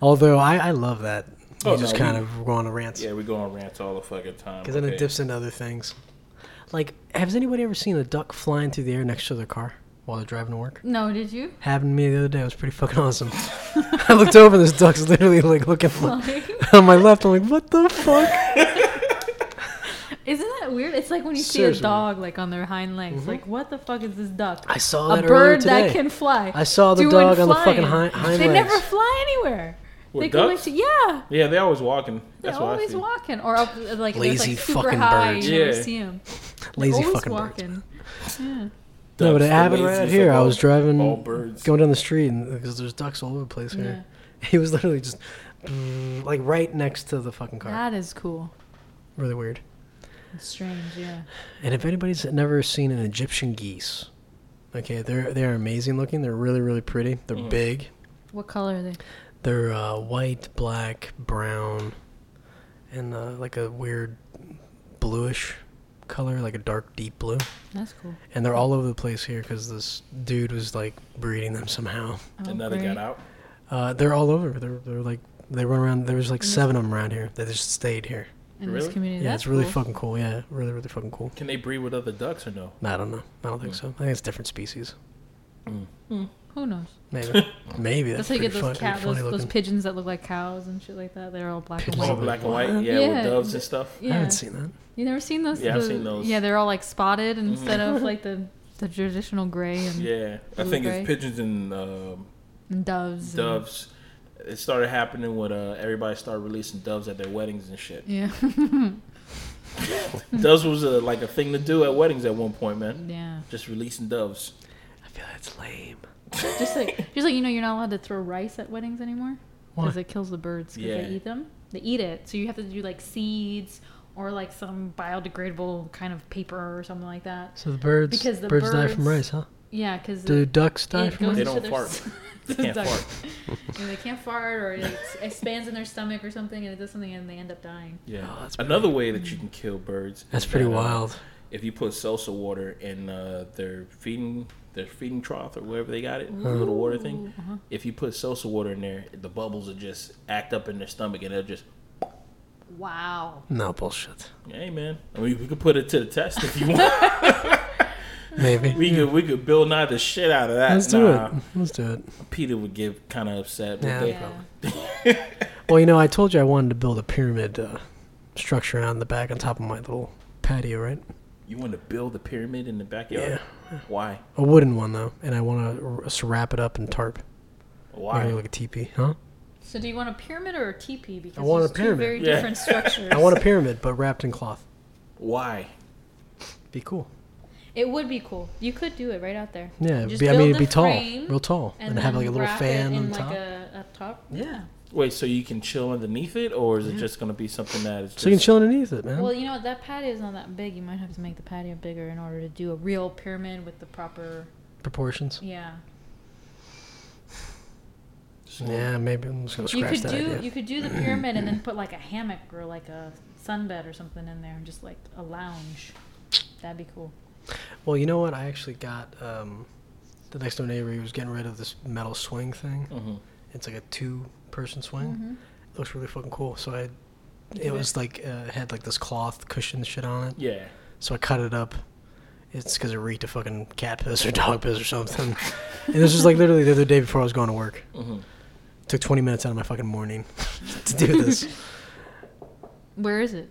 [SPEAKER 2] although i, I love that you
[SPEAKER 1] Oh,
[SPEAKER 2] just
[SPEAKER 1] no,
[SPEAKER 2] kind
[SPEAKER 1] we-
[SPEAKER 2] of go on a rant
[SPEAKER 1] Yeah, we go on rants all the fucking time.
[SPEAKER 2] Because then
[SPEAKER 1] Okay.
[SPEAKER 2] it dips into other things. Like, has anybody ever seen a duck flying through the air next to their car? while they're driving to work.
[SPEAKER 3] No, did
[SPEAKER 1] *laughs*
[SPEAKER 3] you?
[SPEAKER 2] Happened to me the other day. It was pretty fucking awesome. *laughs* I looked over and this duck's literally like looking like,
[SPEAKER 3] Like,
[SPEAKER 2] on my *laughs* left. I'm like, what the fuck?
[SPEAKER 3] isn't that weird? It's like when you see
[SPEAKER 2] Seriously.
[SPEAKER 3] a dog like on their hind legs.
[SPEAKER 1] Mm-hmm.
[SPEAKER 3] Like, what the fuck is this duck?
[SPEAKER 2] I saw
[SPEAKER 3] a
[SPEAKER 2] that earlier
[SPEAKER 3] bird that
[SPEAKER 2] today.
[SPEAKER 3] can fly.
[SPEAKER 2] I saw the
[SPEAKER 3] doing
[SPEAKER 2] dog on the fucking
[SPEAKER 3] flying.
[SPEAKER 2] hind- hind
[SPEAKER 3] They never
[SPEAKER 2] legs.
[SPEAKER 3] fly anywhere.
[SPEAKER 1] What,
[SPEAKER 3] they go like
[SPEAKER 1] ducks?
[SPEAKER 3] to, yeah.
[SPEAKER 1] Yeah, they always walking.
[SPEAKER 3] They're
[SPEAKER 1] That's what I
[SPEAKER 3] always
[SPEAKER 1] see.
[SPEAKER 3] walking or up like
[SPEAKER 2] Lazy
[SPEAKER 3] like, super
[SPEAKER 2] fucking
[SPEAKER 3] high.
[SPEAKER 2] birds.
[SPEAKER 3] You
[SPEAKER 1] Yeah.
[SPEAKER 3] never see 'em.
[SPEAKER 2] Lazy
[SPEAKER 3] always
[SPEAKER 2] fucking birds.
[SPEAKER 3] walking. Yeah.
[SPEAKER 2] No, but it
[SPEAKER 1] Ducks, the
[SPEAKER 2] happened right out
[SPEAKER 1] laziest
[SPEAKER 2] here.
[SPEAKER 1] of
[SPEAKER 2] I
[SPEAKER 1] all-
[SPEAKER 2] was driving,
[SPEAKER 1] all birds.
[SPEAKER 2] going down the street, and because there's ducks all over the place here. *laughs* He was literally just mm, like right next to the fucking car.
[SPEAKER 3] That is cool.
[SPEAKER 2] Really weird.
[SPEAKER 3] It's strange, yeah.
[SPEAKER 2] And if anybody's never seen an Egyptian geese, okay, they're they are amazing looking. They're really really pretty. They're
[SPEAKER 3] Mm.
[SPEAKER 2] big.
[SPEAKER 3] What color are they?
[SPEAKER 2] They're uh, white, black, brown, and uh, like a weird bluish color, like a dark deep blue.
[SPEAKER 3] That's cool.
[SPEAKER 2] And they're all over the place here because this dude was like breeding them somehow.
[SPEAKER 3] Oh,
[SPEAKER 1] Another
[SPEAKER 3] great.
[SPEAKER 1] got out.
[SPEAKER 2] Uh, they're all over. They're they're like they run around. There was like seven of them around here. They just stayed here.
[SPEAKER 3] in this
[SPEAKER 1] Really?
[SPEAKER 3] community.
[SPEAKER 2] Yeah,
[SPEAKER 3] Mm. That's
[SPEAKER 2] it's really
[SPEAKER 3] cool.
[SPEAKER 2] fucking cool. Yeah, really really fucking cool.
[SPEAKER 1] Can they breed with other ducks or no?
[SPEAKER 2] I don't know. I don't
[SPEAKER 3] Mm.
[SPEAKER 2] think so. I think it's different species.
[SPEAKER 3] Who knows?
[SPEAKER 2] *laughs* Maybe. Maybe. That's,
[SPEAKER 3] That's how
[SPEAKER 2] pretty
[SPEAKER 3] you get those
[SPEAKER 2] fucking
[SPEAKER 3] cow, those,
[SPEAKER 2] funny
[SPEAKER 3] those
[SPEAKER 2] looking.
[SPEAKER 3] pigeons that look like cows and shit like that. They're all black and
[SPEAKER 2] Pigeons
[SPEAKER 1] Oh,
[SPEAKER 2] Like,
[SPEAKER 1] black
[SPEAKER 3] white.
[SPEAKER 1] and
[SPEAKER 2] what?
[SPEAKER 1] white. Yeah,
[SPEAKER 3] Yeah.
[SPEAKER 1] with doves and stuff.
[SPEAKER 3] Yeah.
[SPEAKER 2] I haven't seen that.
[SPEAKER 3] You never seen those?
[SPEAKER 1] Yeah, I've
[SPEAKER 3] The-
[SPEAKER 1] seen those. Mm-hmm.
[SPEAKER 3] Yeah, they're all like spotted instead of like
[SPEAKER 1] *laughs*
[SPEAKER 3] the, the traditional gray and,
[SPEAKER 1] Yeah, I
[SPEAKER 3] Blue
[SPEAKER 1] think
[SPEAKER 3] gray.
[SPEAKER 1] it's pigeons and um,
[SPEAKER 3] and doves. and-
[SPEAKER 1] Mm-hmm. doves. It started happening when uh, everybody started releasing doves at their weddings
[SPEAKER 2] *laughs*
[SPEAKER 1] and shit.
[SPEAKER 3] yeah. *laughs*
[SPEAKER 1] doves was a, like a thing to do at weddings at one point, man.
[SPEAKER 3] yeah.
[SPEAKER 1] Just
[SPEAKER 2] *laughs*
[SPEAKER 1] releasing doves.
[SPEAKER 2] I feel that's lame.
[SPEAKER 3] Just like just like you know you're not allowed to throw rice at weddings anymore because it kills the birds because
[SPEAKER 1] Yeah.
[SPEAKER 3] they eat them. They eat it. So you have to do like seeds or like some biodegradable kind of paper or something like that.
[SPEAKER 2] So the birds
[SPEAKER 3] Because the
[SPEAKER 2] birds, die from rice,
[SPEAKER 3] birds-
[SPEAKER 2] huh?
[SPEAKER 3] Yeah, because
[SPEAKER 2] Do ducks die from
[SPEAKER 1] goes-
[SPEAKER 2] rice?
[SPEAKER 1] They don't
[SPEAKER 3] *laughs*
[SPEAKER 1] fart. They can't fart.
[SPEAKER 2] *laughs*
[SPEAKER 3] And they can't fart or it expands in their stomach or something and it does something and they end up dying.
[SPEAKER 1] Yeah.
[SPEAKER 2] Oh, that's
[SPEAKER 1] Another way that you can kill birds.
[SPEAKER 2] That's
[SPEAKER 1] is
[SPEAKER 2] pretty
[SPEAKER 1] that, uh,
[SPEAKER 2] wild.
[SPEAKER 1] If you put salsa water in uh, their feeding their feeding trough or wherever they got it, the little water thing.
[SPEAKER 2] uh-huh.
[SPEAKER 1] If you put salsa water in there, the bubbles will just act up in their stomach and they'll just,
[SPEAKER 3] Wow.
[SPEAKER 2] No
[SPEAKER 3] *laughs*
[SPEAKER 2] bullshit.
[SPEAKER 1] hey man. I mean, we could put it to the test if you want. *laughs*
[SPEAKER 2] Maybe.
[SPEAKER 1] we could we could Bill Nye the shit out of that.
[SPEAKER 2] Let's do
[SPEAKER 1] Nah,
[SPEAKER 2] it. Let's do it.
[SPEAKER 1] Peter would get kind of upset.
[SPEAKER 2] Yeah.
[SPEAKER 1] Yeah.
[SPEAKER 3] Yeah.
[SPEAKER 2] Well, you know, I told you I wanted to build a pyramid uh, structure on the back on top of my little patio, right?
[SPEAKER 1] You want to build a pyramid in the backyard? Why?
[SPEAKER 2] A wooden one though, and I want to r- so wrap it up in tarp,
[SPEAKER 1] Why?
[SPEAKER 2] Maybe like a teepee, huh?
[SPEAKER 3] So do you want a pyramid or a teepee? Because
[SPEAKER 2] I want
[SPEAKER 3] there's
[SPEAKER 2] a
[SPEAKER 3] Two
[SPEAKER 2] pyramid.
[SPEAKER 3] very
[SPEAKER 1] Yeah.
[SPEAKER 3] different
[SPEAKER 2] *laughs*
[SPEAKER 3] structures.
[SPEAKER 2] I want a pyramid, but wrapped in cloth.
[SPEAKER 1] Why?
[SPEAKER 2] Be cool.
[SPEAKER 3] It would be cool. You could do it right out there.
[SPEAKER 2] Yeah, it'd
[SPEAKER 3] Just
[SPEAKER 2] be, I
[SPEAKER 3] build
[SPEAKER 2] mean, it'd
[SPEAKER 3] the
[SPEAKER 2] be tall,
[SPEAKER 3] frame
[SPEAKER 2] real tall, and, have
[SPEAKER 3] then
[SPEAKER 2] like a little
[SPEAKER 3] wrap it
[SPEAKER 2] fan
[SPEAKER 3] in
[SPEAKER 2] on
[SPEAKER 3] like
[SPEAKER 2] top.
[SPEAKER 3] A, up top.
[SPEAKER 2] Yeah.
[SPEAKER 1] Wait, so you can chill underneath it, or is it just gonna be something that is?
[SPEAKER 2] So you can
[SPEAKER 1] just-
[SPEAKER 2] chill underneath it, man.
[SPEAKER 3] Well, you know what? That patio is not that big. You might have to make the patio bigger in order to do a real pyramid with the proper.
[SPEAKER 2] Proportions.
[SPEAKER 3] Yeah.
[SPEAKER 2] Yeah, maybe I'm just gonna
[SPEAKER 3] You
[SPEAKER 2] scratch
[SPEAKER 3] could
[SPEAKER 2] that
[SPEAKER 3] do
[SPEAKER 2] idea.
[SPEAKER 3] you could do the pyramid and then put like a hammock or like a sunbed or something in there and just like a lounge. That'd be cool.
[SPEAKER 2] Well, you know what? I actually got um, the next door neighbor. He was getting rid of this metal swing thing.
[SPEAKER 1] Mhm.
[SPEAKER 2] It's like a two-person swing.
[SPEAKER 3] Mm-hmm.
[SPEAKER 2] It looks really fucking cool. So I, it was like uh, had like this cloth cushion shit on it.
[SPEAKER 1] Yeah.
[SPEAKER 2] So I cut it up. It's because it reeked of fucking cat piss or dog piss or
[SPEAKER 3] *laughs*
[SPEAKER 2] something. and this was like literally the other day before I was going to work. Took 20 minutes out of my fucking morning *laughs* to do
[SPEAKER 3] *laughs*
[SPEAKER 2] this.
[SPEAKER 3] Where is it?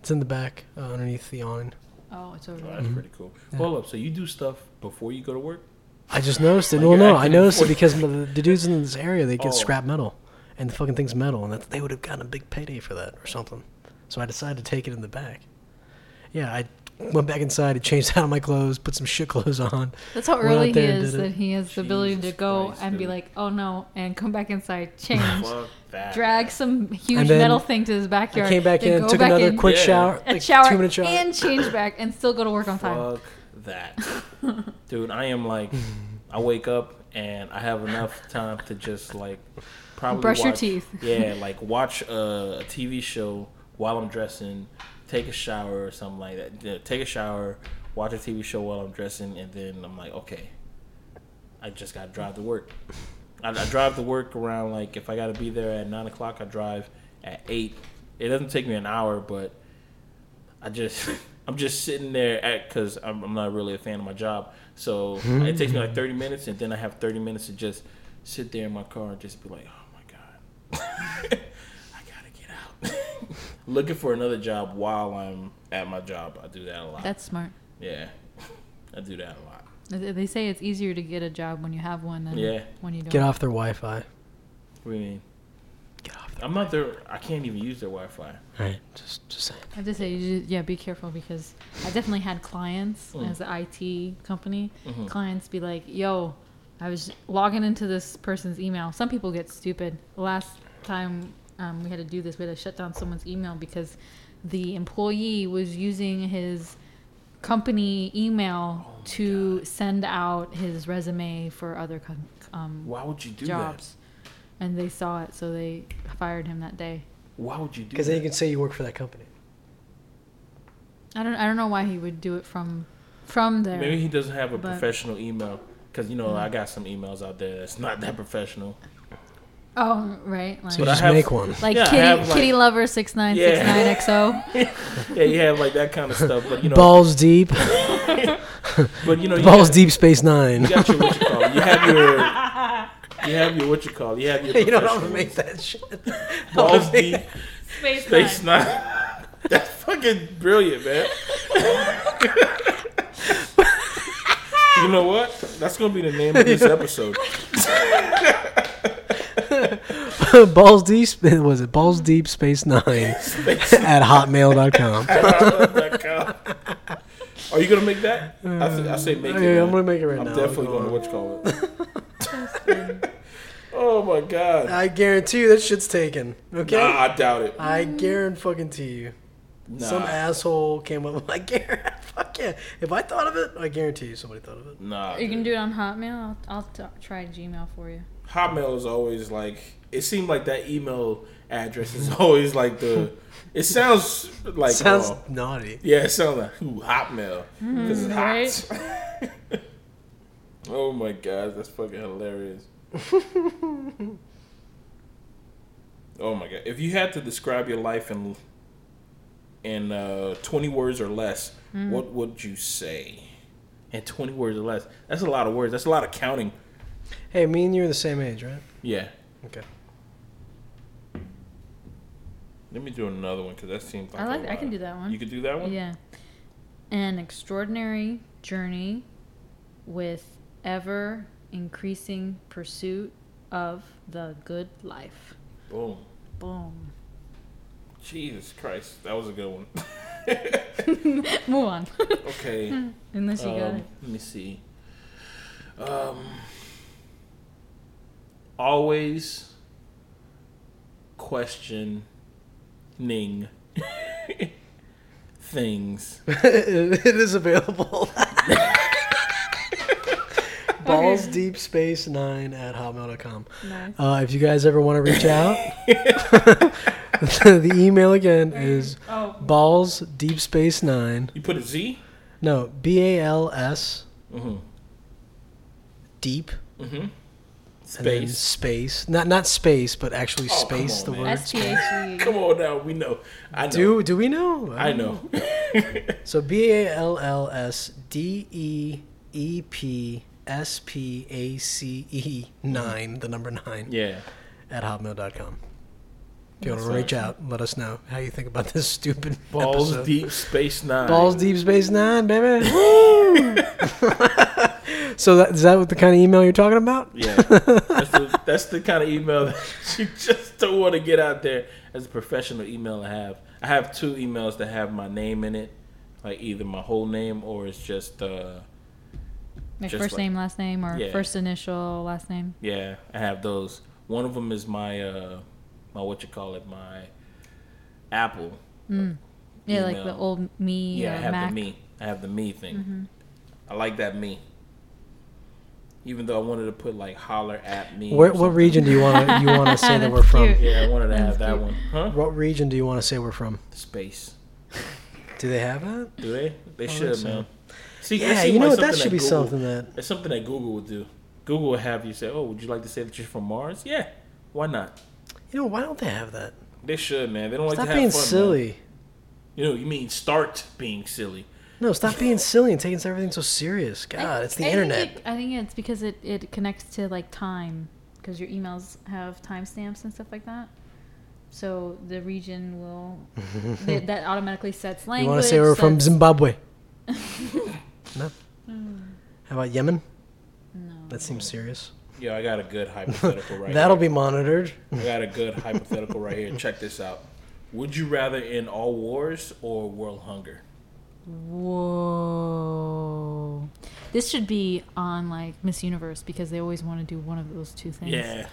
[SPEAKER 2] it's in the back uh, underneath the awning.
[SPEAKER 3] Oh, it's over
[SPEAKER 1] Oh,
[SPEAKER 3] there.
[SPEAKER 2] Mm-hmm.
[SPEAKER 1] that's pretty cool. Hold up. So you do stuff before you go to work?
[SPEAKER 2] I just noticed it.
[SPEAKER 1] Like
[SPEAKER 2] Well,
[SPEAKER 1] you're
[SPEAKER 2] no, I
[SPEAKER 1] acting
[SPEAKER 2] noticed it
[SPEAKER 1] forty- *laughs*
[SPEAKER 2] because the, the dudes in this area they get
[SPEAKER 1] Oh.
[SPEAKER 2] scrap metal, and the fucking thing's metal, and that they would have gotten a big payday for that or something. So I decided to take it in the back. Yeah, I went back inside, I changed *laughs* out of my clothes, put some shit clothes on.
[SPEAKER 3] That's how
[SPEAKER 2] went out
[SPEAKER 3] early he
[SPEAKER 2] there and
[SPEAKER 3] is
[SPEAKER 2] did it.
[SPEAKER 3] that he has the ability to
[SPEAKER 1] Jesus
[SPEAKER 3] go
[SPEAKER 1] Christ,
[SPEAKER 3] and be
[SPEAKER 1] dude.
[SPEAKER 3] like, oh no, and come back
[SPEAKER 2] *laughs*
[SPEAKER 3] inside, change,
[SPEAKER 1] Fuck that.
[SPEAKER 3] drag some huge
[SPEAKER 2] And then
[SPEAKER 3] metal thing to his backyard.
[SPEAKER 2] I came back
[SPEAKER 3] then
[SPEAKER 2] in,
[SPEAKER 3] go
[SPEAKER 2] took
[SPEAKER 3] back
[SPEAKER 2] another
[SPEAKER 3] in,
[SPEAKER 2] quick
[SPEAKER 1] Yeah.
[SPEAKER 2] shower,
[SPEAKER 3] a
[SPEAKER 2] like
[SPEAKER 3] shower,
[SPEAKER 2] two minute shower.
[SPEAKER 3] and change back and still go to work on time.
[SPEAKER 1] Fuck that.
[SPEAKER 3] *laughs*
[SPEAKER 1] Dude, I am like, I wake up and I have enough time to just like probably
[SPEAKER 3] Brush your
[SPEAKER 1] watch-
[SPEAKER 3] teeth.
[SPEAKER 1] *laughs* Yeah, like watch a, a TV show while I'm dressing, take a shower or something like that. Yeah, take a shower, watch a TV show while I'm dressing, and then I'm like, okay, I just got to drive to work. I, I drive to work around like if I got to be there at nine o'clock, I drive at eight. It doesn't take me an hour, but I just *laughs* I'm just sitting there at because I'm, I'm not really a fan of my job. So it takes me like 30 minutes, and then I have 30 minutes to just sit there in my car and just be like, oh my god, *laughs* I gotta get out. *laughs* Looking for another job while I'm at my job. I do that a lot.
[SPEAKER 3] That's smart.
[SPEAKER 1] yeah, *laughs* I do that a lot.
[SPEAKER 3] They they say it's easier to get a job when you have one than
[SPEAKER 1] Yeah.
[SPEAKER 3] when you don't.
[SPEAKER 2] Get off their Wi-Fi.
[SPEAKER 1] What do you mean?
[SPEAKER 2] Get off.
[SPEAKER 1] I'm not there. I can't even use their Wi-Fi.
[SPEAKER 2] Their, all right, just just saying.
[SPEAKER 3] I have to say, you just, yeah, be careful because I definitely had clients
[SPEAKER 1] Mm. Mm-hmm.
[SPEAKER 3] as an IT company. Clients be like, "Yo, I was logging into this person's email." Some people get stupid. The Last time um, we had to do this, we had to shut down someone's email because the employee was using his company email
[SPEAKER 1] Oh
[SPEAKER 3] to send out his resume for other com- um,
[SPEAKER 1] Why would you do
[SPEAKER 3] jobs, and they saw it, so they fired him that day.
[SPEAKER 1] that? Why would you do
[SPEAKER 2] Because
[SPEAKER 1] that?
[SPEAKER 2] then you can say you work for that company.
[SPEAKER 3] I don't. I don't know why he would do it from from there.
[SPEAKER 1] Maybe he doesn't have a
[SPEAKER 3] But-
[SPEAKER 1] professional email because you know I got some emails out there that's not that professional.
[SPEAKER 3] Oh, right. Like,
[SPEAKER 2] So
[SPEAKER 1] I
[SPEAKER 2] just
[SPEAKER 1] have-
[SPEAKER 2] make
[SPEAKER 1] *laughs*
[SPEAKER 2] one.
[SPEAKER 3] like
[SPEAKER 1] Yeah, I
[SPEAKER 3] kitty,
[SPEAKER 1] have, like-
[SPEAKER 3] kitty lover six nine six nine XO.
[SPEAKER 1] Yeah, you have like that kind of stuff, but you know,
[SPEAKER 2] Balls
[SPEAKER 1] *laughs*
[SPEAKER 2] deep.
[SPEAKER 1] but you know, you
[SPEAKER 2] Balls
[SPEAKER 1] got,
[SPEAKER 2] deep. Space nine.
[SPEAKER 1] You got your what you call it. You have your you have your what you call it. You have your
[SPEAKER 2] *laughs* *laughs* you don't have to
[SPEAKER 1] professional
[SPEAKER 2] make that shit.
[SPEAKER 1] balls deep
[SPEAKER 3] Space,
[SPEAKER 1] space nine. That's fucking brilliant, man. you know what? That's gonna be the name of
[SPEAKER 2] *laughs*
[SPEAKER 1] this episode.
[SPEAKER 2] *laughs* Balls deep. sp- Was it Balls deep? Space nine *laughs* at hotmail.com.
[SPEAKER 1] Are you gonna make that? I, th- I say make it.
[SPEAKER 2] Yeah, I'm
[SPEAKER 1] man.
[SPEAKER 2] gonna make it right
[SPEAKER 1] I'm
[SPEAKER 2] now.
[SPEAKER 1] definitely going to what you call
[SPEAKER 2] *laughs*
[SPEAKER 1] it. *laughs* oh my god.
[SPEAKER 2] I guarantee you that shit's taken. Uh, Okay.
[SPEAKER 1] Nah, I doubt it.
[SPEAKER 2] I guarantee fucking to you.
[SPEAKER 1] Nah,
[SPEAKER 2] Some asshole came up with I *laughs* guarantee. Fuck yeah. If I thought of it, I guarantee you somebody thought of it.
[SPEAKER 1] nah.
[SPEAKER 3] You can
[SPEAKER 1] dude.
[SPEAKER 3] do it on Hotmail. I'll, I'll t- try Gmail for you.
[SPEAKER 1] Hotmail is always like. It seemed like that email address is *laughs* always like the. It sounds like.
[SPEAKER 2] Sounds
[SPEAKER 1] uh,
[SPEAKER 2] naughty.
[SPEAKER 1] yeah, it sounds like ooh, Hotmail because it's
[SPEAKER 3] Mm, right?
[SPEAKER 1] hot. *laughs* oh my god, that's fucking *laughs* hilarious. oh my god, if you had to describe your life in in uh, twenty words or less,
[SPEAKER 3] Hmm.
[SPEAKER 1] what would you say? In twenty words or less, that's a lot of words. That's a lot of counting.
[SPEAKER 2] Hey, me and you are the same age, right?
[SPEAKER 1] Yeah.
[SPEAKER 2] Okay. *laughs*
[SPEAKER 1] Let me do another one because that seems like
[SPEAKER 3] I
[SPEAKER 1] a
[SPEAKER 3] like. I
[SPEAKER 1] lot.
[SPEAKER 3] can do that one.
[SPEAKER 1] You could do that one.
[SPEAKER 3] Yeah. An extraordinary journey with ever increasing pursuit of the good life.
[SPEAKER 1] Boom. Oh,
[SPEAKER 3] Boom. *laughs*
[SPEAKER 1] Jesus Christ, that was a good one.
[SPEAKER 3] Move on. *laughs*
[SPEAKER 1] Okay.
[SPEAKER 3] Unless you got
[SPEAKER 1] Um,
[SPEAKER 3] it.
[SPEAKER 1] Let me see. Um, always questioning *laughs* things.
[SPEAKER 2] it is
[SPEAKER 1] *laughs*
[SPEAKER 2] available. *laughs* Balls deep space nine at hotmail.com.
[SPEAKER 3] Nice.
[SPEAKER 2] Uh, if you guys ever want to reach
[SPEAKER 1] *laughs*
[SPEAKER 2] out, *laughs* the email again is
[SPEAKER 3] Oh.
[SPEAKER 2] balls deep space nine.
[SPEAKER 1] You put a Z?
[SPEAKER 2] No, B A L S
[SPEAKER 1] Mhm.
[SPEAKER 2] deep and then
[SPEAKER 1] Space.
[SPEAKER 2] space. Not not space, but actually
[SPEAKER 1] Oh, come
[SPEAKER 2] space.
[SPEAKER 1] on,
[SPEAKER 2] the
[SPEAKER 1] man.
[SPEAKER 2] word.
[SPEAKER 3] S T H E.
[SPEAKER 1] Come on now, we know. I know.
[SPEAKER 2] Do do we know?
[SPEAKER 1] I *laughs* know.
[SPEAKER 2] So B A L L S D E E P S P A C E 9, the number 9,
[SPEAKER 1] yeah.
[SPEAKER 2] at hotmail.com. If you want to reach out, let us know how you think about *laughs* this stupid
[SPEAKER 1] Balls
[SPEAKER 2] episode.
[SPEAKER 1] deep space nine.
[SPEAKER 2] Balls
[SPEAKER 1] *laughs*
[SPEAKER 2] Deep Space 9, baby. *laughs* Woo! so that, is that what the kind of email you're talking about? *laughs*
[SPEAKER 1] Yeah, that's the, that's the kind of email that *laughs* you just don't want to get out there as a professional email. I have I have two emails that have my name in it, like either my whole name or it's just uh
[SPEAKER 3] Like
[SPEAKER 1] Just
[SPEAKER 3] first
[SPEAKER 1] like-
[SPEAKER 3] name, last name, or
[SPEAKER 1] Yeah.
[SPEAKER 3] first initial, last name.
[SPEAKER 1] yeah I have those. One of them is my uh my what you call it my Apple.
[SPEAKER 3] Yeah, like the
[SPEAKER 1] email.
[SPEAKER 3] old me
[SPEAKER 1] Yeah, I
[SPEAKER 3] or
[SPEAKER 1] have
[SPEAKER 3] Mac.
[SPEAKER 1] the me. I have the me thing. I like that me. Even though I wanted to put like holler at me. or
[SPEAKER 2] Where, what
[SPEAKER 1] something.
[SPEAKER 2] region do you want to you
[SPEAKER 3] *laughs*
[SPEAKER 2] want to say that
[SPEAKER 3] That's
[SPEAKER 2] we're from?
[SPEAKER 3] cute.
[SPEAKER 1] Yeah, I wanted to have
[SPEAKER 3] That's
[SPEAKER 1] that
[SPEAKER 3] cute.
[SPEAKER 1] one. Huh?
[SPEAKER 2] What region do you want to say we're from?
[SPEAKER 1] Space.
[SPEAKER 2] Do they have that?
[SPEAKER 1] Do they? They should,
[SPEAKER 2] so.
[SPEAKER 1] man. See, that
[SPEAKER 2] Yeah,
[SPEAKER 1] seem
[SPEAKER 2] you know
[SPEAKER 1] like
[SPEAKER 2] what? That should be
[SPEAKER 1] Google-
[SPEAKER 2] something that
[SPEAKER 1] It's something that Google would do. Google would have you say, "Oh, would you like to say that you're from Mars?" Yeah, why not?
[SPEAKER 2] you know. Why don't they have that?
[SPEAKER 1] They should, man. They don't like
[SPEAKER 2] Stop
[SPEAKER 1] to have
[SPEAKER 2] being
[SPEAKER 1] fun, man.
[SPEAKER 2] silly.
[SPEAKER 1] You know, you mean start being silly.
[SPEAKER 2] No, stop being silly and taking everything so serious. God, it's the
[SPEAKER 3] I think
[SPEAKER 2] internet.
[SPEAKER 3] it- I think it's because it, it connects to like time because your emails have timestamps and stuff like that. So the region
[SPEAKER 1] *laughs*
[SPEAKER 3] will that, that automatically sets language.
[SPEAKER 2] You want to say we're from
[SPEAKER 3] sets- *laughs*
[SPEAKER 2] Zimbabwe? no. How about Yemen?
[SPEAKER 3] Hmm. No.
[SPEAKER 2] That seems serious.
[SPEAKER 1] Yo, I got a
[SPEAKER 2] *laughs*
[SPEAKER 1] good hypothetical right
[SPEAKER 2] That'll
[SPEAKER 1] here.
[SPEAKER 2] be monitored. *laughs*
[SPEAKER 1] I got a good hypothetical right here. Check this out. Would you rather end all wars or world hunger?
[SPEAKER 3] Whoa. This should be on like Miss Universe because they always want to do one of those two
[SPEAKER 2] Mm.
[SPEAKER 3] things.
[SPEAKER 1] Yeah.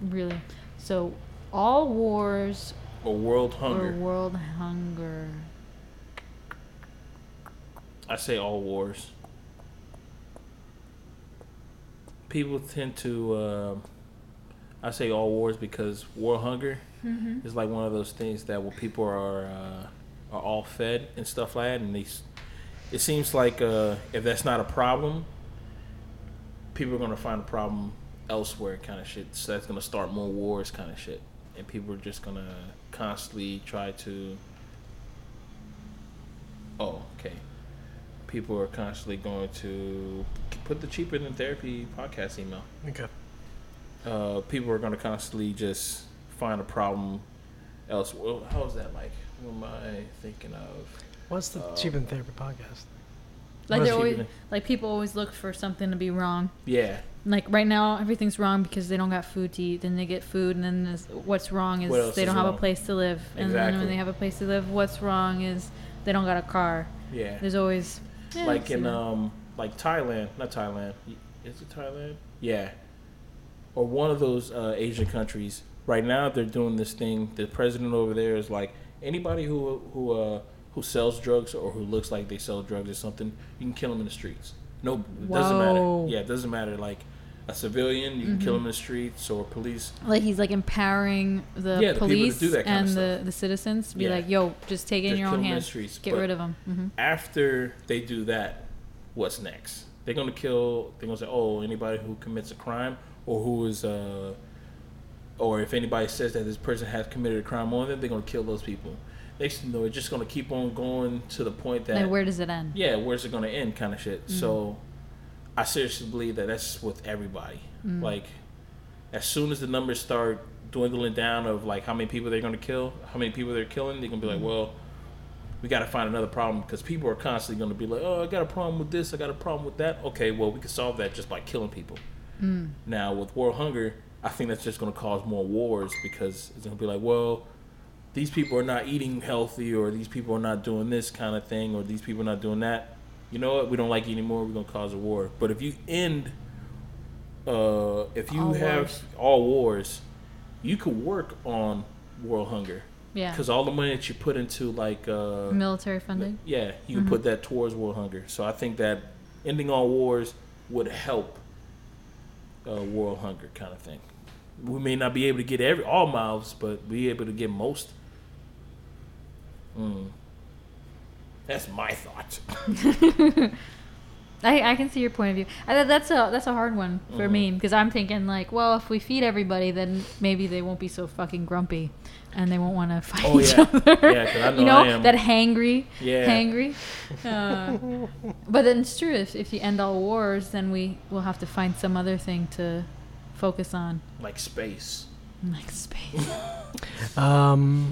[SPEAKER 3] Really. So all wars
[SPEAKER 1] Or world
[SPEAKER 3] or
[SPEAKER 1] hunger?
[SPEAKER 3] world hunger.
[SPEAKER 1] I say all wars. People tend to. Uh, I say all wars because war hunger is like one of those things that when people are uh, are all fed and stuff like that, and they, s- it seems like uh, if that's not a problem, people are gonna find a problem elsewhere, kind of shit. So that's gonna start more wars, kind of shit, and people are just gonna constantly try to. Oh, okay people are constantly going to put the cheaper than therapy podcast email.
[SPEAKER 2] Okay.
[SPEAKER 1] Uh, people are going to constantly just find a problem else. Well, how is that like? What am I thinking of?
[SPEAKER 2] What's the
[SPEAKER 1] Uh,
[SPEAKER 2] Cheap and Therapy podcast?
[SPEAKER 1] What
[SPEAKER 3] Like they
[SPEAKER 1] is she
[SPEAKER 3] always
[SPEAKER 1] doing?
[SPEAKER 3] like people always look for something to be wrong.
[SPEAKER 1] Yeah.
[SPEAKER 3] Like right now everything's wrong because they don't got food to eat, then they get food and then this, what's wrong
[SPEAKER 1] What
[SPEAKER 3] is
[SPEAKER 1] else
[SPEAKER 3] they
[SPEAKER 1] is
[SPEAKER 3] don't have
[SPEAKER 1] wrong?
[SPEAKER 3] a place to live. And then
[SPEAKER 1] Exactly.
[SPEAKER 3] when they have a place to live, what's wrong is they don't got a car.
[SPEAKER 1] Yeah.
[SPEAKER 3] There's always Yeah, I
[SPEAKER 1] like
[SPEAKER 3] see
[SPEAKER 1] in
[SPEAKER 3] that.
[SPEAKER 1] um like Thailand, not Thailand. Is it Thailand? Yeah. Or one of those uh, Asian countries. Right now they're doing this thing. The president over there is like anybody who who uh who sells drugs or who looks like they sell drugs or something, you can kill them in the streets. No, it doesn't
[SPEAKER 3] Whoa. Mm-hmm.
[SPEAKER 1] matter. Yeah, it doesn't matter like a civilian, you can kill them in the streets or police.
[SPEAKER 3] like he's like empowering the
[SPEAKER 1] Yeah, the people to
[SPEAKER 3] police
[SPEAKER 1] do that kind
[SPEAKER 3] and
[SPEAKER 1] of
[SPEAKER 3] the, the citizens to be
[SPEAKER 1] Yeah.
[SPEAKER 3] like, yo, just take it in
[SPEAKER 1] Just kill
[SPEAKER 3] your own
[SPEAKER 1] them in the
[SPEAKER 3] hands,
[SPEAKER 1] streets,
[SPEAKER 3] get
[SPEAKER 1] but-
[SPEAKER 3] rid of them. hmm
[SPEAKER 1] after they do that, what's next? They're gonna kill. They're gonna say, "Oh, anybody who commits a crime or who is, uh, or if anybody says that this person has committed a crime on them, they're gonna kill those people." Next thing you know, it's just gonna keep on going to the point that
[SPEAKER 3] Like, where Mm-hmm. does it end?
[SPEAKER 1] yeah, where's it gonna end, kind of shit. So, I seriously believe that that's with everybody.
[SPEAKER 3] Mm-hmm.
[SPEAKER 1] Like, as soon as the numbers start dwindling down of like how many people they're gonna kill, how many people they're killing, they're gonna be
[SPEAKER 3] Mm-hmm.
[SPEAKER 1] like, well, we gotta find another problem because people are constantly gonna be like, oh, I got a problem with this, I got a problem with that. Okay, well, we can solve that just by killing people.
[SPEAKER 3] Mm.
[SPEAKER 1] Now with world hunger, I think that's just gonna cause more wars because it's gonna be like, well these people are not eating healthy or these people are not doing this kind of thing or these people are not doing that you know what we don't like you anymore we're going to cause a war but if you end uh, if you
[SPEAKER 3] All
[SPEAKER 1] have
[SPEAKER 3] wars.
[SPEAKER 1] all wars you could work on world hunger
[SPEAKER 3] Yeah.
[SPEAKER 1] because all the money that you put into like uh,
[SPEAKER 3] Military funding.
[SPEAKER 1] yeah you can put that towards world hunger so i think that ending all wars would help uh, world hunger kind of thing we may not be able to get every all mouths but be able to get most Mm. that's my *laughs* thought
[SPEAKER 3] I, I can see your point of view. I, th- that's a that's a hard one for me
[SPEAKER 1] Mm-hmm.
[SPEAKER 3] because I'm thinking like, well, if we feed everybody, then maybe they won't be so fucking grumpy, and they won't want to *laughs* fight
[SPEAKER 1] Oh,
[SPEAKER 3] each
[SPEAKER 1] yeah.
[SPEAKER 3] other.
[SPEAKER 1] Yeah,
[SPEAKER 3] *laughs*
[SPEAKER 1] 'cause I know
[SPEAKER 3] you know
[SPEAKER 1] I am.
[SPEAKER 3] that hangry,
[SPEAKER 1] Yeah.
[SPEAKER 3] hangry.
[SPEAKER 1] *laughs*
[SPEAKER 3] Uh, but then it's true. If if you end all wars, then we will have to find some other thing to focus on,
[SPEAKER 1] like space
[SPEAKER 3] like space.
[SPEAKER 2] Um,